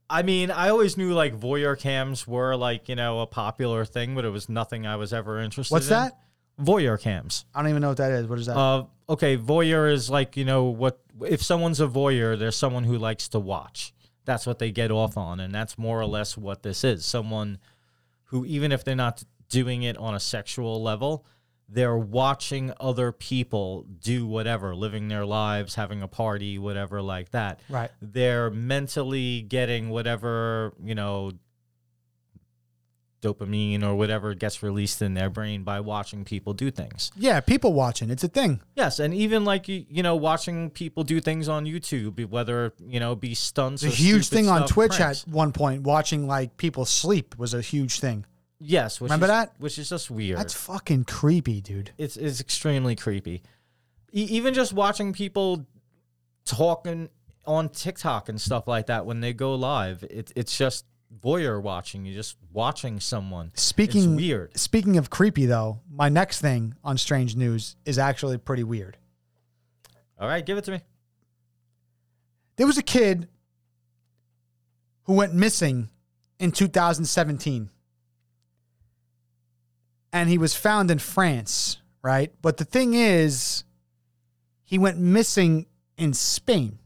[SPEAKER 3] I mean, I always knew like voyeur cams were like, you know, a popular thing, but it was nothing I was ever interested
[SPEAKER 2] What's
[SPEAKER 3] in.
[SPEAKER 2] that?
[SPEAKER 3] Voyeur cams.
[SPEAKER 2] I don't even know what that is. What is that?
[SPEAKER 3] Uh, okay, voyeur is like, you know, what if someone's a voyeur, there's someone who likes to watch. That's what they get off on, and that's more or less what this is. Someone who, even if they're not doing it on a sexual level, they're watching other people do whatever, living their lives, having a party, whatever like that.
[SPEAKER 2] Right.
[SPEAKER 3] They're mentally getting whatever, you know, dopamine or whatever gets released in their brain by watching people do things.
[SPEAKER 2] yeah, people watching. It's a thing.
[SPEAKER 3] Yes, and even like you, you know, watching people do things on YouTube, whether you know be stunts.
[SPEAKER 2] It's a
[SPEAKER 3] or
[SPEAKER 2] huge
[SPEAKER 3] stupid
[SPEAKER 2] thing on
[SPEAKER 3] stuff,
[SPEAKER 2] Twitch
[SPEAKER 3] pranks.
[SPEAKER 2] at one point. Watching like people sleep was a huge thing.
[SPEAKER 3] yes, which
[SPEAKER 2] Remember
[SPEAKER 3] is,
[SPEAKER 2] that?
[SPEAKER 3] Which is just weird.
[SPEAKER 2] That's fucking creepy, dude.
[SPEAKER 3] it's it's extremely creepy. E- even just watching people talking on TikTok and stuff like that when they go live, it, it's just voyeur watching. You're just watching someone.
[SPEAKER 2] Speaking
[SPEAKER 3] it's weird.
[SPEAKER 2] Speaking of creepy, though, my next thing on strange news is actually pretty weird.
[SPEAKER 3] All right, give it to me.
[SPEAKER 2] There was a kid who went missing in 2017, and he was found in France, right? But the thing is, he went missing in Spain.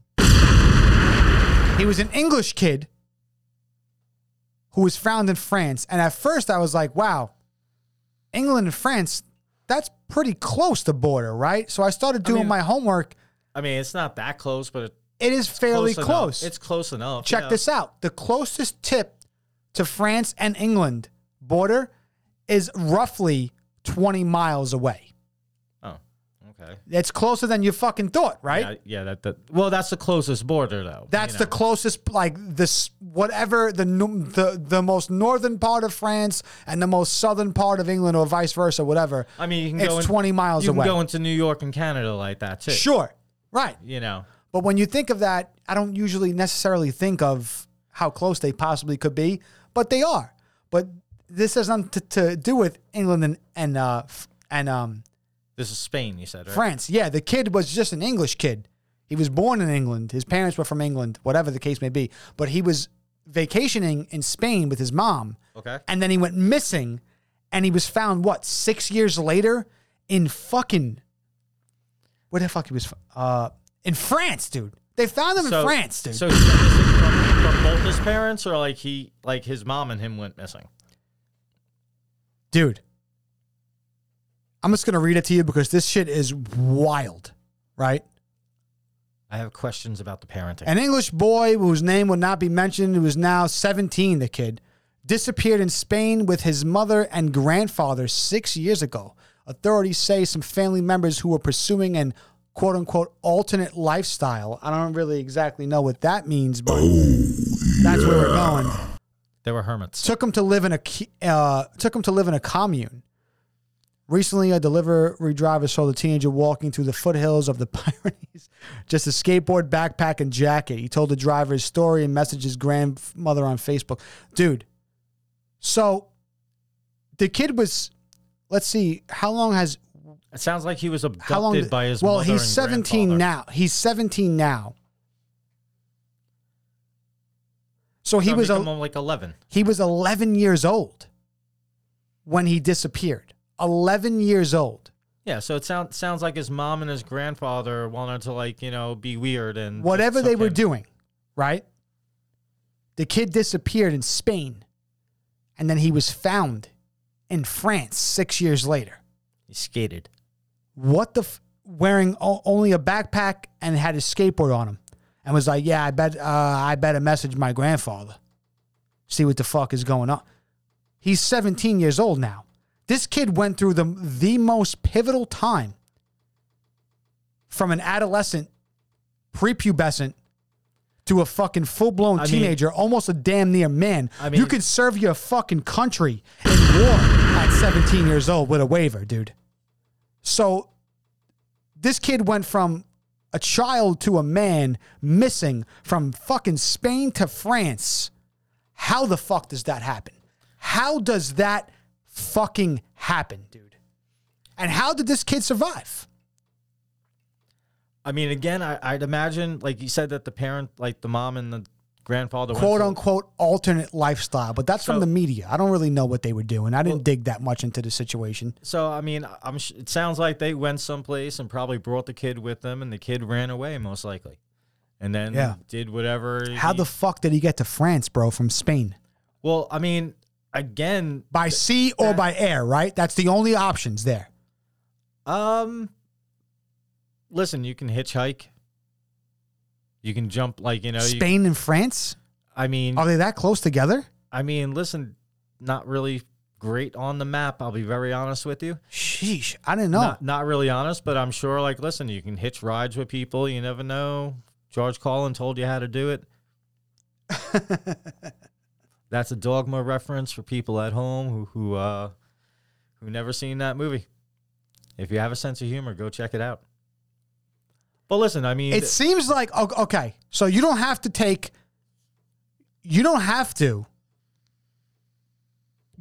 [SPEAKER 2] He was an English kid who was found in France, and at first I was like, "Wow, England and France." That's pretty close to border, right? So I started doing
[SPEAKER 3] mean-
[SPEAKER 2] my homework.
[SPEAKER 3] I mean, it's not that close, but it's
[SPEAKER 2] It is fairly
[SPEAKER 3] close.
[SPEAKER 2] close.
[SPEAKER 3] enough. It's close enough.
[SPEAKER 2] Check
[SPEAKER 3] yeah.
[SPEAKER 2] this out. The closest tip to France and England border is roughly 20 miles away.
[SPEAKER 3] Oh, okay.
[SPEAKER 2] It's closer than you fucking thought, right?
[SPEAKER 3] Yeah, yeah, that, that well, that's the closest border though.
[SPEAKER 2] That's
[SPEAKER 3] you
[SPEAKER 2] the
[SPEAKER 3] know.
[SPEAKER 2] closest, like this, whatever the nu- the the most northern part of France and the most southern part of England, or vice versa, whatever.
[SPEAKER 3] I mean, you can
[SPEAKER 2] it's
[SPEAKER 3] go in-
[SPEAKER 2] 20 miles
[SPEAKER 3] you
[SPEAKER 2] away.
[SPEAKER 3] can go into New York and Canada like that too.
[SPEAKER 2] sure, right.
[SPEAKER 3] You know,
[SPEAKER 2] But when you think of that, I don't usually necessarily think of how close they possibly could be, but they are. But this has nothing to, to do with England and and uh, f- and um,
[SPEAKER 3] this is Spain. You said right?
[SPEAKER 2] France. Yeah, the kid was just an English kid. He was born in England. His parents were from England, whatever the case may be. But he was vacationing in Spain with his mom,
[SPEAKER 3] Okay.
[SPEAKER 2] and then he went missing, and he was found what six years later in fucking where the fuck he was uh in France, dude. They found him in France, dude.
[SPEAKER 3] So he's been missing from, from both his parents, or like he, like his mom and him went missing.
[SPEAKER 2] dude. I'm just gonna read it to you because this shit is wild, right?
[SPEAKER 3] I have questions about the parenting.
[SPEAKER 2] An English boy whose name would not be mentioned, who is now 17, the kid, disappeared in Spain with his mother and grandfather six years ago. Authorities say some family members who were pursuing an quote unquote alternate lifestyle. I don't really exactly know what that means, but that's where we're going.
[SPEAKER 3] they were hermits.
[SPEAKER 2] took him to live in a cu- uh, took him to live in a commune. Recently, a delivery driver saw the teenager walking through the foothills of the Pyrenees, just a skateboard, backpack, and jacket. He told the driver his story and messaged his grandmother on Facebook. Dude, so the kid was. Let's see, how long has
[SPEAKER 3] It sounds like he was
[SPEAKER 2] how long
[SPEAKER 3] abducted by his
[SPEAKER 2] well
[SPEAKER 3] mother
[SPEAKER 2] he's
[SPEAKER 3] and
[SPEAKER 2] 17
[SPEAKER 3] grandfather.
[SPEAKER 2] now he's 17 now so he
[SPEAKER 3] So
[SPEAKER 2] was
[SPEAKER 3] become,
[SPEAKER 2] a,
[SPEAKER 3] like eleven.
[SPEAKER 2] he was 11 years old when he disappeared. 11 years old.
[SPEAKER 3] Yeah, so it sounds sounds like his mom and his grandfather wanted to like you know be weird and
[SPEAKER 2] Whatever they
[SPEAKER 3] took
[SPEAKER 2] were
[SPEAKER 3] him.
[SPEAKER 2] doing, right? The kid disappeared in Spain and then he was found in France 6 years later.
[SPEAKER 3] He skated.
[SPEAKER 2] What the f- wearing o- only a backpack and had his skateboard on him and was like, "Yeah, I bet uh, I better message my grandfather. See what the fuck is going on." He's 17 years old now. This kid went through the the most pivotal time from an adolescent, prepubescent to a fucking full blown
[SPEAKER 3] I mean-
[SPEAKER 2] teenager, almost a damn near man.
[SPEAKER 3] I mean-
[SPEAKER 2] you could serve your fucking country in war at 17 years old with a waiver, dude. So this kid went from a child to a man missing from fucking Spain to France. How the fuck does that happen? How does that fucking happen, dude? And how did this kid survive?
[SPEAKER 3] I mean, again, I, I'd imagine, like you said, that the parent, like the mom and the grandfather, went
[SPEAKER 2] Quote
[SPEAKER 3] to-
[SPEAKER 2] unquote alternate lifestyle, but that's from
[SPEAKER 3] So-
[SPEAKER 2] the media. I don't really know what they were doing. I didn't dig that much into the situation.
[SPEAKER 3] So I mean, I'm. sh- It sounds like they went someplace and probably brought the kid with them, and the kid ran away, most likely, and then
[SPEAKER 2] Yeah.
[SPEAKER 3] did whatever.
[SPEAKER 2] How
[SPEAKER 3] he-
[SPEAKER 2] the fuck did he get to France, bro, from Spain?
[SPEAKER 3] well, I mean, again,
[SPEAKER 2] By sea or by air, right? That's the only options there.
[SPEAKER 3] um, listen, you can hitchhike. You can jump, like you know. You,
[SPEAKER 2] Spain and France?
[SPEAKER 3] I mean,
[SPEAKER 2] Are they that close together?
[SPEAKER 3] I mean, listen, not really great on the map. I'll be very honest with you.
[SPEAKER 2] Sheesh, I didn't know.
[SPEAKER 3] Not, not really honest, but I'm sure, like, listen, you can hitch rides with people. You never know. George Collin told you how to do it. That's a dogma reference for people at home who who uh who never seen that movie. If you have a sense of humor, go check it out. But listen, I mean,
[SPEAKER 2] it seems like o- okay. So you don't have to take. You don't have to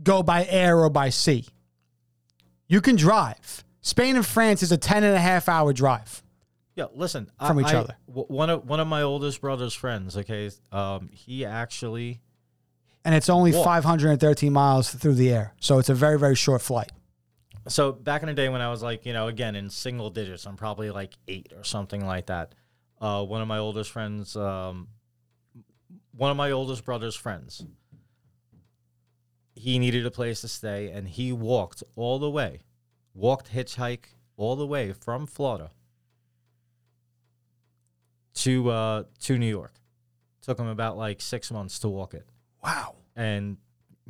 [SPEAKER 2] go by air or by sea. You can drive. Spain and France is a 10 and a half hour drive.
[SPEAKER 3] Yeah, listen.
[SPEAKER 2] from
[SPEAKER 3] I,
[SPEAKER 2] each
[SPEAKER 3] I-
[SPEAKER 2] other.
[SPEAKER 3] w- one of one of my oldest brother's friends. Okay, um, he actually
[SPEAKER 2] And it's only
[SPEAKER 3] Whoa.
[SPEAKER 2] 513 miles through the air. So it's a very, very short flight.
[SPEAKER 3] so back in the day when I was like, you know, again in single digits, I'm probably like eight or something like that. Uh, one of my oldest friends, um, one of my oldest brother's friends, he needed a place to stay, and he walked all the way, walked hitchhike all the way from Florida to uh, to New York. Took him about like six months to walk it
[SPEAKER 2] Wow.
[SPEAKER 3] and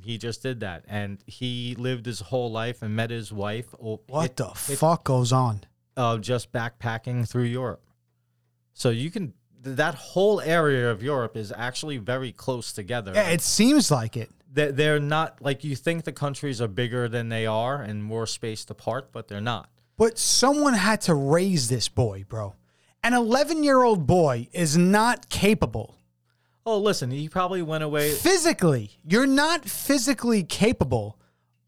[SPEAKER 3] he just did that and he lived his whole life and met his wife o-
[SPEAKER 2] What
[SPEAKER 3] it-
[SPEAKER 2] the
[SPEAKER 3] it,
[SPEAKER 2] fuck goes on?
[SPEAKER 3] uh, just backpacking through europe so you can th- that whole area of europe is actually very close together
[SPEAKER 2] Yeah, it seems like it.
[SPEAKER 3] they're, they're not like you think the countries are bigger than they are and more spaced apart but they're not
[SPEAKER 2] But someone had to raise this boy, bro. An 11 year old boy is not capable
[SPEAKER 3] oh listen he probably went away
[SPEAKER 2] physically, you're not physically capable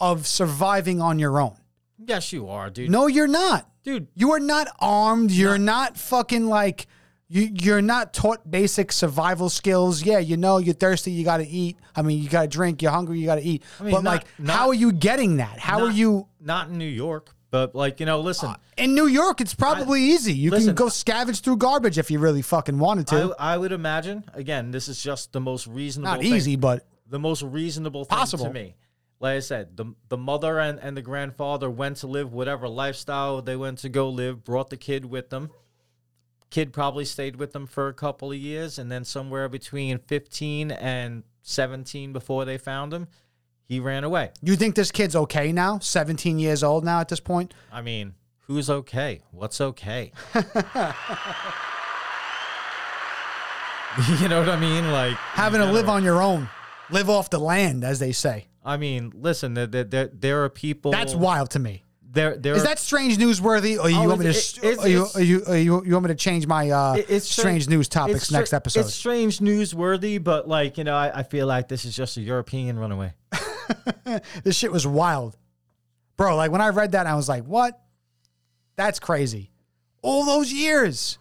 [SPEAKER 2] of surviving on your own.
[SPEAKER 3] yes you are dude
[SPEAKER 2] No, you're not.
[SPEAKER 3] dude
[SPEAKER 2] You are not armed. You're not fucking like you you're not taught basic survival skills. Yeah, you know you're thirsty, you got to eat. I mean, you got to drink, you're hungry, you got to eat.
[SPEAKER 3] mean,
[SPEAKER 2] but
[SPEAKER 3] not-
[SPEAKER 2] like
[SPEAKER 3] not-
[SPEAKER 2] how are you getting that? How are
[SPEAKER 3] not-
[SPEAKER 2] you
[SPEAKER 3] not in new york but like you know listen
[SPEAKER 2] in New York, it's probably easy. You
[SPEAKER 3] listen,
[SPEAKER 2] can go scavenge through garbage if you really fucking wanted to.
[SPEAKER 3] I, I would imagine again this is just the most reasonable
[SPEAKER 2] not
[SPEAKER 3] thing.
[SPEAKER 2] easy, but
[SPEAKER 3] the most reasonable thing
[SPEAKER 2] Possible.
[SPEAKER 3] to me. Like I said, the the mother and, and the grandfather went to live whatever lifestyle they went to go live, brought the kid with them. Kid probably stayed with them for a couple of years, and then somewhere between 15 and 17 before they found him, he ran away.
[SPEAKER 2] you think this kid's okay now? 17 years old now at this point?
[SPEAKER 3] I mean, who's okay? What's okay? you know what I mean? Like
[SPEAKER 2] having to
[SPEAKER 3] you know,
[SPEAKER 2] live on your own, live off the land, as they say.
[SPEAKER 3] I mean, listen, there, there, there, there are people.
[SPEAKER 2] That's wild to me.
[SPEAKER 3] There, there
[SPEAKER 2] Is
[SPEAKER 3] are-
[SPEAKER 2] that strange newsworthy, or you
[SPEAKER 3] Oh,
[SPEAKER 2] want me to?
[SPEAKER 3] it's-
[SPEAKER 2] sh-
[SPEAKER 3] it's-
[SPEAKER 2] or you,
[SPEAKER 3] it's-
[SPEAKER 2] or you, or you, you want me to change my uh,
[SPEAKER 3] It- it's stra-
[SPEAKER 2] strange news
[SPEAKER 3] it's
[SPEAKER 2] topics
[SPEAKER 3] stra-
[SPEAKER 2] next episode?
[SPEAKER 3] It's strange newsworthy, but like you know, I, I feel like this is just a European runaway.
[SPEAKER 2] this shit was wild, bro. Like when I read that, I was like, "What? That's crazy! All those years,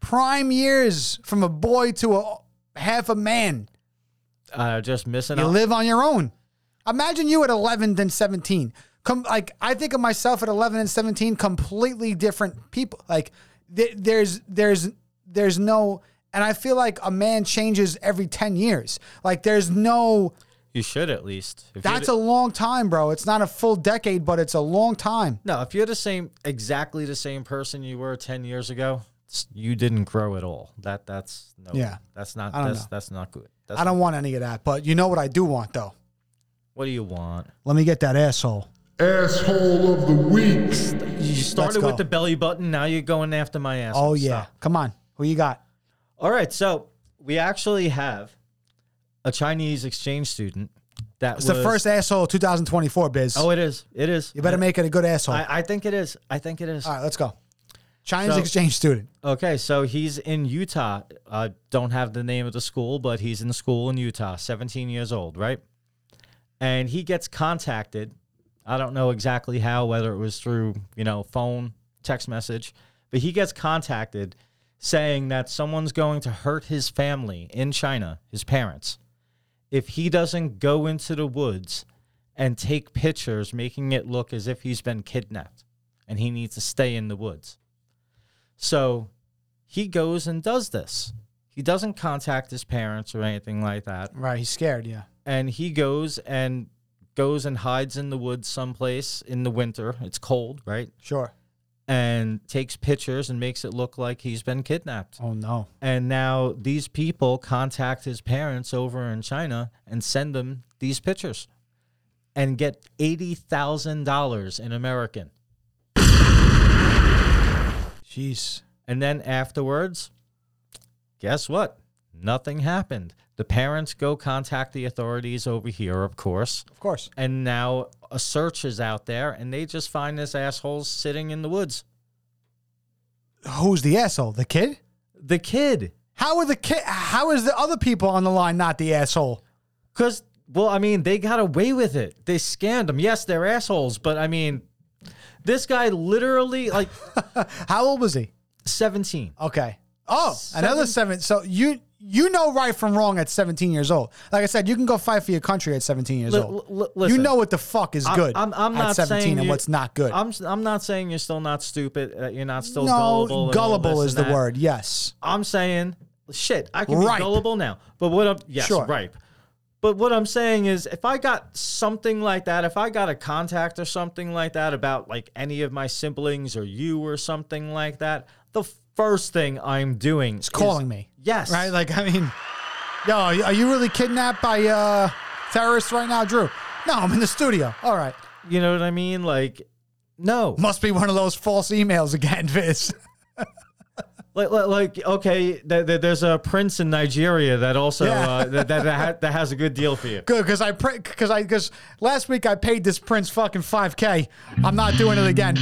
[SPEAKER 2] prime years, from a boy to a half a man."
[SPEAKER 3] Uh, just missing
[SPEAKER 2] You
[SPEAKER 3] out.
[SPEAKER 2] live on your own. Imagine you at 11 than 17. Come like I think of myself at 11 and 17 completely different people. Like th- there's there's there's no and I feel like a man changes every 10 years. Like there's no
[SPEAKER 3] you should at least. If you're
[SPEAKER 2] that's
[SPEAKER 3] the-
[SPEAKER 2] a long time, bro. It's not a full decade, but it's a long time.
[SPEAKER 3] no. If you're the same, exactly the same person you were ten years ago, s- you didn't grow at all. That that's no.
[SPEAKER 2] Yeah.
[SPEAKER 3] that's not
[SPEAKER 2] I don't
[SPEAKER 3] that's
[SPEAKER 2] know.
[SPEAKER 3] that's not good. That's
[SPEAKER 2] I don't want any of that, but you know what I do want though?
[SPEAKER 3] What do you want?
[SPEAKER 2] Let me get that asshole.
[SPEAKER 5] Asshole of the week.
[SPEAKER 3] You started
[SPEAKER 2] go.
[SPEAKER 3] with the belly button. Now you're going after my ass.
[SPEAKER 2] Oh yeah, come on. Who you got?
[SPEAKER 3] All right. So we actually have a Chinese exchange student that
[SPEAKER 2] It's
[SPEAKER 3] was
[SPEAKER 2] the first asshole of 2024, Biz.
[SPEAKER 3] Oh, it is. It is.
[SPEAKER 2] you better make it a good asshole.
[SPEAKER 3] I, I think it is. I think it is.
[SPEAKER 2] All right, let's go. Chinese
[SPEAKER 3] So-
[SPEAKER 2] exchange student.
[SPEAKER 3] Okay, so he's in Utah. I don't have the name of the school, but he's in school in Utah, 17 years old, right? And he gets contacted. I don't know exactly how, whether it was through, you know, phone, text message, but he gets contacted saying that someone's going to hurt his family in China, his parents, if he doesn't go into the woods and take pictures, making it look as if he's been kidnapped and he needs to stay in the woods. So he goes and does this. He doesn't contact his parents or anything like that.
[SPEAKER 2] Right, he's scared. Yeah.
[SPEAKER 3] And he goes and goes and hides in the woods someplace in the winter. It's cold, right?
[SPEAKER 2] Sure.
[SPEAKER 3] And takes pictures and makes it look like he's been kidnapped.
[SPEAKER 2] Oh no.
[SPEAKER 3] And now these people contact his parents over in China and send them these pictures and get $80,000 in American.
[SPEAKER 2] Jeez.
[SPEAKER 3] And then afterwards, guess what? Nothing happened. The parents go contact the authorities over here, of course.
[SPEAKER 2] Of course.
[SPEAKER 3] And now a search is out there and they just find this asshole sitting in the woods.
[SPEAKER 2] Who's the asshole? The kid?
[SPEAKER 3] The kid.
[SPEAKER 2] How are the kid? How is the other people on the line not the asshole?
[SPEAKER 3] Because, well, I mean, they got away with it. They scammed him. Yes, they're assholes, but I mean, this guy literally, like
[SPEAKER 2] How old was he?
[SPEAKER 3] 17.
[SPEAKER 2] Okay. Oh, another seven. So you you know right from wrong at 17 years old. Like I said, you can go fight for your country at 17 years
[SPEAKER 3] Li-
[SPEAKER 2] old.
[SPEAKER 3] li- listen.
[SPEAKER 2] you know what the fuck is good
[SPEAKER 3] I'm, I'm
[SPEAKER 2] at
[SPEAKER 3] not
[SPEAKER 2] 17
[SPEAKER 3] saying
[SPEAKER 2] and
[SPEAKER 3] you-
[SPEAKER 2] what's not good.
[SPEAKER 3] I'm, I'm not saying you're still not stupid, that you're not still
[SPEAKER 2] no,
[SPEAKER 3] gullible. and all
[SPEAKER 2] gullible
[SPEAKER 3] this
[SPEAKER 2] is
[SPEAKER 3] and
[SPEAKER 2] the
[SPEAKER 3] that.
[SPEAKER 2] word. Yes.
[SPEAKER 3] I'm saying, shit, I can
[SPEAKER 2] Ripe.
[SPEAKER 3] be gullible now. But what I'm, yes,
[SPEAKER 2] Sure.
[SPEAKER 3] ripe. But what I'm saying is, if I got something like that, if I got a contact or something like that about like any of my siblings or you or something like that, the first thing I'm doing
[SPEAKER 2] It's calling me.
[SPEAKER 3] Yes.
[SPEAKER 2] Right? Like, I mean, yo, are you really kidnapped by uh, terrorists right now, Drew? No, I'm in the studio. All right.
[SPEAKER 3] You know what I mean? Like, no.
[SPEAKER 2] Must be one of those false emails again, Viz.
[SPEAKER 3] Like, like, like, okay, th- th- there's a prince in Nigeria that also
[SPEAKER 2] Yeah.
[SPEAKER 3] uh, that, that, that, ha- that has a good deal for you.
[SPEAKER 2] Good, because I because I because last week I paid this prince fucking 5K. I'm not doing it again.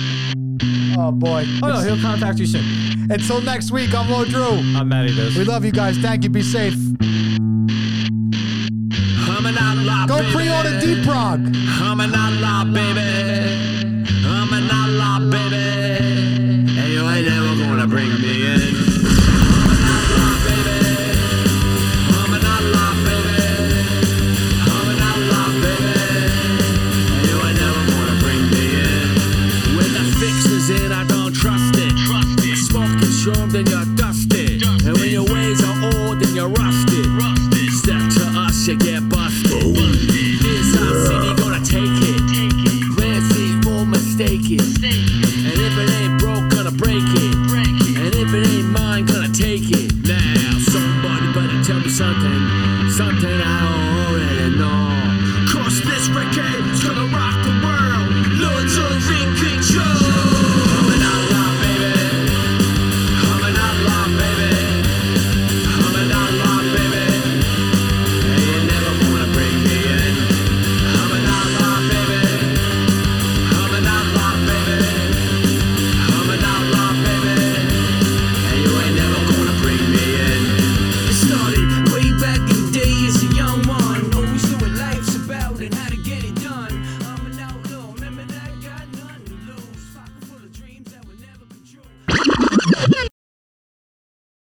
[SPEAKER 2] Oh boy.
[SPEAKER 3] Oh, no, he'll contact you soon.
[SPEAKER 2] Until next week, I'm Low Drew.
[SPEAKER 3] I'm Matty Dos.
[SPEAKER 2] We love you guys. Thank you. Be safe.
[SPEAKER 6] Humming out loud,
[SPEAKER 2] Go
[SPEAKER 6] baby.
[SPEAKER 2] pre-order Deep Prog.
[SPEAKER 6] Humming out loud, baby. Humming out loud, baby. And you ain't never gonna bring me in. Humming out loud, baby. Humming out loud, baby. And you ain't never gonna bring me in. When the fix is in, I don't trust it. Trust it. Smoke consumed and you're dusted. And when your ways are old and you're rusted. Step to us, you get